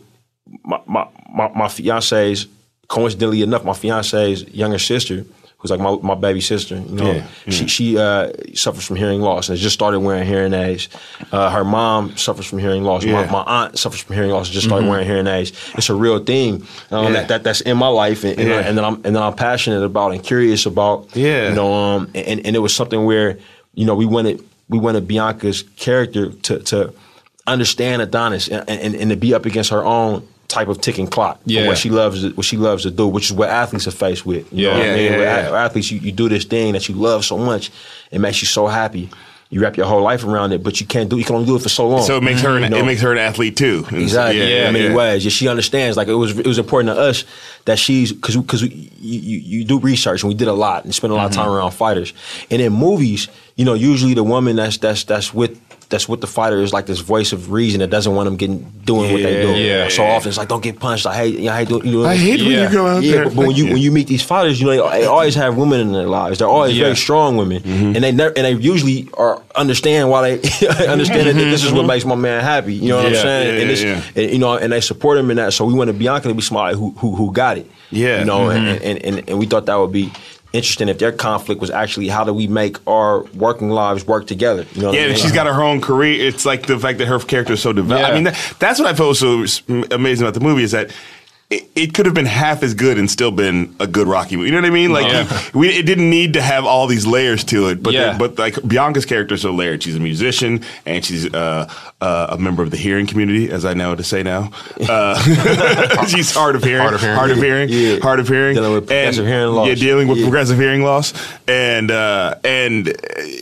Speaker 3: my my my, my fiance's coincidentally enough, my fiance's younger sister. Who's like my, my baby sister? You know,
Speaker 2: Yeah.
Speaker 3: she she uh, suffers from hearing loss and just started wearing hearing aids. Uh, her mom suffers from hearing loss. My-
Speaker 2: Yeah. Mm-hmm.
Speaker 3: My, aunt suffers from hearing loss. and Just started wearing hearing aids. It's a real thing um,
Speaker 2: Yeah.
Speaker 3: that, that that's in my life, and, and,
Speaker 2: Yeah.
Speaker 3: and then I'm and then I'm passionate about and curious about.
Speaker 2: Yeah.
Speaker 3: you know, um, and and it was something where you know we wanted we wanted Bianca's character to to understand Adonis and and, and to be up against her own type of ticking clock. for
Speaker 1: Yeah.
Speaker 3: what she loves what she loves to do, which is what athletes are faced with. You know what
Speaker 1: Yeah,
Speaker 3: I mean?
Speaker 2: yeah,
Speaker 3: With
Speaker 2: yeah.
Speaker 3: a- athletes, you, you do this thing that you love so much, it makes you so happy. You wrap your whole life around it, but you can't do. You can only do it for so long.
Speaker 2: So it makes her an,
Speaker 3: You know?
Speaker 2: it makes her an athlete too. And
Speaker 3: Exactly.
Speaker 2: Yeah,
Speaker 3: in many
Speaker 2: yeah.
Speaker 3: ways. Yeah, she understands. Like it was, it was important to us that she's because because you, you you do research and we did a lot and spent a lot of
Speaker 1: Mm-hmm.
Speaker 3: time around fighters. And in movies, you know, usually the woman that's that's that's with that's with the fighter is like this voice of reason that doesn't want them getting doing what they do.
Speaker 1: Yeah, yeah.
Speaker 3: So often it's like, don't get punched. I hate I hate doing. You know,
Speaker 2: I hate when
Speaker 1: Yeah.
Speaker 2: you go out
Speaker 3: yeah,
Speaker 2: there.
Speaker 3: but, but when you when you meet these fighters, you know they, they always have women in their lives. They're always
Speaker 1: Yeah.
Speaker 3: very strong women,
Speaker 2: Mm-hmm.
Speaker 3: and they never, and they usually are understand why they understand that this is what makes my man happy. You know what
Speaker 1: Yeah,
Speaker 3: I'm saying?
Speaker 2: Mm-hmm. yeah,
Speaker 3: and, it's,
Speaker 2: yeah.
Speaker 3: and you know, and they support him in that. So we wanted Bianca to be somebody who who, who got it.
Speaker 2: Yeah. Mm-hmm.
Speaker 3: you know, and, and, and and we thought that would be interesting if their conflict was actually how do we make our working lives work together. You know, what I
Speaker 2: Yeah, and
Speaker 3: mean?
Speaker 2: she's got her own career. It's like the fact that her character is so developed. I
Speaker 1: Yeah.
Speaker 2: mean, that, that's what I felt so s- amazing about the movie is that it, it could have been half as good and still been a good Rocky movie. You know what I mean? Like,
Speaker 1: Yeah.
Speaker 2: you- we, it didn't need to have all these layers to it. But
Speaker 1: Yeah.
Speaker 2: the- but like Bianca's character is so layered. She's a musician and she's uh, uh, a member of the hearing community, as I know to say now. Uh, she's hard of hearing,
Speaker 4: Hard of hearing.
Speaker 2: hard of hearing,
Speaker 3: Yeah.
Speaker 2: hard of hearing,
Speaker 3: Dealing with progressive hearing loss.
Speaker 2: Yeah, dealing with
Speaker 3: Yeah.
Speaker 2: progressive hearing loss and uh and uh,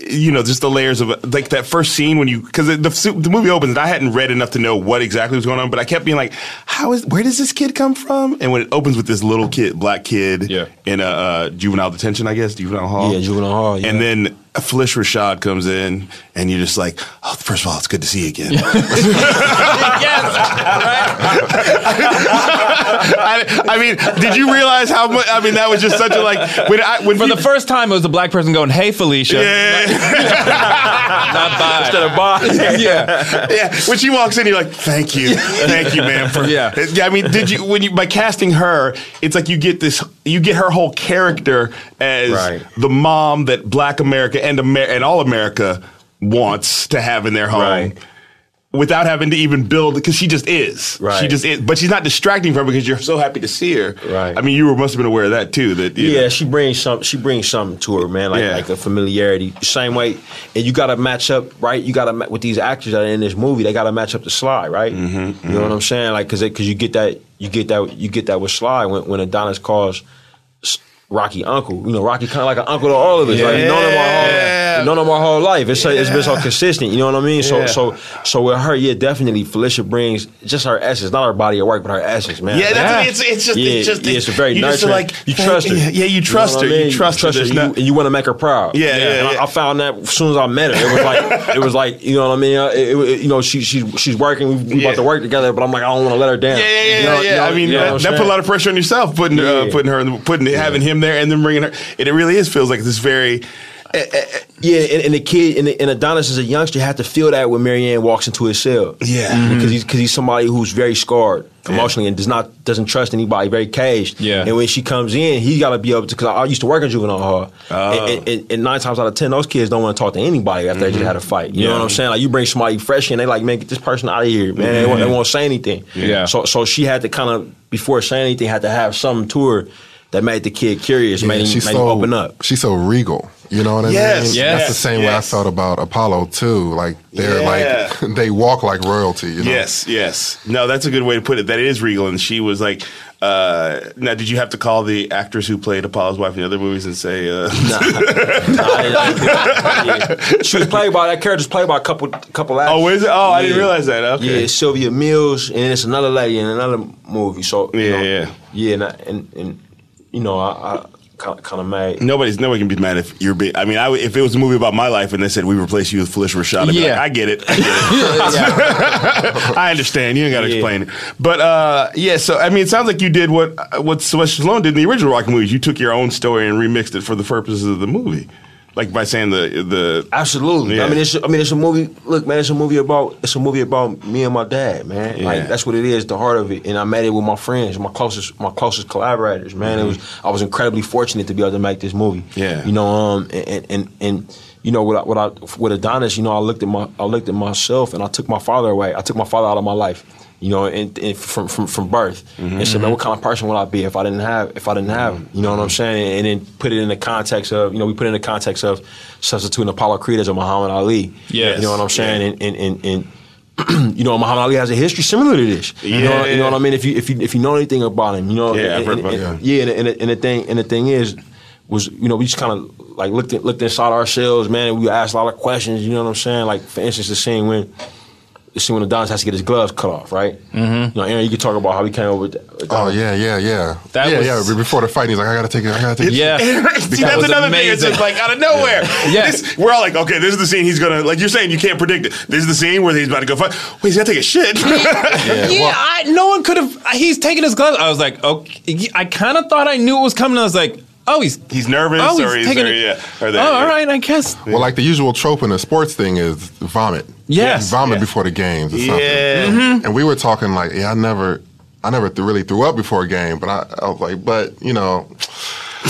Speaker 2: you know just the layers of like that first scene when you because the, the the movie opens and I hadn't read enough to know what exactly was going on but I kept being like how is where does this kid come from and when it opens with this little kid black kid
Speaker 1: Yeah.
Speaker 2: in a uh, juvenile detention I guess juvenile hall
Speaker 3: Yeah, juvenile hall, yeah.
Speaker 2: and then Felish Rashad comes in and you're just like oh, first of all it's good to see you again I, I mean did you realize how much I mean that was just such a like when I when
Speaker 1: For
Speaker 2: you-
Speaker 1: the first time, it was a black person going, "Hey, Felicia,
Speaker 2: yeah.
Speaker 1: not bad."
Speaker 3: Instead of bond.
Speaker 1: yeah,
Speaker 2: yeah. When she walks in, you're like, "Thank you, thank you, man." For
Speaker 1: Yeah.
Speaker 2: I mean, did you when you by casting her, it's like you get this, you get her whole character as
Speaker 3: Right.
Speaker 2: the mom that Black America and Amer- and all America wants to have in their home.
Speaker 3: Right.
Speaker 2: Without having to even build, because she just is. She
Speaker 3: Right.
Speaker 2: just is, but she's not distracting from her because you're so happy to see her.
Speaker 3: Right.
Speaker 2: I mean, you were, must have been aware of that too. That you
Speaker 3: Yeah,
Speaker 2: know.
Speaker 3: she brings some. She brings something to her, man. Like
Speaker 2: Yeah.
Speaker 3: like a familiarity. Same way, and you got to match up, right? You got to with these actors that are in this movie. They got to match up to Sly, right?
Speaker 2: Mm-hmm,
Speaker 3: You know what I'm saying? Like because because you get that you get that you get that with Sly when when Adonis calls S- Rocky uncle. You know Rocky kind of like an uncle to all of us. Like, you know him our
Speaker 2: Yeah.
Speaker 3: whole, you known him our whole life. It's it's been so consistent. You know what I mean? So
Speaker 2: Yeah.
Speaker 3: so so with her, yeah, definitely Felicia brings just her essence, not her body of work, but her essence, man.
Speaker 2: Yeah,
Speaker 3: Like,
Speaker 2: that's
Speaker 1: Yeah.
Speaker 2: It's, it's just
Speaker 3: yeah,
Speaker 2: it's just
Speaker 3: yeah, it's a very
Speaker 2: you just
Speaker 3: nurturing.
Speaker 2: like
Speaker 3: you trust her.
Speaker 2: Yeah, yeah, you
Speaker 3: know
Speaker 2: trust
Speaker 3: what
Speaker 2: her.
Speaker 3: I mean?
Speaker 2: You trust her. There's
Speaker 3: and
Speaker 2: no-
Speaker 3: you, and you want to make her proud.
Speaker 2: Yeah, yeah,
Speaker 3: And I-
Speaker 2: yeah.
Speaker 3: I, found that as soon as I met her, it was like it was like you know what I mean. Uh, It, it- you know, she, she she's working. We, we
Speaker 2: Yeah.
Speaker 3: about to work together, but I'm like I don't want to let her down.
Speaker 2: Yeah, yeah, yeah,
Speaker 3: You know-
Speaker 2: yeah.
Speaker 3: you know-
Speaker 2: I mean,
Speaker 3: you know
Speaker 2: that,
Speaker 3: what I'm
Speaker 2: that put a
Speaker 3: saying?
Speaker 2: lot of pressure on yourself, putting uh,
Speaker 3: Yeah.
Speaker 2: putting her, in the- putting having him there, and then bringing her. And it really is feels like this very.
Speaker 3: Yeah, and, and the kid and, and Adonis as a youngster had to feel that when Marianne walks into his cell.
Speaker 2: Yeah.
Speaker 3: because he's because he's somebody who's very scarred emotionally and does not doesn't trust anybody, very caged.
Speaker 1: Yeah.
Speaker 3: and when she comes in, he's got to be able to. Because I, I used to work in juvenile hall,
Speaker 1: Oh.
Speaker 3: and, and, and nine times out of ten, those kids don't want to talk to anybody after they just had a fight. You know
Speaker 1: Mm-hmm. Yeah.
Speaker 3: what I'm saying? Like you bring somebody fresh in, they like man, get this person out of here, man. They, won't, they won't say anything.
Speaker 1: Mm-hmm. Yeah.
Speaker 3: so so she had to kind of before saying anything, had to have something to her. That made the kid curious, made, him,
Speaker 4: she's
Speaker 3: made
Speaker 4: so
Speaker 3: him open up.
Speaker 4: She's so regal. You know what I
Speaker 2: Yes,
Speaker 4: mean?
Speaker 1: yes,
Speaker 4: That's the same way I
Speaker 2: yes.
Speaker 4: felt about Apollo too. Like they're
Speaker 2: Yeah.
Speaker 4: like they walk like royalty. You know?
Speaker 2: Yes, yes. No, that's a good way to put it. That is regal, and she was like. Uh, now, did you have to call the actress who played Apollo's wife in the other movies and say, uh,
Speaker 3: Yeah. She was played by that character's played by a couple couple actors.
Speaker 2: "Oh, where's it? Oh, I didn't
Speaker 3: Yeah.
Speaker 2: realize that." Okay.
Speaker 3: Yeah, Sylvia Mills, and it's another lady in another movie. So you
Speaker 2: Yeah,
Speaker 3: know,
Speaker 2: yeah.
Speaker 3: yeah, and I, and, and you know, I, I kind of kind of made.
Speaker 2: Nobody's nobody can be mad if you're. Be, I mean, I, would- if it was a movie about my life and they said we replace you with Felicia Rashad, I'd be like,
Speaker 1: Yeah.
Speaker 2: I get it. I get it. I understand. You ain't got to
Speaker 3: Yeah.
Speaker 2: explain it. But uh, yeah, so I mean, it sounds like you did what uh, what Sylvester Stallone did in the original Rocky movies. You took your own story and remixed it for the purposes of the movie, like by saying the the.
Speaker 3: Absolutely.
Speaker 2: Yeah.
Speaker 3: I mean, it's I mean, it's a movie. Look, man, it's a movie about it's a movie about me and my dad, man.
Speaker 2: Yeah.
Speaker 3: Like that's what it is, the heart of it. And I made it with my friends, my closest, my closest collaborators, man. It was I was incredibly fortunate to be able to make this movie.
Speaker 2: Yeah.
Speaker 3: you know, um, and and and, and you know what I, what I with Adonis, you know, I looked at my I looked at myself and I took my father away. I took my father out of my life. You know, and, and from, from from birth, and said, "Man, what kind of person would I be if I didn't have if I didn't have him?" You know what I'm saying? And then put it in the context of you know we put it in the context of substituting Apollo Creed as a Muhammad Ali.
Speaker 1: Yes.
Speaker 3: you know what I'm saying? And and and, and you know Muhammad Ali has a history similar to this. You
Speaker 2: Yeah.
Speaker 3: know, you know what I mean? If you if you if you know anything about him, you know.
Speaker 2: Yeah, I've
Speaker 3: and,
Speaker 2: heard about
Speaker 3: and-
Speaker 2: that.
Speaker 3: and- yeah, and, and, and the thing and the thing is, was you know we just kind of like looked at, looked inside ourselves, man. And we asked a lot of questions. You know what I'm saying? Like for instance, the scene when the scene when Adonis has to get his gloves cut off, right? Mm-hmm. You know, Aaron, you can talk about how he came up with that. with
Speaker 4: Oh
Speaker 3: that.
Speaker 4: yeah, yeah, yeah.
Speaker 1: That
Speaker 4: yeah,
Speaker 1: was-
Speaker 4: yeah. Before the fight, he's like, I gotta take it. I gotta take it.
Speaker 1: Yeah.
Speaker 2: See, that's
Speaker 1: was
Speaker 2: another thing. It's
Speaker 1: amazing.
Speaker 2: just like out of nowhere.
Speaker 1: Yeah.
Speaker 2: This, we're all like, okay, this is the scene he's gonna like. You're saying you can't predict it. This is the scene where he's about to go fight. Wait, he's gonna take a shit.
Speaker 1: Yeah, I, no one could have. He's taking his gloves. I was like, okay. I kind of thought I knew it was coming. I was like, oh, he's
Speaker 2: He's nervous,
Speaker 1: Oh,
Speaker 2: or he's,
Speaker 1: taking
Speaker 2: or,
Speaker 1: it.
Speaker 2: yeah, or
Speaker 1: oh,
Speaker 2: that,
Speaker 1: all
Speaker 2: yeah.
Speaker 1: right. I guess.
Speaker 4: Well, like the usual trope in a sports thing is vomit.
Speaker 1: Yes.
Speaker 4: vomit before the games. Or something.
Speaker 2: Yeah.
Speaker 4: And we were talking like, yeah, I never, I never th- really threw up before a game, but I, I was like, but you know,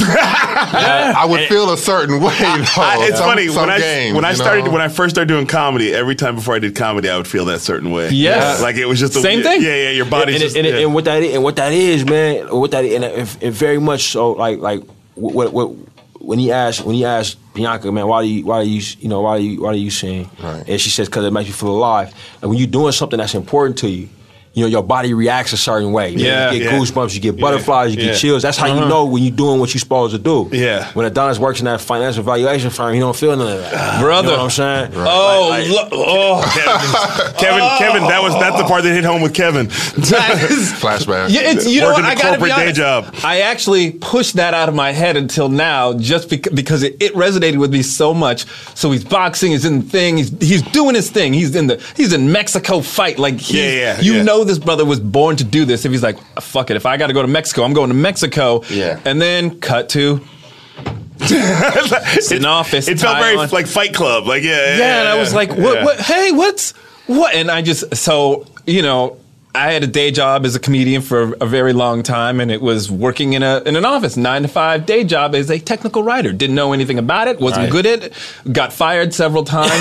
Speaker 4: I would feel a certain way. though,
Speaker 2: I- it's
Speaker 4: Oh, some-
Speaker 2: funny
Speaker 4: some
Speaker 2: when I
Speaker 4: games,
Speaker 2: when I
Speaker 4: you
Speaker 2: started
Speaker 4: know?
Speaker 2: when I first started doing comedy. Every time before I did comedy, I would feel that certain way.
Speaker 1: Yes.
Speaker 2: like it was just a,
Speaker 1: Same thing.
Speaker 2: Yeah, yeah, your body's
Speaker 3: and,
Speaker 2: just.
Speaker 3: and,
Speaker 2: yeah.
Speaker 3: and what that is, and what that is, man, what that and, uh, and, and very much so, like like what what when he asked when he asked Bianca, man, why do you why do you you know why do you why do you sing?
Speaker 4: Right.
Speaker 3: And she says because it makes you feel alive. And when you're doing something that's important to you. You know, your body reacts a certain way. You know,
Speaker 1: Yeah,
Speaker 3: you get
Speaker 2: yeah.
Speaker 3: goosebumps, you get butterflies, you
Speaker 2: yeah. Uh-huh.
Speaker 3: get chills. That's how you know when you're doing what you're supposed to do.
Speaker 2: Yeah.
Speaker 3: When Adonis works in that financial valuation firm, he don't feel none of that.
Speaker 1: Brother.
Speaker 3: You know what I'm saying?
Speaker 1: Oh,
Speaker 2: Like-
Speaker 1: lo- oh.
Speaker 2: Kevin, Kevin, that was that's the part that hit home with Kevin.
Speaker 1: That is-
Speaker 4: flashback.
Speaker 1: Yeah, it's, you know
Speaker 2: Working
Speaker 1: what? I
Speaker 2: the
Speaker 1: gotta be
Speaker 2: corporate day
Speaker 1: honest.
Speaker 2: job.
Speaker 1: I actually pushed that out of my head until now, just bec- because it, it resonated with me so much. So he's boxing, he's in the thing, he's he's doing his thing. He's in the he's in Mexico fight. Like he,
Speaker 2: Yeah, yeah,
Speaker 1: you
Speaker 2: yeah.
Speaker 1: know, this brother was born to do this. If he's like, fuck it, if I got to go to Mexico, I'm going to Mexico.
Speaker 4: Yeah.
Speaker 1: and then cut to
Speaker 2: it's
Speaker 1: an office.
Speaker 2: It felt
Speaker 1: tie
Speaker 2: very
Speaker 1: on.
Speaker 2: like Fight Club. Like yeah, yeah.
Speaker 1: yeah, and I was like, what,
Speaker 2: yeah.
Speaker 1: what? Hey, what's what? And I just so you know, I had a day job as a comedian for a very long time, and it was working in a in an office, nine to five day job as a technical writer. Didn't know anything about it, wasn't
Speaker 2: Right.
Speaker 1: good at it, got fired several times.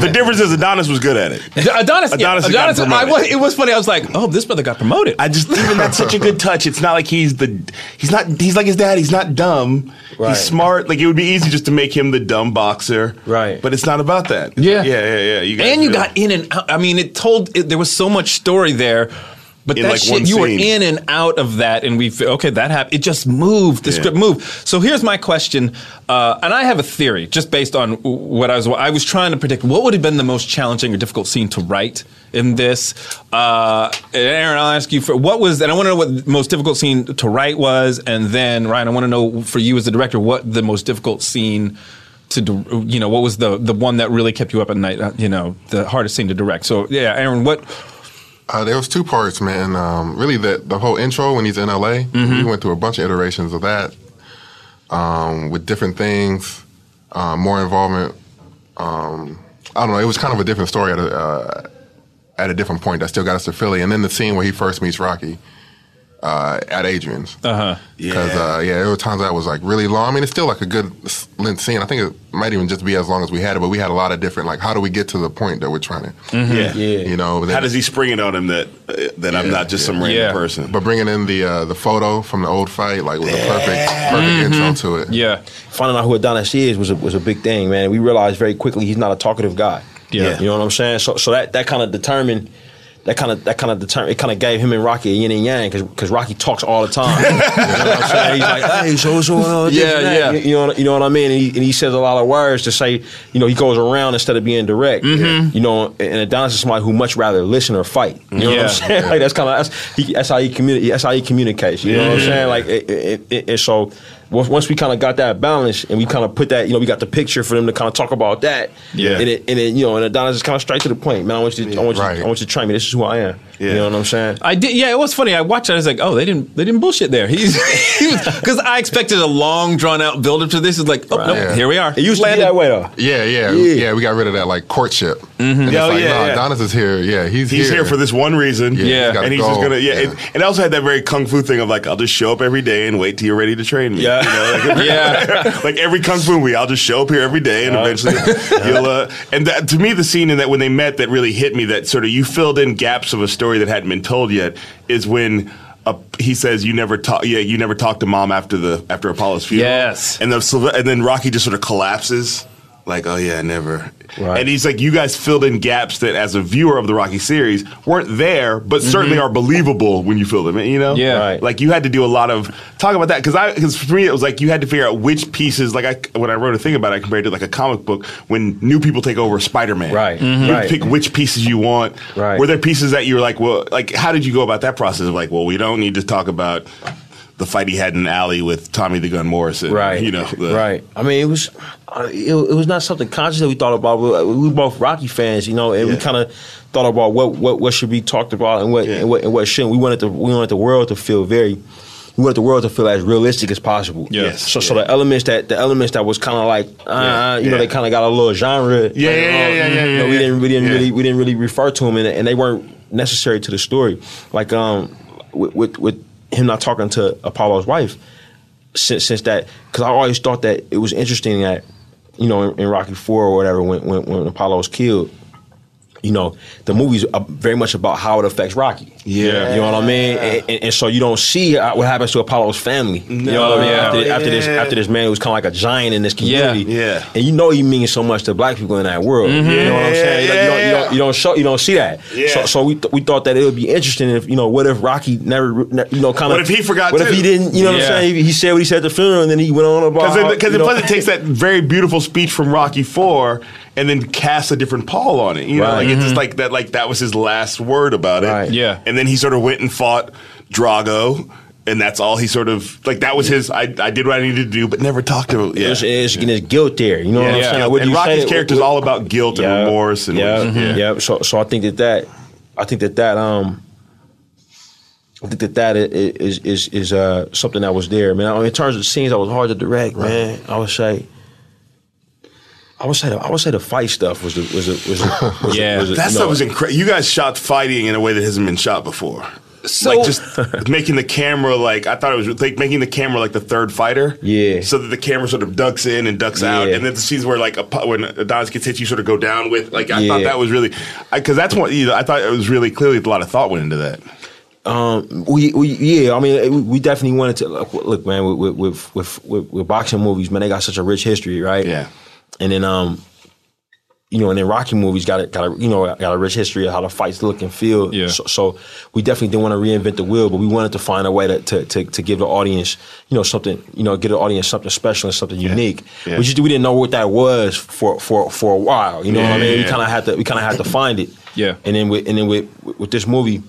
Speaker 2: The difference is Adonis was good at it.
Speaker 1: Adonis, yeah,
Speaker 2: Adonis has gotten
Speaker 1: I,
Speaker 2: promoted.
Speaker 1: was- it was funny. I was like, oh, this brother got promoted.
Speaker 2: I just even that's such a good touch. It's not like he's the he's not he's like his dad. He's not dumb.
Speaker 3: Right.
Speaker 2: He's smart. Like it would be easy just to make him the dumb boxer.
Speaker 3: Right.
Speaker 2: But it's not about that.
Speaker 1: Yeah.
Speaker 2: Yeah. Yeah. Yeah. You guys
Speaker 1: and you
Speaker 2: really-
Speaker 1: got in and out. I mean, it told it, there was so much story there, but
Speaker 2: In
Speaker 1: that
Speaker 2: like one
Speaker 1: shit you were in
Speaker 2: scene.
Speaker 1: and out of that, and we f- okay that happened. It just moved. The
Speaker 2: Yeah.
Speaker 1: script moved. So here's my question, uh, and I have a theory just based on w- what I was I was trying to predict. What would have been the most challenging or difficult scene to write in this? Uh, and Aaron, I'll ask you for what was, and I want to know what the most difficult scene to write was, and then Ryan, I want to know for you as the director what the most difficult scene to di- you know what was the the one that really kept you up at night uh, you know the hardest scene to direct so yeah aaron what
Speaker 4: Uh, there was two parts, man. Um, really, the the whole intro when he's in LA,
Speaker 2: Mm-hmm.
Speaker 4: we went through a bunch of iterations of that um, with different things. um, more involvement. Um, I don't know. It was kind of a different story at a uh, at a different point that still got us to Philly, and then the scene where he first meets Rocky uh, at Adrian's.
Speaker 1: Uh huh.
Speaker 4: Because yeah. Uh, yeah, there were times that was like really long. I mean, it's still like a good s- length scene. I think it might even just be as long as we had it, but we had a lot of different like, how do we get to the point that we're trying to,
Speaker 2: Yeah.
Speaker 4: you know? but
Speaker 2: Mm. How
Speaker 4: then-
Speaker 2: does he spring it on him that uh, that I'm not just some random
Speaker 1: Yeah.
Speaker 2: person?
Speaker 4: But bringing in the uh, the photo from the old fight, like was a perfect perfect intro to it.
Speaker 1: Yeah.
Speaker 3: finding out who Adonis is was a, was a big thing, man. We realized very quickly he's not a talkative guy.
Speaker 1: Yeah.
Speaker 3: you know what I'm saying. So so that that kind of determined. That kind of that kind of determined. It kind of gave him and Rocky a yin and yang because Rocky talks all the time. you know what I'm saying? He's like, hey, so so. Uh, this
Speaker 1: Yeah,
Speaker 3: and that."
Speaker 1: yeah.
Speaker 3: You know, you know what I mean. And he, and he says a lot of words to say. You know, he goes around instead of being direct.
Speaker 1: Mm-hmm.
Speaker 3: You know, and Adonis is somebody who much rather listen or fight. You know what
Speaker 1: Yeah.
Speaker 3: I'm saying? like that's kind of that's, he, that's how he communi- That's how he communicates. You know what I'm saying? Like, it, it, it, and so once, once we kind of got that balance, and we kind of put that, you know, we got the picture for them to kind of talk about that.
Speaker 1: Yeah.
Speaker 3: And it, and it, you know, and Adonis is kind of straight to the point. Man, I want you, to, I want you,
Speaker 4: Right.
Speaker 3: I want you to train me. This is who I am. You
Speaker 2: Yeah.
Speaker 3: know what I'm saying?
Speaker 1: I did. Yeah, it was funny. I watched it. I was like, oh, they didn't. They didn't bullshit there. He's because I expected a long, drawn out build up to this. It's like, oh, nope,
Speaker 4: Yeah.
Speaker 1: here we are.
Speaker 3: It used
Speaker 1: Landed.
Speaker 3: to be that way though.
Speaker 4: Yeah, yeah,
Speaker 3: Yeah.
Speaker 4: yeah, We got rid of that like courtship. And it's
Speaker 2: Oh,
Speaker 4: like,
Speaker 2: yeah,
Speaker 4: no,
Speaker 2: yeah.
Speaker 4: Adonis is here. Yeah, he's,
Speaker 2: He's here for this one reason.
Speaker 1: Yeah.
Speaker 4: gotta
Speaker 2: and he's just
Speaker 4: go.
Speaker 2: gonna yeah, And, and I also had that very kung fu thing of like I'll just show up every day and wait till you're ready to train me.
Speaker 3: Yeah.
Speaker 2: you know, like,
Speaker 1: Yeah.
Speaker 2: like every kung fu movie, I'll just show up here every day and eventually you'll. Uh, and that, to me, the scene in that when they met that really hit me that sort of you filled in gaps of a story that hadn't been told yet is when. Uh, he says you never talk. Yeah, you never talked to mom after the after Apollo's funeral.
Speaker 1: Yes.
Speaker 2: and the Sylve- and then Rocky just sort of collapses. Like, oh yeah, never.
Speaker 3: Right.
Speaker 2: And he's like, you guys filled in gaps that, as a viewer of the Rocky series, weren't there, but
Speaker 3: Mm-hmm.
Speaker 2: certainly are believable when you fill them in. You know,
Speaker 1: Yeah.
Speaker 3: Right.
Speaker 2: Like you had to do a lot of talk about that because I because for me it was like you had to figure out which pieces. Like I when I wrote a thing about, it, I compared it to like a comic book when new people take over Spider Man.
Speaker 3: Right. Mhm.
Speaker 2: You
Speaker 3: Right.
Speaker 2: pick which pieces you want.
Speaker 3: Right.
Speaker 2: Were there pieces that you were like, well, like how did you go about that process of like, well, we don't need to talk about. The fight he had in the alley with Tommy the Gun Morrison,
Speaker 3: right
Speaker 2: You know, the-
Speaker 3: right i mean it was uh, it, it was not something conscious that we thought about we, uh, we were both rocky fans you know and we
Speaker 2: Yeah.
Speaker 3: kind of thought about what, what what should be talked about and what,
Speaker 2: Yeah.
Speaker 3: and what and what shouldn't we wanted the we wanted the world to feel very we wanted the world to feel as realistic as possible
Speaker 2: Yes.
Speaker 3: so so the elements that the elements that was kind of like uh,
Speaker 2: Yeah.
Speaker 3: you know they
Speaker 2: Yeah.
Speaker 3: kind of got a little genre um,
Speaker 2: Yeah, yeah, yeah, yeah, yeah,
Speaker 3: you
Speaker 2: yeah,
Speaker 3: know, we
Speaker 2: yeah.
Speaker 3: didn't we didn't
Speaker 2: Yeah.
Speaker 3: really we didn't really refer to them and, and they weren't necessary to the story like um with with, with him not talking to apollo's wife since since that because I always thought that it was interesting that you know in, in Rocky Four or whatever when, when when Apollo was killed, you know the movie's uh, very much about how it affects Rocky.
Speaker 2: Yeah.
Speaker 3: you know what I mean. And, and, and so you don't see uh, what happens to Apollo's family. you know what I mean
Speaker 1: No,
Speaker 3: after, after this
Speaker 2: yeah.
Speaker 3: after this man who's kind of like a giant in this community.
Speaker 2: yeah.
Speaker 3: and you know he means so much to black people in that world.
Speaker 2: Mm-hmm.
Speaker 3: You know what I'm saying? Like, you, don't, you don't you don't show you don't see that.
Speaker 2: Yeah.
Speaker 3: So, so we th- we thought that it would be interesting if you know what if Rocky never re- ne- you know kind of
Speaker 2: What if he forgot
Speaker 3: what if
Speaker 2: too?
Speaker 3: he didn't you know what
Speaker 1: Yeah.
Speaker 3: I'm saying he said what he said at the funeral, and then he went on about
Speaker 2: Because
Speaker 3: how,
Speaker 2: it, 'cause
Speaker 3: you
Speaker 2: it-
Speaker 3: know-
Speaker 2: plus it takes that very beautiful speech from Rocky Four and then casts a different Paul on it. You know,
Speaker 3: Right.
Speaker 2: like it's just like that. Like that was his last word about it.
Speaker 3: Right.
Speaker 1: Yeah.
Speaker 2: And then he sort of went and fought Drago, and that's all he sort of like. That was his. I, I did what I needed to do, but never talked to. him. Yeah.
Speaker 3: It's, it's, it's guilt there. You know
Speaker 2: yeah.
Speaker 3: what I'm
Speaker 2: yeah.
Speaker 3: saying? Like, what do
Speaker 2: and
Speaker 3: you
Speaker 2: Rocky's
Speaker 3: say?
Speaker 2: character is all about guilt
Speaker 3: Yeah.
Speaker 2: and remorse and
Speaker 3: yeah, Mm-hmm.
Speaker 2: yeah.
Speaker 3: yeah. So, so I think that that, I think that that um, I think that that i- i- is is is uh something that was there, man. I mean, in terms of scenes, I was hard to direct, man. I would say. I would say the, I would say the fight stuff was the, was the, was the, was the-
Speaker 1: Yeah.
Speaker 3: was the-
Speaker 2: That
Speaker 3: you
Speaker 2: stuff
Speaker 3: know,
Speaker 2: was incredible. You guys shot fighting in a way that hasn't been shot before.
Speaker 1: So-
Speaker 2: like just making the camera like I thought it was like making the camera like the third fighter.
Speaker 3: Yeah.
Speaker 2: So that the camera sort of ducks in and ducks out,
Speaker 3: Yeah.
Speaker 2: and then the scenes where like a, pu- when Adonis gets hit, you sort of go down with like I thought
Speaker 3: Yeah.
Speaker 2: that was really because that's what you know, I thought it was really clearly a lot of thought went into that.
Speaker 3: Um, we, we yeah, I mean, it- we definitely wanted to look, look man, with- with with, with with with boxing movies, man, they got such a rich history, right?
Speaker 2: Yeah.
Speaker 3: and then um, you know, and then Rocky movies got a, got a, you know got a rich history of how the fights look and feel.
Speaker 1: Yeah.
Speaker 3: So, so we definitely didn't want to reinvent the wheel, but we wanted to find a way to to, to, to give the audience you know something you know give the audience something special and something unique.
Speaker 2: Yeah.
Speaker 3: We just we didn't know what that was for for for a while. You know what I
Speaker 2: Yeah,
Speaker 3: mean?
Speaker 2: yeah,
Speaker 3: we
Speaker 2: yeah.
Speaker 3: kind of had to we kind of had to find it.
Speaker 1: Yeah.
Speaker 3: And then with and then with with this movie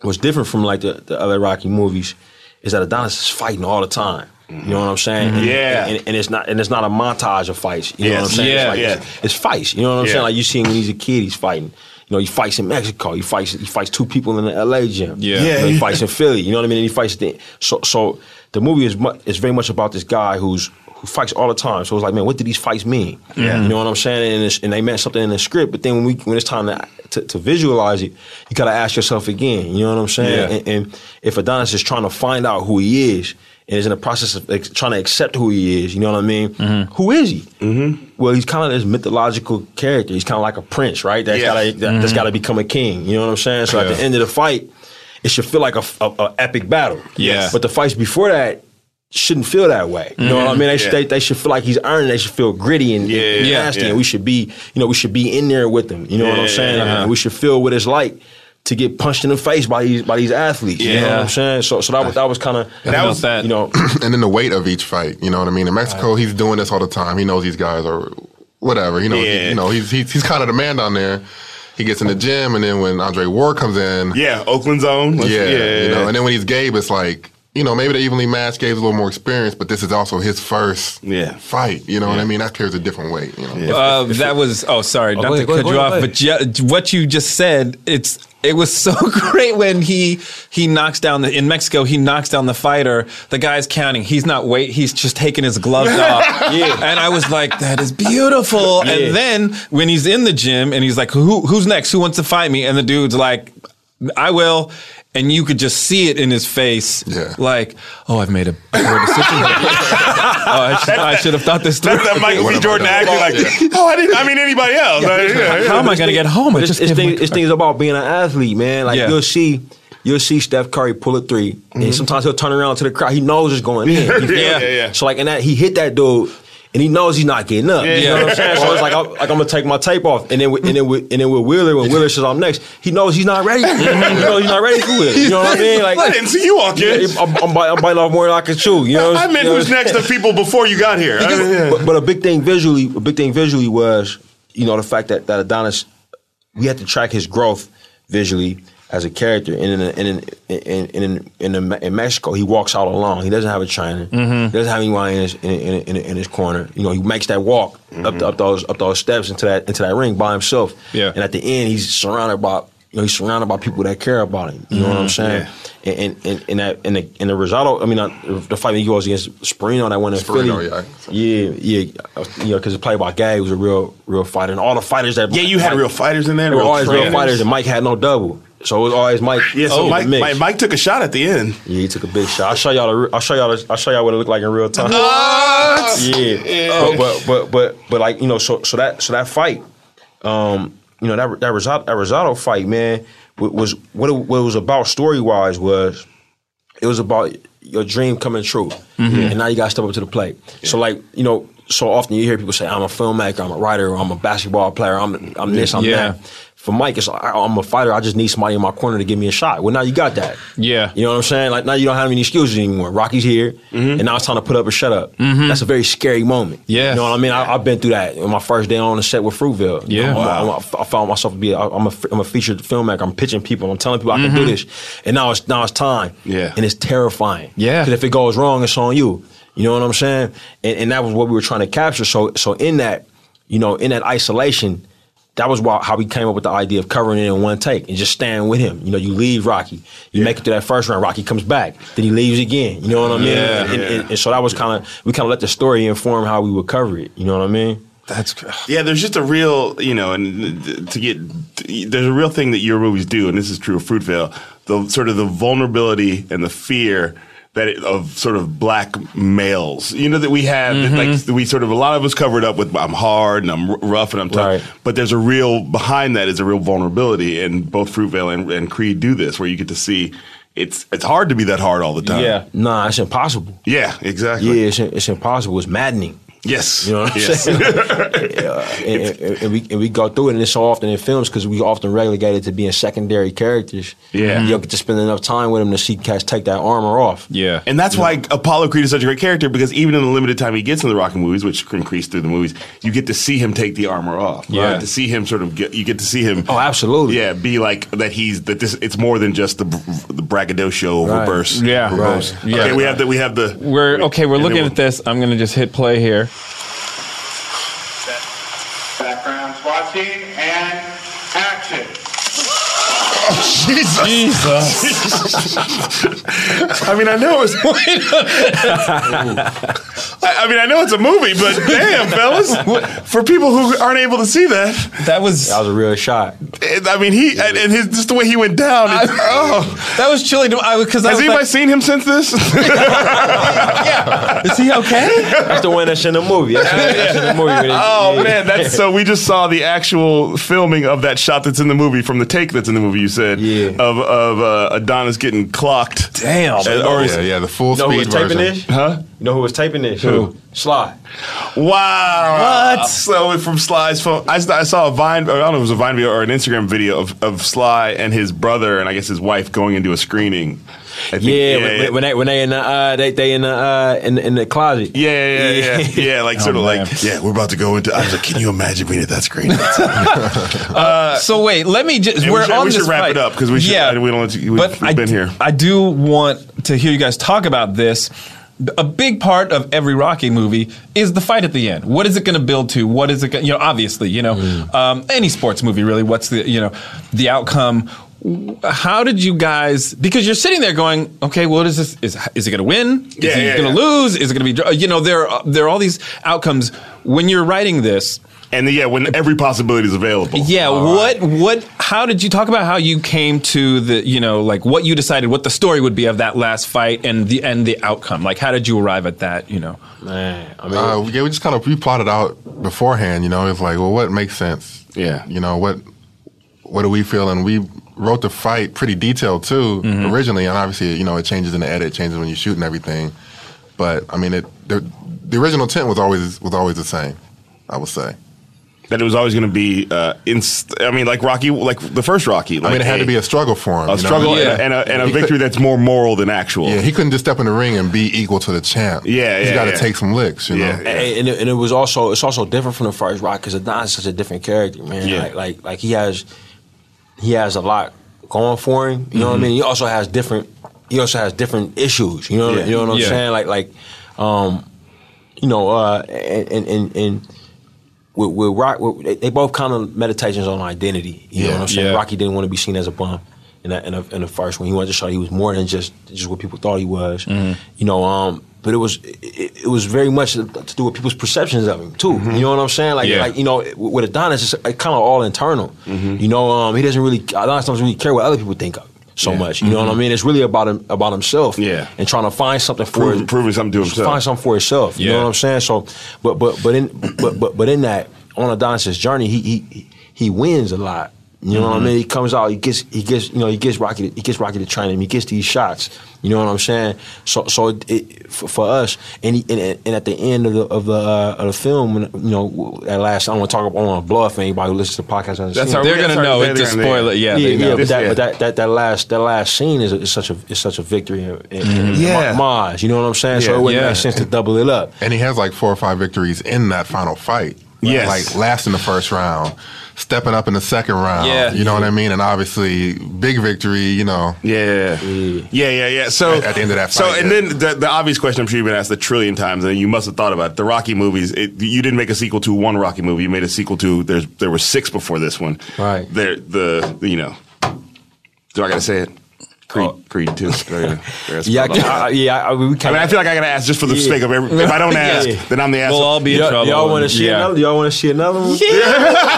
Speaker 3: what's different from like the, the other Rocky movies is that Adonis is fighting all the time. You know what I'm saying? And-
Speaker 2: Mm-hmm. Yeah.
Speaker 3: and, and it's not and it's not a montage of fights. You know what
Speaker 2: Yes.
Speaker 3: I'm saying?
Speaker 1: Yeah,
Speaker 3: it's, like,
Speaker 2: yeah.
Speaker 3: it's, it's fights. You know what I'm
Speaker 2: Yeah.
Speaker 3: saying? Like you seen when he's a kid, he's fighting. You know, he fights in Mexico. He fights. He fights two people in the LA gym.
Speaker 1: Yeah.
Speaker 3: You know, he
Speaker 2: Yeah.
Speaker 3: fights in Philly. You know what I mean? And he fights. The, so, so the movie is mu- is very much about this guy who's who fights all the time. So it was like, man, what do these fights mean? You know what I'm saying? And, it's, and they meant something in the script, but then when we when it's time to to, to visualize it, you got to ask yourself again. You know what I'm saying?
Speaker 1: Yeah.
Speaker 3: And, and if Adonis is trying to find out who he is and is in the process of ex- trying to accept who he is, you know what I mean? Who is he? Mm-hmm. Well, he's kind of this mythological character. He's kind of like a prince, right? That's
Speaker 2: Yeah.
Speaker 3: gotta, that, has got to become a king. You know what I'm saying? So at the end of the fight, it should feel like a, f- a- a epic battle.
Speaker 1: Yeah.
Speaker 3: But the fights before that shouldn't feel that way. You know what I mean? They, should, they, they should feel like he's earned. it. They should feel gritty and, and
Speaker 1: Mm-hmm. yeah,
Speaker 3: nasty.
Speaker 2: yeah.
Speaker 3: And we should be, you know, we should be in there with them. You know what I'm saying? And we should feel what it's like to get punched in the face by these by these athletes. You know what
Speaker 1: Yeah.
Speaker 3: I'm saying? So so that was that was kind of
Speaker 1: That was-
Speaker 3: you know
Speaker 4: and then the weight of each fight. You know what I mean? In Mexico, he's doing this all the time. He knows these guys are whatever. You know,
Speaker 2: Yeah.
Speaker 4: he, you know, he's he's, he's kind of the man down there. He gets in the gym, and then when Andre Ward comes in,
Speaker 2: Yeah, Oakland zone. Let's-
Speaker 4: yeah,
Speaker 2: yeah,
Speaker 4: you know, and then when he's Gabe, it's like you know maybe the evenly matched Gabe's a little more experienced, but this is also his first
Speaker 2: Yeah.
Speaker 4: fight. You know what I mean? That carries a different weight. You know,
Speaker 1: Uh, that was oh sorry not
Speaker 3: go
Speaker 1: to
Speaker 3: ahead, go
Speaker 1: cut
Speaker 3: ahead,
Speaker 1: you
Speaker 3: go
Speaker 1: off,
Speaker 3: ahead.
Speaker 1: but yeah, what you just said it's it was so great when he he knocks down the in Mexico he knocks down the fighter the guy's counting he's not wait he's just taking his gloves off
Speaker 3: Yeah.
Speaker 1: and I was like that is beautiful
Speaker 3: Yeah.
Speaker 1: and then when he's in the gym and he's like who who's next who wants to fight me and the dude's like I will. And you could just see it in his face,
Speaker 4: Yeah.
Speaker 1: like, "Oh, I've made a poor decision. here. oh, I, should, I should have thought this through."
Speaker 2: That Michael
Speaker 4: What
Speaker 2: B.
Speaker 4: am I
Speaker 2: Jordan
Speaker 4: gonna
Speaker 2: acting like, oh, I didn't. I mean, anybody else? Like, yeah, yeah.
Speaker 1: How am I going to get home? I
Speaker 3: But it's,
Speaker 1: just
Speaker 3: it's,
Speaker 1: gave
Speaker 3: thing,
Speaker 1: my-
Speaker 3: it's things about being an athlete, man. Like
Speaker 1: Yeah.
Speaker 3: you'll see, you'll see Steph Curry pull a 3 and sometimes he'll turn around to the crowd. He knows it's going in. You feel
Speaker 2: Mm-hmm. Yeah,
Speaker 3: me?
Speaker 2: yeah, yeah.
Speaker 3: So like, and that he hit that dude. And he knows he's not getting up. You
Speaker 1: Yeah.
Speaker 3: know what I'm saying? So it's like, I'm, like I'm gonna take my tape off, and then with, and then with, and then with Wheeler, when Wheeler says I'm next, he knows he's not ready. he knows he's not ready for it. You know what I mean? Like,
Speaker 2: I didn't see you walk in.
Speaker 3: I'm, I'm, bite- I'm biting off more than I can chew. You know?
Speaker 2: I meant
Speaker 3: You know
Speaker 2: who's
Speaker 3: what I'm
Speaker 2: next to people before you got here. I mean, yeah.
Speaker 3: but, but a big thing visually, a big thing visually was, you know, the fact that that Adonis, we had to track his growth visually as a character, and in in in in in, in, in, in Mexico, he walks out alone. He doesn't have a trainer. He doesn't have anyone in his in, in, in, in his corner. You know, he makes that walk up the, up those up those steps into that into that ring by himself.
Speaker 1: Yeah.
Speaker 3: and at the end, he's surrounded by. You know, he's surrounded by people that care about him. You know what I'm saying? And and and, and that and the, and the Rosado, I mean, uh, the fight he goes against Sperino that went in Philly.
Speaker 4: Sperino, yeah.
Speaker 3: Yeah, yeah, uh, you know, because it's played by Gay, who's a real, real fighter, and all the fighters that
Speaker 2: Yeah, you had real fighters in there.
Speaker 3: They were always real
Speaker 2: trainers.
Speaker 3: fighters, and Mike had no double, so it was always Mike.
Speaker 2: Yeah, so
Speaker 3: in the
Speaker 2: Mike,
Speaker 3: mix.
Speaker 2: Mike, Mike took a shot at the end.
Speaker 3: yeah, he took a big shot. I will show y'all, the, re- I will show y'all, the, I will show y'all what it looked like in real time. Yeah, but, but but but but like you know, so so that so that fight, um, you know that that Rosado, that Rosado fight, man, wa- was what it, what it was about story wise was it was about your dream coming true, and now you got to step up to the plate. So like you know, so often you hear people say, "I'm a filmmaker, I'm a writer, or I'm a basketball player, I'm I'm this, I'm
Speaker 1: Yeah.
Speaker 3: that." For Mike, it's like, I, I'm a fighter. I just need somebody in my corner to give me a shot. Well, now you got that.
Speaker 1: Yeah.
Speaker 3: you know what I'm saying. Like now you don't have any excuses anymore. Rocky's here,
Speaker 1: Mm-hmm.
Speaker 3: and now it's time to put up or shut up. That's a very scary moment.
Speaker 1: Yes.
Speaker 3: you know what I mean. I, I've been through that on my first day on the set with Fruitville.
Speaker 1: Yeah.
Speaker 3: I'm a- I'm a- I found myself to be. I- I'm a, I'm a featured filmmaker. I'm pitching people. I'm telling people I
Speaker 1: Mm-hmm.
Speaker 3: can do this, and now it's now it's time.
Speaker 2: Yeah.
Speaker 3: and it's terrifying.
Speaker 1: Yeah.
Speaker 3: Because if it goes wrong, it's on you. You know what I'm saying? And, and that was what we were trying to capture. So so in that, you know, in that isolation, that was why, how we came up with the idea of covering it in one take and just staying with him. You know, you leave Rocky, you make it to that first round, Rocky comes back, then he leaves again. You know what I mean?
Speaker 2: Yeah,
Speaker 3: and, and-
Speaker 2: yeah.
Speaker 3: and- and so that was kind of we kind of let the story inform how we would cover it. You know what I mean?
Speaker 1: That's cr-
Speaker 2: Yeah, there's just a real, you know, and th- to get there's a real thing that your movies do, and this is true of Fruitvale, the sort of the vulnerability and the fear that it, of sort of black males, you know, that we have, that,
Speaker 3: Mm-hmm.
Speaker 2: like we sort of a lot of us covered up with I'm hard and I'm r- rough and I'm tough,
Speaker 3: Right.
Speaker 2: but there's a real behind that is a real vulnerability, and both Fruitvale and, and Creed do this, where you get to see it's it's hard to be that hard all the time.
Speaker 3: Nah, it's impossible.
Speaker 2: yeah, exactly.
Speaker 3: Yeah, it's, it's impossible. It's maddening.
Speaker 2: Yes,
Speaker 3: You know what I'm
Speaker 2: yes.
Speaker 3: saying? and, and- and we, and we go through it, and it's so often in films because we often relegated to being secondary characters.
Speaker 2: Yeah.
Speaker 3: you don't get to spend enough time with them to see cats take that armor off.
Speaker 1: yeah.
Speaker 2: And that's why Apollo Creed is such a great character because even in the limited time he gets in the Rocky movies, which increase through the movies, you get to see him take the armor off. You
Speaker 1: Yeah.
Speaker 2: get to see him sort of get, you get to see him.
Speaker 3: Oh, absolutely.
Speaker 2: Yeah, be like that. He's that this. It's more than just the the braggadocio
Speaker 3: Right.
Speaker 2: reverse.
Speaker 1: Yeah.
Speaker 2: reverse.
Speaker 1: Right.
Speaker 2: Okay,
Speaker 1: Yeah.
Speaker 2: we have the we have the.
Speaker 1: We're
Speaker 2: we-
Speaker 1: okay. We're
Speaker 2: and then
Speaker 1: looking
Speaker 2: we'll-
Speaker 1: at this. I'm gonna just hit play here.
Speaker 6: Background SWAT team and action.
Speaker 2: Jesus. I mean, I know it's. I, I mean, I know it's a movie, but damn, fellas, for people who aren't able to see that,
Speaker 1: That was
Speaker 3: That was a real shot.
Speaker 2: it- I mean, he and, and his just the way he went down. it's- oh,
Speaker 1: that was chilling. to- I because I
Speaker 2: has
Speaker 1: was
Speaker 2: anybody
Speaker 1: like,
Speaker 2: seen him since this?
Speaker 1: is he okay?
Speaker 3: That's the one that's in the movie. That's, the one that's in the movie. when they-
Speaker 2: oh man, that's so. We just saw the actual filming of that shot that's in the movie from the take that's in the movie. You said,
Speaker 3: Yeah.
Speaker 2: of of uh, Adonis getting clocked. Oh,
Speaker 1: Damn.
Speaker 2: And- or
Speaker 4: yeah, yeah, the full
Speaker 3: You know who
Speaker 4: speed
Speaker 3: was taping
Speaker 4: version.
Speaker 3: this? Huh? You know who was taping this? Who? Sly.
Speaker 2: Wow!
Speaker 1: What?
Speaker 2: So from Sly's phone, I, s- I saw a Vine. Or I don't know if it was a Vine video or an Instagram video of, of Sly and his brother and I guess his wife going into a screening. I think-
Speaker 3: Yeah, when- when, when they when they in the uh, they they in the uh, in, in the closet.
Speaker 2: yeah, yeah, yeah, yeah, yeah, like sort of
Speaker 1: man.
Speaker 2: like yeah, we're about to go into. I was like, can you imagine being at that screening?
Speaker 1: so wait, let me just.
Speaker 2: And Uh, we
Speaker 1: We're
Speaker 2: should-
Speaker 1: on
Speaker 2: we should
Speaker 1: this
Speaker 2: wrap
Speaker 1: fight.
Speaker 2: it up 'cause we should- I- we don't let you- we- we've
Speaker 1: I
Speaker 2: been
Speaker 1: d-
Speaker 2: here.
Speaker 1: I do want to hear you guys talk about this. A big part of every Rocky movie is the fight at the end. What is it going to build to? What is it? Gonna, you know, obviously, you know,
Speaker 2: Mm.
Speaker 1: um, any sports movie really. What's the you know the outcome? How did you guys? Because you're sitting there going, okay, what is this? Is is it going to win? Is
Speaker 2: Yeah,
Speaker 1: he
Speaker 2: yeah,
Speaker 1: going to
Speaker 2: yeah.
Speaker 1: lose? Is it going to be? dr- You know, there are, there are all these outcomes when you're writing this.
Speaker 2: and yeah, when every possibility is available.
Speaker 1: Yeah, what what how did you talk about how you came to the you know, like what you decided what the story would be of that last fight and the and the outcome? Like how did you arrive at that, you know?
Speaker 3: Man, I mean,
Speaker 4: Uh, yeah, we just kind of we plotted out beforehand. You know, it's like, well, what makes sense?
Speaker 2: Yeah.
Speaker 4: You know what? What do we feel? And we wrote the fight pretty detailed too
Speaker 2: Mm-hmm.
Speaker 4: originally, and obviously, you know, it changes in the edit, it changes when you shoot and everything. But I mean, it the, the original intent was always was always the same. I would say.
Speaker 2: That it was always going to be. Uh, inst- I mean, like Rocky, like the first Rocky. Like,
Speaker 4: I mean, it had to be a struggle for him.
Speaker 2: a
Speaker 4: you know?
Speaker 2: struggle
Speaker 1: Yeah.
Speaker 2: and, a, and, a, and a victory that's more moral than actual.
Speaker 4: Yeah, he couldn't just step in the ring and be equal to the champ.
Speaker 2: Yeah,
Speaker 4: he's
Speaker 2: yeah,
Speaker 4: got to
Speaker 2: yeah.
Speaker 4: take some licks. You
Speaker 2: Yeah.
Speaker 4: know.
Speaker 3: and, and, it, and it was also it's also different from the first Rock because Adonis is such a different character, man.
Speaker 2: Yeah.
Speaker 3: Like like like he has he has a lot going for him. You know what I mean? He also has different he also has different issues. You know
Speaker 2: Yeah.
Speaker 3: you know what I'm
Speaker 1: Yeah.
Speaker 3: saying? Like like um you know uh and and and. and with, with Rock, with, they, they both kind of meditations on identity. You know
Speaker 4: Yeah.
Speaker 3: what I'm saying?
Speaker 1: Yeah.
Speaker 3: Rocky didn't want to be seen as a bum in the, in, the, in the first one. He wanted to show he was more than just just what people thought he was.
Speaker 2: Mm-hmm.
Speaker 3: You know, um, but it was it, it was very much to do with people's perceptions of him too.
Speaker 2: Mm-hmm.
Speaker 3: You know what I'm saying? Like
Speaker 1: Yeah.
Speaker 3: like you know, with Adonis, it's kind of all internal.
Speaker 2: Mm-hmm.
Speaker 3: You know, um, he doesn't really Adonis doesn't really care what other people think of. him So
Speaker 2: Yeah. Mm-hmm.
Speaker 3: much, you know what I mean. It's really about him, about himself,
Speaker 2: Yeah.
Speaker 3: and trying to find something for
Speaker 2: Prove-
Speaker 3: his-
Speaker 2: proving something to himself.
Speaker 3: Find something for himself. You
Speaker 1: Yeah.
Speaker 3: know what I'm saying? So, but but but in but but but in that on Adonis's journey, he he he wins a lot. You know
Speaker 2: Mm-hmm.
Speaker 3: what I mean? He comes out, he gets he gets you know he gets Rocky to, he gets Rocky to train him. He gets these shots. You know what I'm saying? So so it, it, for, for us, and, he, and and at the end of the of the uh, of the film, when, you know that last I don't want to talk about I want to bluff anybody who listens to the podcast. hasn't
Speaker 2: That's
Speaker 3: seen
Speaker 2: our-
Speaker 3: it.
Speaker 1: They're going
Speaker 2: that's
Speaker 1: to
Speaker 2: our-
Speaker 1: know
Speaker 2: they're
Speaker 1: it to
Speaker 2: gonna-
Speaker 1: spoil it. Yeah.
Speaker 3: yeah,
Speaker 1: they know.
Speaker 3: yeah, but that,
Speaker 2: Yeah.
Speaker 3: but that, that, that last that last scene is, is such a is such a victory in, in, in
Speaker 2: Mm-hmm. Yeah.
Speaker 3: my eyes, You know what I'm saying?
Speaker 2: Yeah.
Speaker 3: so it wouldn't
Speaker 1: Yeah.
Speaker 3: make sense to double it up.
Speaker 4: And he has like four or five victories in that final fight. Like,
Speaker 2: Yes.
Speaker 4: Like last in the first round, stepping up in the second round.
Speaker 1: Yeah.
Speaker 4: You know what I mean? And obviously, big victory, you know.
Speaker 2: Yeah,
Speaker 3: Mm.
Speaker 2: yeah, yeah, yeah. So
Speaker 4: At- at the end of that
Speaker 2: so
Speaker 4: fight,
Speaker 2: and
Speaker 4: yeah.
Speaker 2: then the, the obvious question I'm sure you've been asked a trillion times, and you must have thought about it. the Rocky movies. It, you didn't make a sequel to one Rocky movie. You made a sequel to there's there were six before this one.
Speaker 3: Right.
Speaker 2: There the you know. Do I gotta say it? Creed,
Speaker 4: Oh.
Speaker 2: Creed two. There you go. There's-
Speaker 3: Yeah, I,
Speaker 2: hold on.
Speaker 3: can- I, yeah. I, we
Speaker 2: I
Speaker 3: can't.
Speaker 2: mean, I feel like I gotta ask just for the
Speaker 3: Yeah.
Speaker 2: sake of every. If I don't ask,
Speaker 3: Yeah.
Speaker 2: then I'm the asshole.
Speaker 1: We'll all be in
Speaker 3: y'all,
Speaker 1: trouble.
Speaker 3: want to see
Speaker 1: Yeah.
Speaker 3: another? Y'all want to see another one?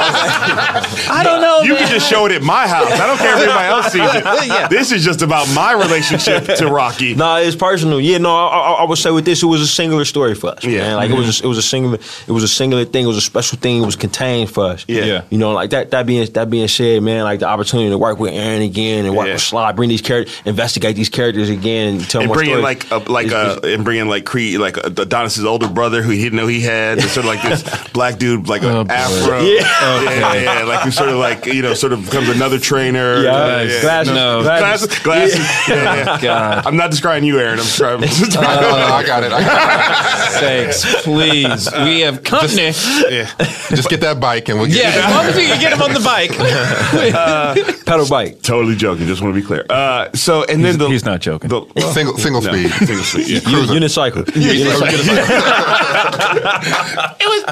Speaker 1: I don't know.
Speaker 2: You can just show it at my house. I don't care if anybody else sees it.
Speaker 1: Yeah.
Speaker 2: This is just about my relationship to Rocky.
Speaker 3: Nah, it's personal. Yeah, no, I, I, I would say with this, it was a singular story for us.
Speaker 2: Yeah.
Speaker 3: Yeah, man. like it was, a, it was a singular, it was a singular thing. It was a special thing. It was contained for us.
Speaker 2: Yeah. Yeah.
Speaker 3: you know, like that. That being that being said, man, like the opportunity to work with Aaron again and work
Speaker 2: Yeah.
Speaker 3: with Sly, bring these characters, investigate these characters again, and tell
Speaker 2: and
Speaker 3: more
Speaker 2: bringing
Speaker 3: stories.
Speaker 2: like a, like
Speaker 3: It's-
Speaker 2: a,
Speaker 3: it's-
Speaker 2: and bringing like Creed like Adonis's older brother who he didn't know he had and sort of like this black dude like an afro
Speaker 3: Yeah.
Speaker 2: yeah, yeah, like who sort of like you know sort of becomes another trainer
Speaker 3: Yeah. Glasses.
Speaker 1: No.
Speaker 2: glasses,
Speaker 3: Glasses.
Speaker 2: glasses. Yeah, yeah. I'm not describing you Aaron I'm describing Uh,
Speaker 4: No, no, no, I got it. I got
Speaker 1: sakes, please. We have company.
Speaker 2: yeah.
Speaker 4: it. Just get that bike and we'll get
Speaker 1: yeah, as
Speaker 4: yeah.
Speaker 1: long as we can get him on the bike.
Speaker 3: pedal bike.
Speaker 2: totally joking just want to be clear uh, so and then
Speaker 1: He's-
Speaker 2: the,
Speaker 1: he's not joking.
Speaker 2: The,
Speaker 4: Single, single
Speaker 2: no,
Speaker 4: speed.
Speaker 2: single speed, yeah.
Speaker 4: Cruising.
Speaker 3: Unicycle.
Speaker 2: it was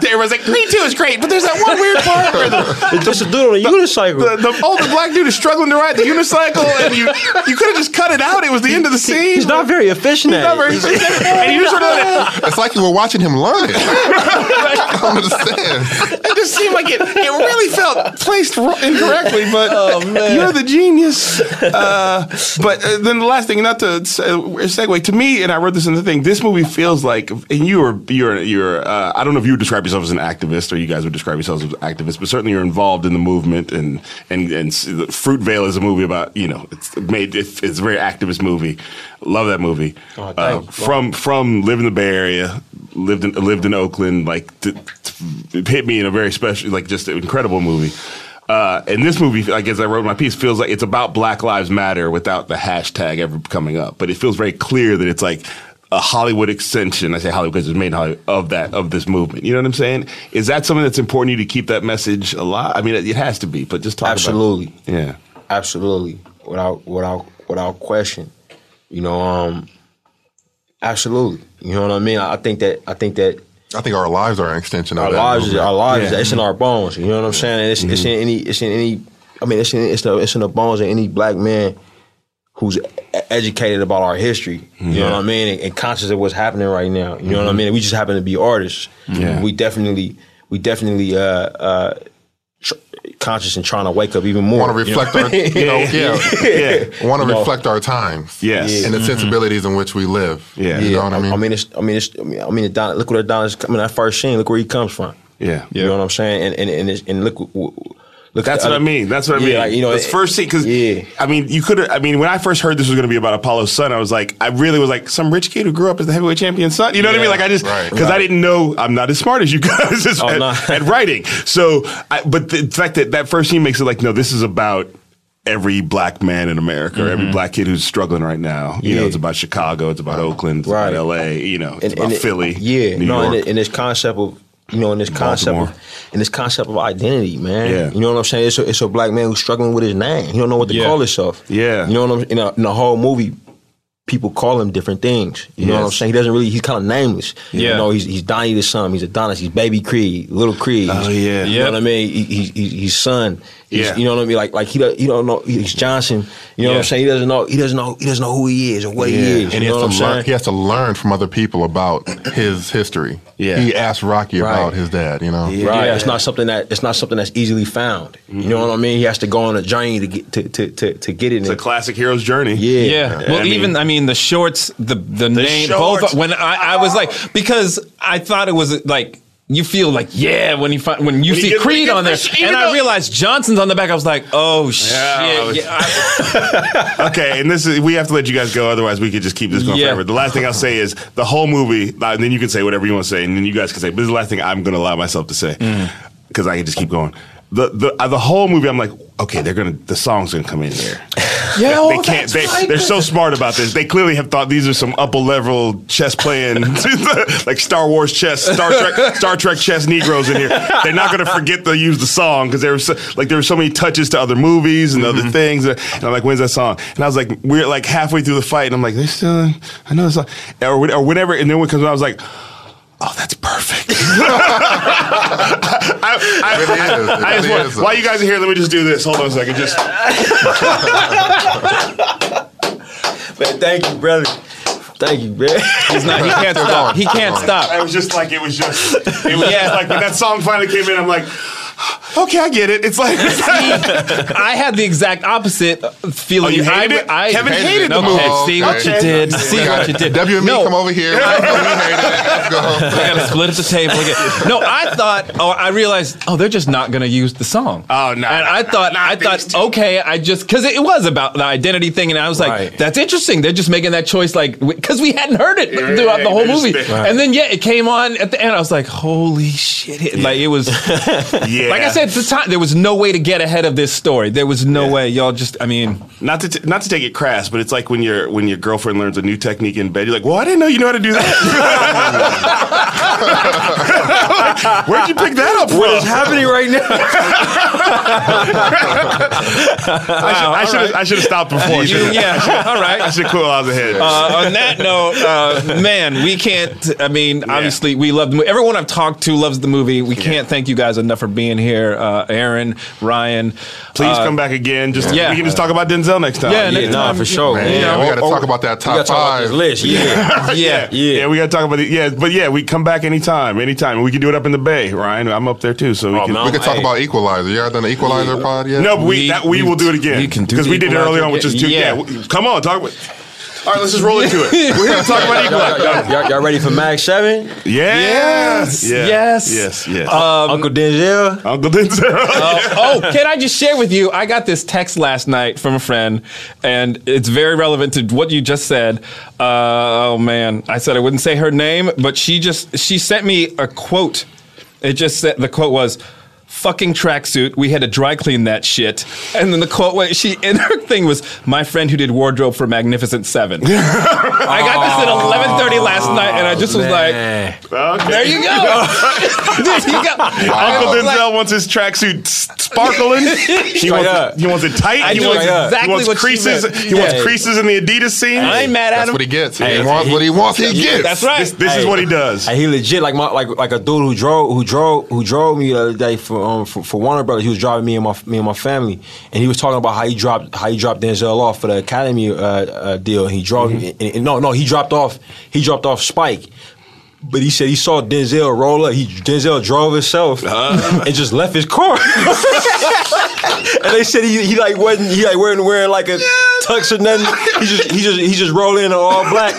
Speaker 2: there was like Creed Two is great, but there's that one weird part where the,
Speaker 3: It's just a dude on a
Speaker 2: the,
Speaker 3: unicycle.
Speaker 2: the older black dude is struggling to ride the unicycle, and you you could have just cut it out. It was the end of the scene.
Speaker 3: He's not very efficient at it.
Speaker 2: He's- and you just sort of let it,
Speaker 4: It's like you were watching him learn it. I don't understand.
Speaker 2: it just seemed like it. It really felt placed ro- incorrectly, but
Speaker 3: man.
Speaker 2: you're the genius. Uh, but uh, then the last thing, not to se- segue to me, and I wrote this in the thing. This movie feels like, and you are you're you're. Uh, I don't know if you would describe yourself as an activist or you guys would describe yourselves as activists, but certainly you're involved in the movement. And and and s- Fruitvale is a movie about you know it's made it's, it's a very activist movie. Love that movie. Uh, from from living in the Bay Area, lived in lived in Oakland. Like t- t- it hit me in a very special, like just an incredible movie. Uh, and this movie, I guess I wrote in my piece, feels like it's about Black Lives Matter without the hashtag ever coming up. But it feels very clear that it's like a Hollywood extension. I say Hollywood because it's made in Hollywood of that of this movement. You know what I'm saying? Is that something that's important to you to keep that message alive? I mean, it, it has to be. But just talk
Speaker 3: Absolutely.
Speaker 2: about yeah.
Speaker 3: Absolutely. Without without without question. You know, um absolutely. You know what I mean? I I think that I think that
Speaker 4: I think our lives are an extension of
Speaker 3: our
Speaker 4: that.
Speaker 3: lives is
Speaker 4: movement.
Speaker 3: our lives
Speaker 2: Yeah. Mm-hmm.
Speaker 3: it's in our bones. You know what I'm saying? And it's it's in any it's in any I mean it's in it's in, it's in the bones of any black man who's e- educated about our history. You know what I mean? And, and conscious of what's happening right now. You know what I mean? We just happen to be artists.
Speaker 2: Mm-hmm. Yeah.
Speaker 3: We definitely we definitely uh uh tr- conscious and trying to wake up even more.
Speaker 4: want to
Speaker 3: you know?
Speaker 4: reflect our, you know, yeah,
Speaker 2: Yeah.
Speaker 4: want to reflect our
Speaker 2: Yes.
Speaker 4: times,
Speaker 2: Yeah. Mm-hmm.
Speaker 4: and the sensibilities in which we live.
Speaker 2: Yeah.
Speaker 4: you know what I mean.
Speaker 3: I mean, it's, I mean, it's, I mean, I mean, Don, look where Adonis, I mean, that first scene, look where he comes from.
Speaker 2: Yeah.
Speaker 3: You know what I'm saying? And and and, it's, and look, w- w- look.
Speaker 2: That's what I
Speaker 3: at the other-
Speaker 2: mean. That's what I
Speaker 3: Yeah,
Speaker 2: mean.
Speaker 3: like, you
Speaker 2: you
Speaker 3: know,
Speaker 2: know, this
Speaker 3: it-
Speaker 2: first scene because
Speaker 3: yeah.
Speaker 2: I mean, you could. I mean, when I first heard this was going to be about Apollo's son, I was like, I really was like, some rich kid who grew up as the heavyweight champion's son. You know what I mean? Like, I just
Speaker 4: Right.
Speaker 2: because I didn't know I'm not as smart as you guys as,
Speaker 3: Oh,
Speaker 2: at,
Speaker 3: no.
Speaker 2: at writing. So, I, but the fact that that first scene makes it like, no, this is about. Every black man in America, or every black kid who's struggling right now. You know,
Speaker 3: Mm-hmm. Yeah.
Speaker 2: it's about Chicago, it's about Oakland, it's
Speaker 3: Right.
Speaker 2: about LA, you know, it's
Speaker 3: and-
Speaker 2: about
Speaker 3: and it-
Speaker 2: Philly.
Speaker 3: Yeah,
Speaker 2: New
Speaker 3: no,
Speaker 2: York.
Speaker 3: And, it- and this concept of you know, and this concept
Speaker 2: Baltimore.
Speaker 3: of and this concept of identity, man.
Speaker 2: Yeah.
Speaker 3: You know what I'm saying? It's a, it's a black man who's struggling with his name. He don't know what to
Speaker 1: Yeah.
Speaker 3: call himself.
Speaker 2: Yeah.
Speaker 3: You know what I'm in, a, in the whole movie. People call him different things. You know what I'm
Speaker 2: Yes.
Speaker 3: saying? He doesn't really. He's kind of nameless.
Speaker 1: Yeah.
Speaker 3: You know, he's he's Donnie the son. He's Adonis. He's Baby Creed, Little Creed.
Speaker 2: Oh, yeah.
Speaker 3: You
Speaker 1: Yep.
Speaker 3: know what I mean? He, he, he, he's son. He's-
Speaker 2: Yeah.
Speaker 3: You know what I mean? Like like he don't, he don't know. He's Johnson. You know what
Speaker 1: Yeah.
Speaker 3: I'm saying? He doesn't know. He doesn't know. He doesn't know who he is or what
Speaker 2: Yeah.
Speaker 3: he is.
Speaker 4: and
Speaker 3: you
Speaker 4: he
Speaker 3: know what I'm
Speaker 4: has, to learn,
Speaker 3: saying?
Speaker 4: he has to learn from other people about his history.
Speaker 2: Yeah.
Speaker 4: He asked Rocky
Speaker 3: Right.
Speaker 4: about his dad, you know?
Speaker 3: Right.
Speaker 1: Yeah.
Speaker 3: It's not something that it's not something that's easily found. You know what I mean? He has to go on a journey to get to to to, to get it.
Speaker 2: it's a
Speaker 3: in.
Speaker 2: classic hero's journey.
Speaker 3: yeah.
Speaker 1: Yeah. Well,
Speaker 2: I mean-
Speaker 1: even I mean the shorts, the the, name,
Speaker 2: shorts.
Speaker 1: both. When I, I was like, because I thought it was like. You feel like yeah when you find, when you
Speaker 2: When you
Speaker 1: see
Speaker 2: get-
Speaker 1: Creed
Speaker 2: get
Speaker 1: on there,
Speaker 2: the sh- even
Speaker 1: and I
Speaker 2: though-
Speaker 1: realized Johnson's on the back. I was like, oh
Speaker 2: I was-
Speaker 1: shit, yeah, I-
Speaker 2: okay, and this is we have to let you guys go, otherwise we could just keep this going
Speaker 1: Yeah.
Speaker 2: forever. The last thing I'll say is the whole movie, uh, and then you can say whatever you want to say, and then you guys can say. But this is the last thing I'm going to allow myself to say because I can just keep going. The the uh, the whole movie, I'm like, okay, they're gonna the song's gonna come in there.
Speaker 1: yeah. oh,
Speaker 2: they can't.
Speaker 1: that's
Speaker 2: They,
Speaker 1: right.
Speaker 2: They're so smart about this. They clearly have thought these are some upper level chess playing, like Star Wars chess, Star Trek, Star Trek chess Negroes in here. They're not going to forget to use the song because there was so, like there were so many touches to other movies and
Speaker 1: Mm-hmm.
Speaker 2: other things. And I'm like, when's that song? And I was like, we're like halfway through the fight, and I'm like, they still, I know the song, or, when- or whenever. And then when it comes, on, I was like. Oh, that's perfect. I, I-
Speaker 4: It really is. It
Speaker 2: I just
Speaker 4: really
Speaker 2: want-
Speaker 4: is.
Speaker 2: while you guys are here, let me just do this. Hold on a second. Just
Speaker 3: But thank you, brother. Thank you, man.
Speaker 1: He's not. He can't
Speaker 4: They're
Speaker 1: stop.
Speaker 4: gone.
Speaker 1: He can't
Speaker 4: They're gone.
Speaker 1: stop.
Speaker 2: I was just like, it was just, it was just like when that song finally came in, I'm like, okay, I get it. It's like,
Speaker 1: I had the exact opposite feeling.
Speaker 2: Oh, you
Speaker 1: I,
Speaker 2: hated it?
Speaker 1: I
Speaker 2: Kevin hated the
Speaker 1: okay,
Speaker 4: movie.
Speaker 1: See what
Speaker 2: Okay.
Speaker 1: you did. See
Speaker 4: We
Speaker 1: what
Speaker 4: got
Speaker 1: you did.
Speaker 4: W and me
Speaker 1: No,
Speaker 4: come over here. We hated it. Let's go.
Speaker 1: I gotta split up the table again. No, I thought. Oh, I realized. Oh, they're just not gonna use the song.
Speaker 2: Oh, no,
Speaker 1: And
Speaker 2: no,
Speaker 1: I
Speaker 2: no,
Speaker 1: thought.
Speaker 2: not
Speaker 1: I
Speaker 2: these
Speaker 1: thought.
Speaker 2: two.
Speaker 1: Okay, I just because it, it was about the identity thing, and I was like,
Speaker 3: Right.
Speaker 1: that's interesting. They're just making that choice, like because we hadn't heard it
Speaker 2: Yeah,
Speaker 1: throughout the whole
Speaker 2: they're just
Speaker 1: movie.
Speaker 2: spitting.
Speaker 1: And then yeah, it came on at the end. I was like, holy shit! Like it was.
Speaker 2: yeah.
Speaker 1: Like I said, said at the time there was no way to get ahead of this story. There was no way. Y'all just, I mean,
Speaker 2: not to t- not to take it crass, but it's like when your when your girlfriend learns a new technique in bed, you're like, "Well, I didn't know you know how to do that. Where'd you pick that up from?
Speaker 3: What is happening right now?
Speaker 2: I should I should have stopped before.
Speaker 1: you,
Speaker 2: shouldn't I?
Speaker 1: yeah, all right.
Speaker 2: I should cool out the head.
Speaker 1: uh, on that note, uh, man, we can't. I mean, obviously, we love the movie. Everyone I've talked to loves the movie. We can't thank you guys enough for being here, uh, Aaron, Ryan.
Speaker 2: Please
Speaker 1: uh,
Speaker 2: come back again. Just
Speaker 1: yeah.
Speaker 2: we can just talk about Denzel next time.
Speaker 1: Yeah,
Speaker 3: Yeah,
Speaker 1: next
Speaker 3: nah,
Speaker 1: time-
Speaker 3: for sure.
Speaker 4: Oh, Man,
Speaker 1: Yeah,
Speaker 4: we
Speaker 1: or-
Speaker 4: got to talk about that
Speaker 3: We
Speaker 4: top
Speaker 3: gotta talk about
Speaker 4: five.
Speaker 3: this list. Yeah.
Speaker 1: Yeah.
Speaker 2: Yeah.
Speaker 3: Yeah.
Speaker 2: we gotta talk about it. Yeah, but yeah, we come back anytime, anytime. We can do it up in the bay, Ryan. I'm up there too,
Speaker 1: Oh,
Speaker 2: so we can.
Speaker 3: man,
Speaker 4: we could talk
Speaker 3: Hey.
Speaker 4: about Equalizer. You all done an Equalizer pod yet?
Speaker 2: no, but we,
Speaker 1: We-
Speaker 2: that, we,
Speaker 1: we-
Speaker 2: will do it again.
Speaker 1: we can do
Speaker 2: because we did it
Speaker 1: Equalizer
Speaker 2: earlier on, which is
Speaker 1: again.
Speaker 2: two. Yeah,
Speaker 1: Yeah.
Speaker 2: w- come on, talk about. All right, let's just roll into it. We're gonna talk about
Speaker 3: Y'all,
Speaker 2: Equalizer.
Speaker 3: y'all- y'all- y'all ready for Mag 7?
Speaker 2: Yes.
Speaker 1: Yes, yes. Uh,
Speaker 2: Yes. Yes.
Speaker 1: Um,
Speaker 3: Uncle Denzel?
Speaker 2: Uncle Denzel.
Speaker 1: oh, oh, can I just share with you? I got this text last night from a friend, and it's very relevant to what you just said. Uh, oh man, I said I wouldn't say her name, but she just she sent me a quote. It just said the quote was. Fucking tracksuit. We had to dry clean that shit. And then the quote was she and her thing was my friend who did wardrobe for Magnificent Seven. I got this at eleven thirty last night, and I just was like,
Speaker 3: Man.
Speaker 2: Okay.
Speaker 1: "There you go, there you go."
Speaker 2: Uncle
Speaker 1: I was like,
Speaker 2: Denzel wants his tracksuit s- sparkling. He
Speaker 3: Straight
Speaker 2: wants,
Speaker 3: up.
Speaker 2: he wants it tight.
Speaker 1: I
Speaker 2: he
Speaker 1: knew
Speaker 2: wants,
Speaker 3: exactly
Speaker 2: he wants
Speaker 1: what she
Speaker 2: creases.
Speaker 1: meant.
Speaker 2: He
Speaker 1: Yeah.
Speaker 2: wants creases in the Adidas scene.
Speaker 1: I ain't mad at
Speaker 4: That's
Speaker 1: him.
Speaker 4: what he gets.
Speaker 3: Hey,
Speaker 4: he wants
Speaker 3: he-
Speaker 4: what he wants. He
Speaker 2: he-
Speaker 4: gets.
Speaker 1: That's right.
Speaker 2: This, this is
Speaker 3: Hey.
Speaker 2: what he does.
Speaker 3: And he legit like my like like a dude who drove who drove who drove me the other day for um for, for Warner Brothers. He was driving me and my me and my family, and he was talking about how he dropped how he dropped Denzel off for the Academy uh, uh, deal. He drove
Speaker 2: Mm-hmm.
Speaker 3: and, and no no he dropped off he dropped off Spike. But he said he saw Denzel roll up. He Denzel drove himself and just left his car. and they said he, he like wasn't he like wearing wearing like a tux or nothing. He just he just he just rolled in all black.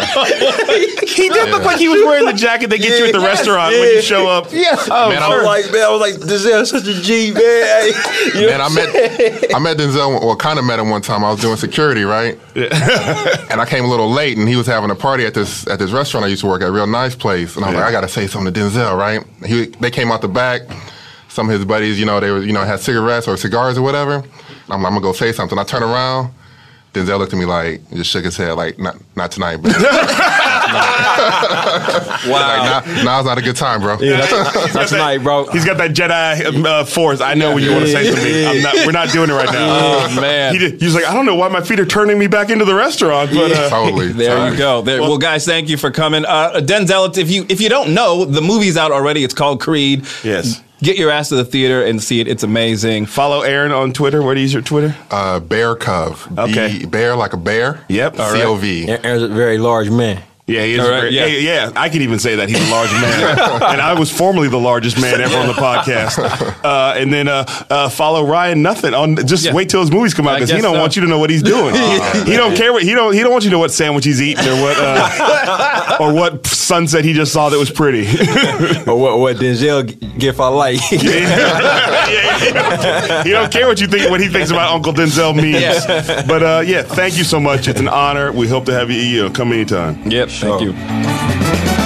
Speaker 2: He did look like he was wearing the jacket they get you at the
Speaker 3: Yeah.
Speaker 2: restaurant
Speaker 3: Yeah.
Speaker 2: when you show up.
Speaker 3: Yeah, oh,
Speaker 4: Man,
Speaker 3: I
Speaker 4: I'm-
Speaker 3: was like, man, I was like, this is such a G, man. Hey, you know
Speaker 4: Man, I met I met Denzel or kind of met him one time. I was doing security, right? and I came a little late, and he was having a party at this at this restaurant I used to work at, a real nice place. And I was like, I gotta say something to Denzel, right? He they came out the back. Some of his buddies, you know, they were you know had cigarettes or cigars or whatever. And I'm like, I'm gonna go say something. I turn around. Denzel looked at me like just shook his head like not not tonight, but
Speaker 3: wow.
Speaker 4: like, nah, now's not a good time, bro.
Speaker 3: Yeah, that's, that's
Speaker 2: that-
Speaker 3: nice, bro.
Speaker 2: He's got that Jedi uh, force. I know when you want to say
Speaker 3: Yeah.
Speaker 2: something. I'm not, we're not doing it right now.
Speaker 1: Oh, man.
Speaker 2: He did, he's like, I don't know why my feet are turning me back into the restaurant, but uh,
Speaker 4: Totally.
Speaker 1: There
Speaker 4: totally.
Speaker 1: you go. There, well, guys, thank you for coming. Uh, Denzel, if you if you don't know, the movie's out already. It's called Creed.
Speaker 2: Yes.
Speaker 1: Get your ass to the theater and see it. It's amazing.
Speaker 2: follow Aaron on Twitter. What is your Twitter?
Speaker 4: Uh, bear cove. B-
Speaker 2: Okay.
Speaker 4: bear like a bear.
Speaker 2: Yep, all right.
Speaker 4: C O V.
Speaker 3: Aaron- Aaron's a very large man.
Speaker 2: Yeah, he is.
Speaker 1: All
Speaker 2: a
Speaker 1: right,
Speaker 2: very-
Speaker 1: yeah.
Speaker 2: yeah. yeah, I could even say that he's a large man, and I was formerly the largest man ever on the podcast. Uh, and then uh, uh, follow Ryan Nothing on. Just
Speaker 1: Yeah.
Speaker 2: wait till his movies come out
Speaker 1: I
Speaker 2: because he
Speaker 1: guess
Speaker 2: don't
Speaker 1: so.
Speaker 2: want you to know what he's doing. Uh, he don't care what he don't. He don't want you to know what sandwich he's eating or what uh, or what sunset he just saw that was pretty.
Speaker 3: Or what, what Denzel g- give I like.
Speaker 2: Yeah, yeah. He don't care what you think, what he thinks about Uncle Denzel memes. But uh, yeah, thank you so much. It's an honor. We hope to have you. you know, come anytime.
Speaker 1: Yep. Thank you.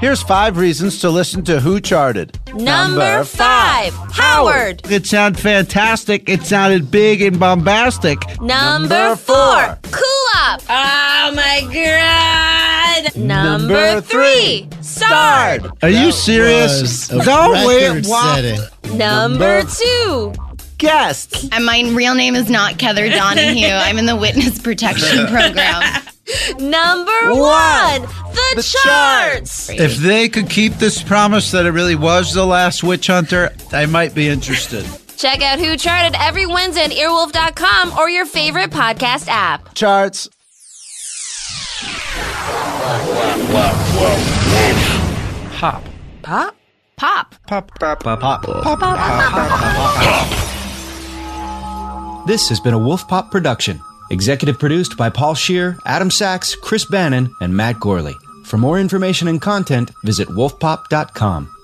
Speaker 7: Here's five reasons to listen to Who Charted.
Speaker 8: Number five, Howard.
Speaker 7: It sounded fantastic. It sounded big and bombastic.
Speaker 8: Number four, Kulop. Oh my god. Number
Speaker 7: Number
Speaker 8: three, Sard.
Speaker 7: Are you
Speaker 9: was
Speaker 7: serious?
Speaker 9: a
Speaker 7: No way.
Speaker 9: record
Speaker 7: Wow.
Speaker 9: setting.
Speaker 8: Number two,
Speaker 7: Guests.
Speaker 10: And my real name is not Heather Donahue. I'm in the witness protection program.
Speaker 8: number
Speaker 7: One.
Speaker 8: one, the,
Speaker 7: The
Speaker 8: charts.
Speaker 7: If they could keep this promise that it really was the last witch hunter, I might be interested.
Speaker 8: Check out Who Charted every Wednesday at earwolf.com or your favorite podcast app.
Speaker 7: Charts.
Speaker 8: Pop? Pop.
Speaker 11: This has been a Wolf Pop production, executive produced by Paul Shear, Adam Sachs, Chris Bannon, and Matt Gorley. For more information and content, visit wolfpop.com.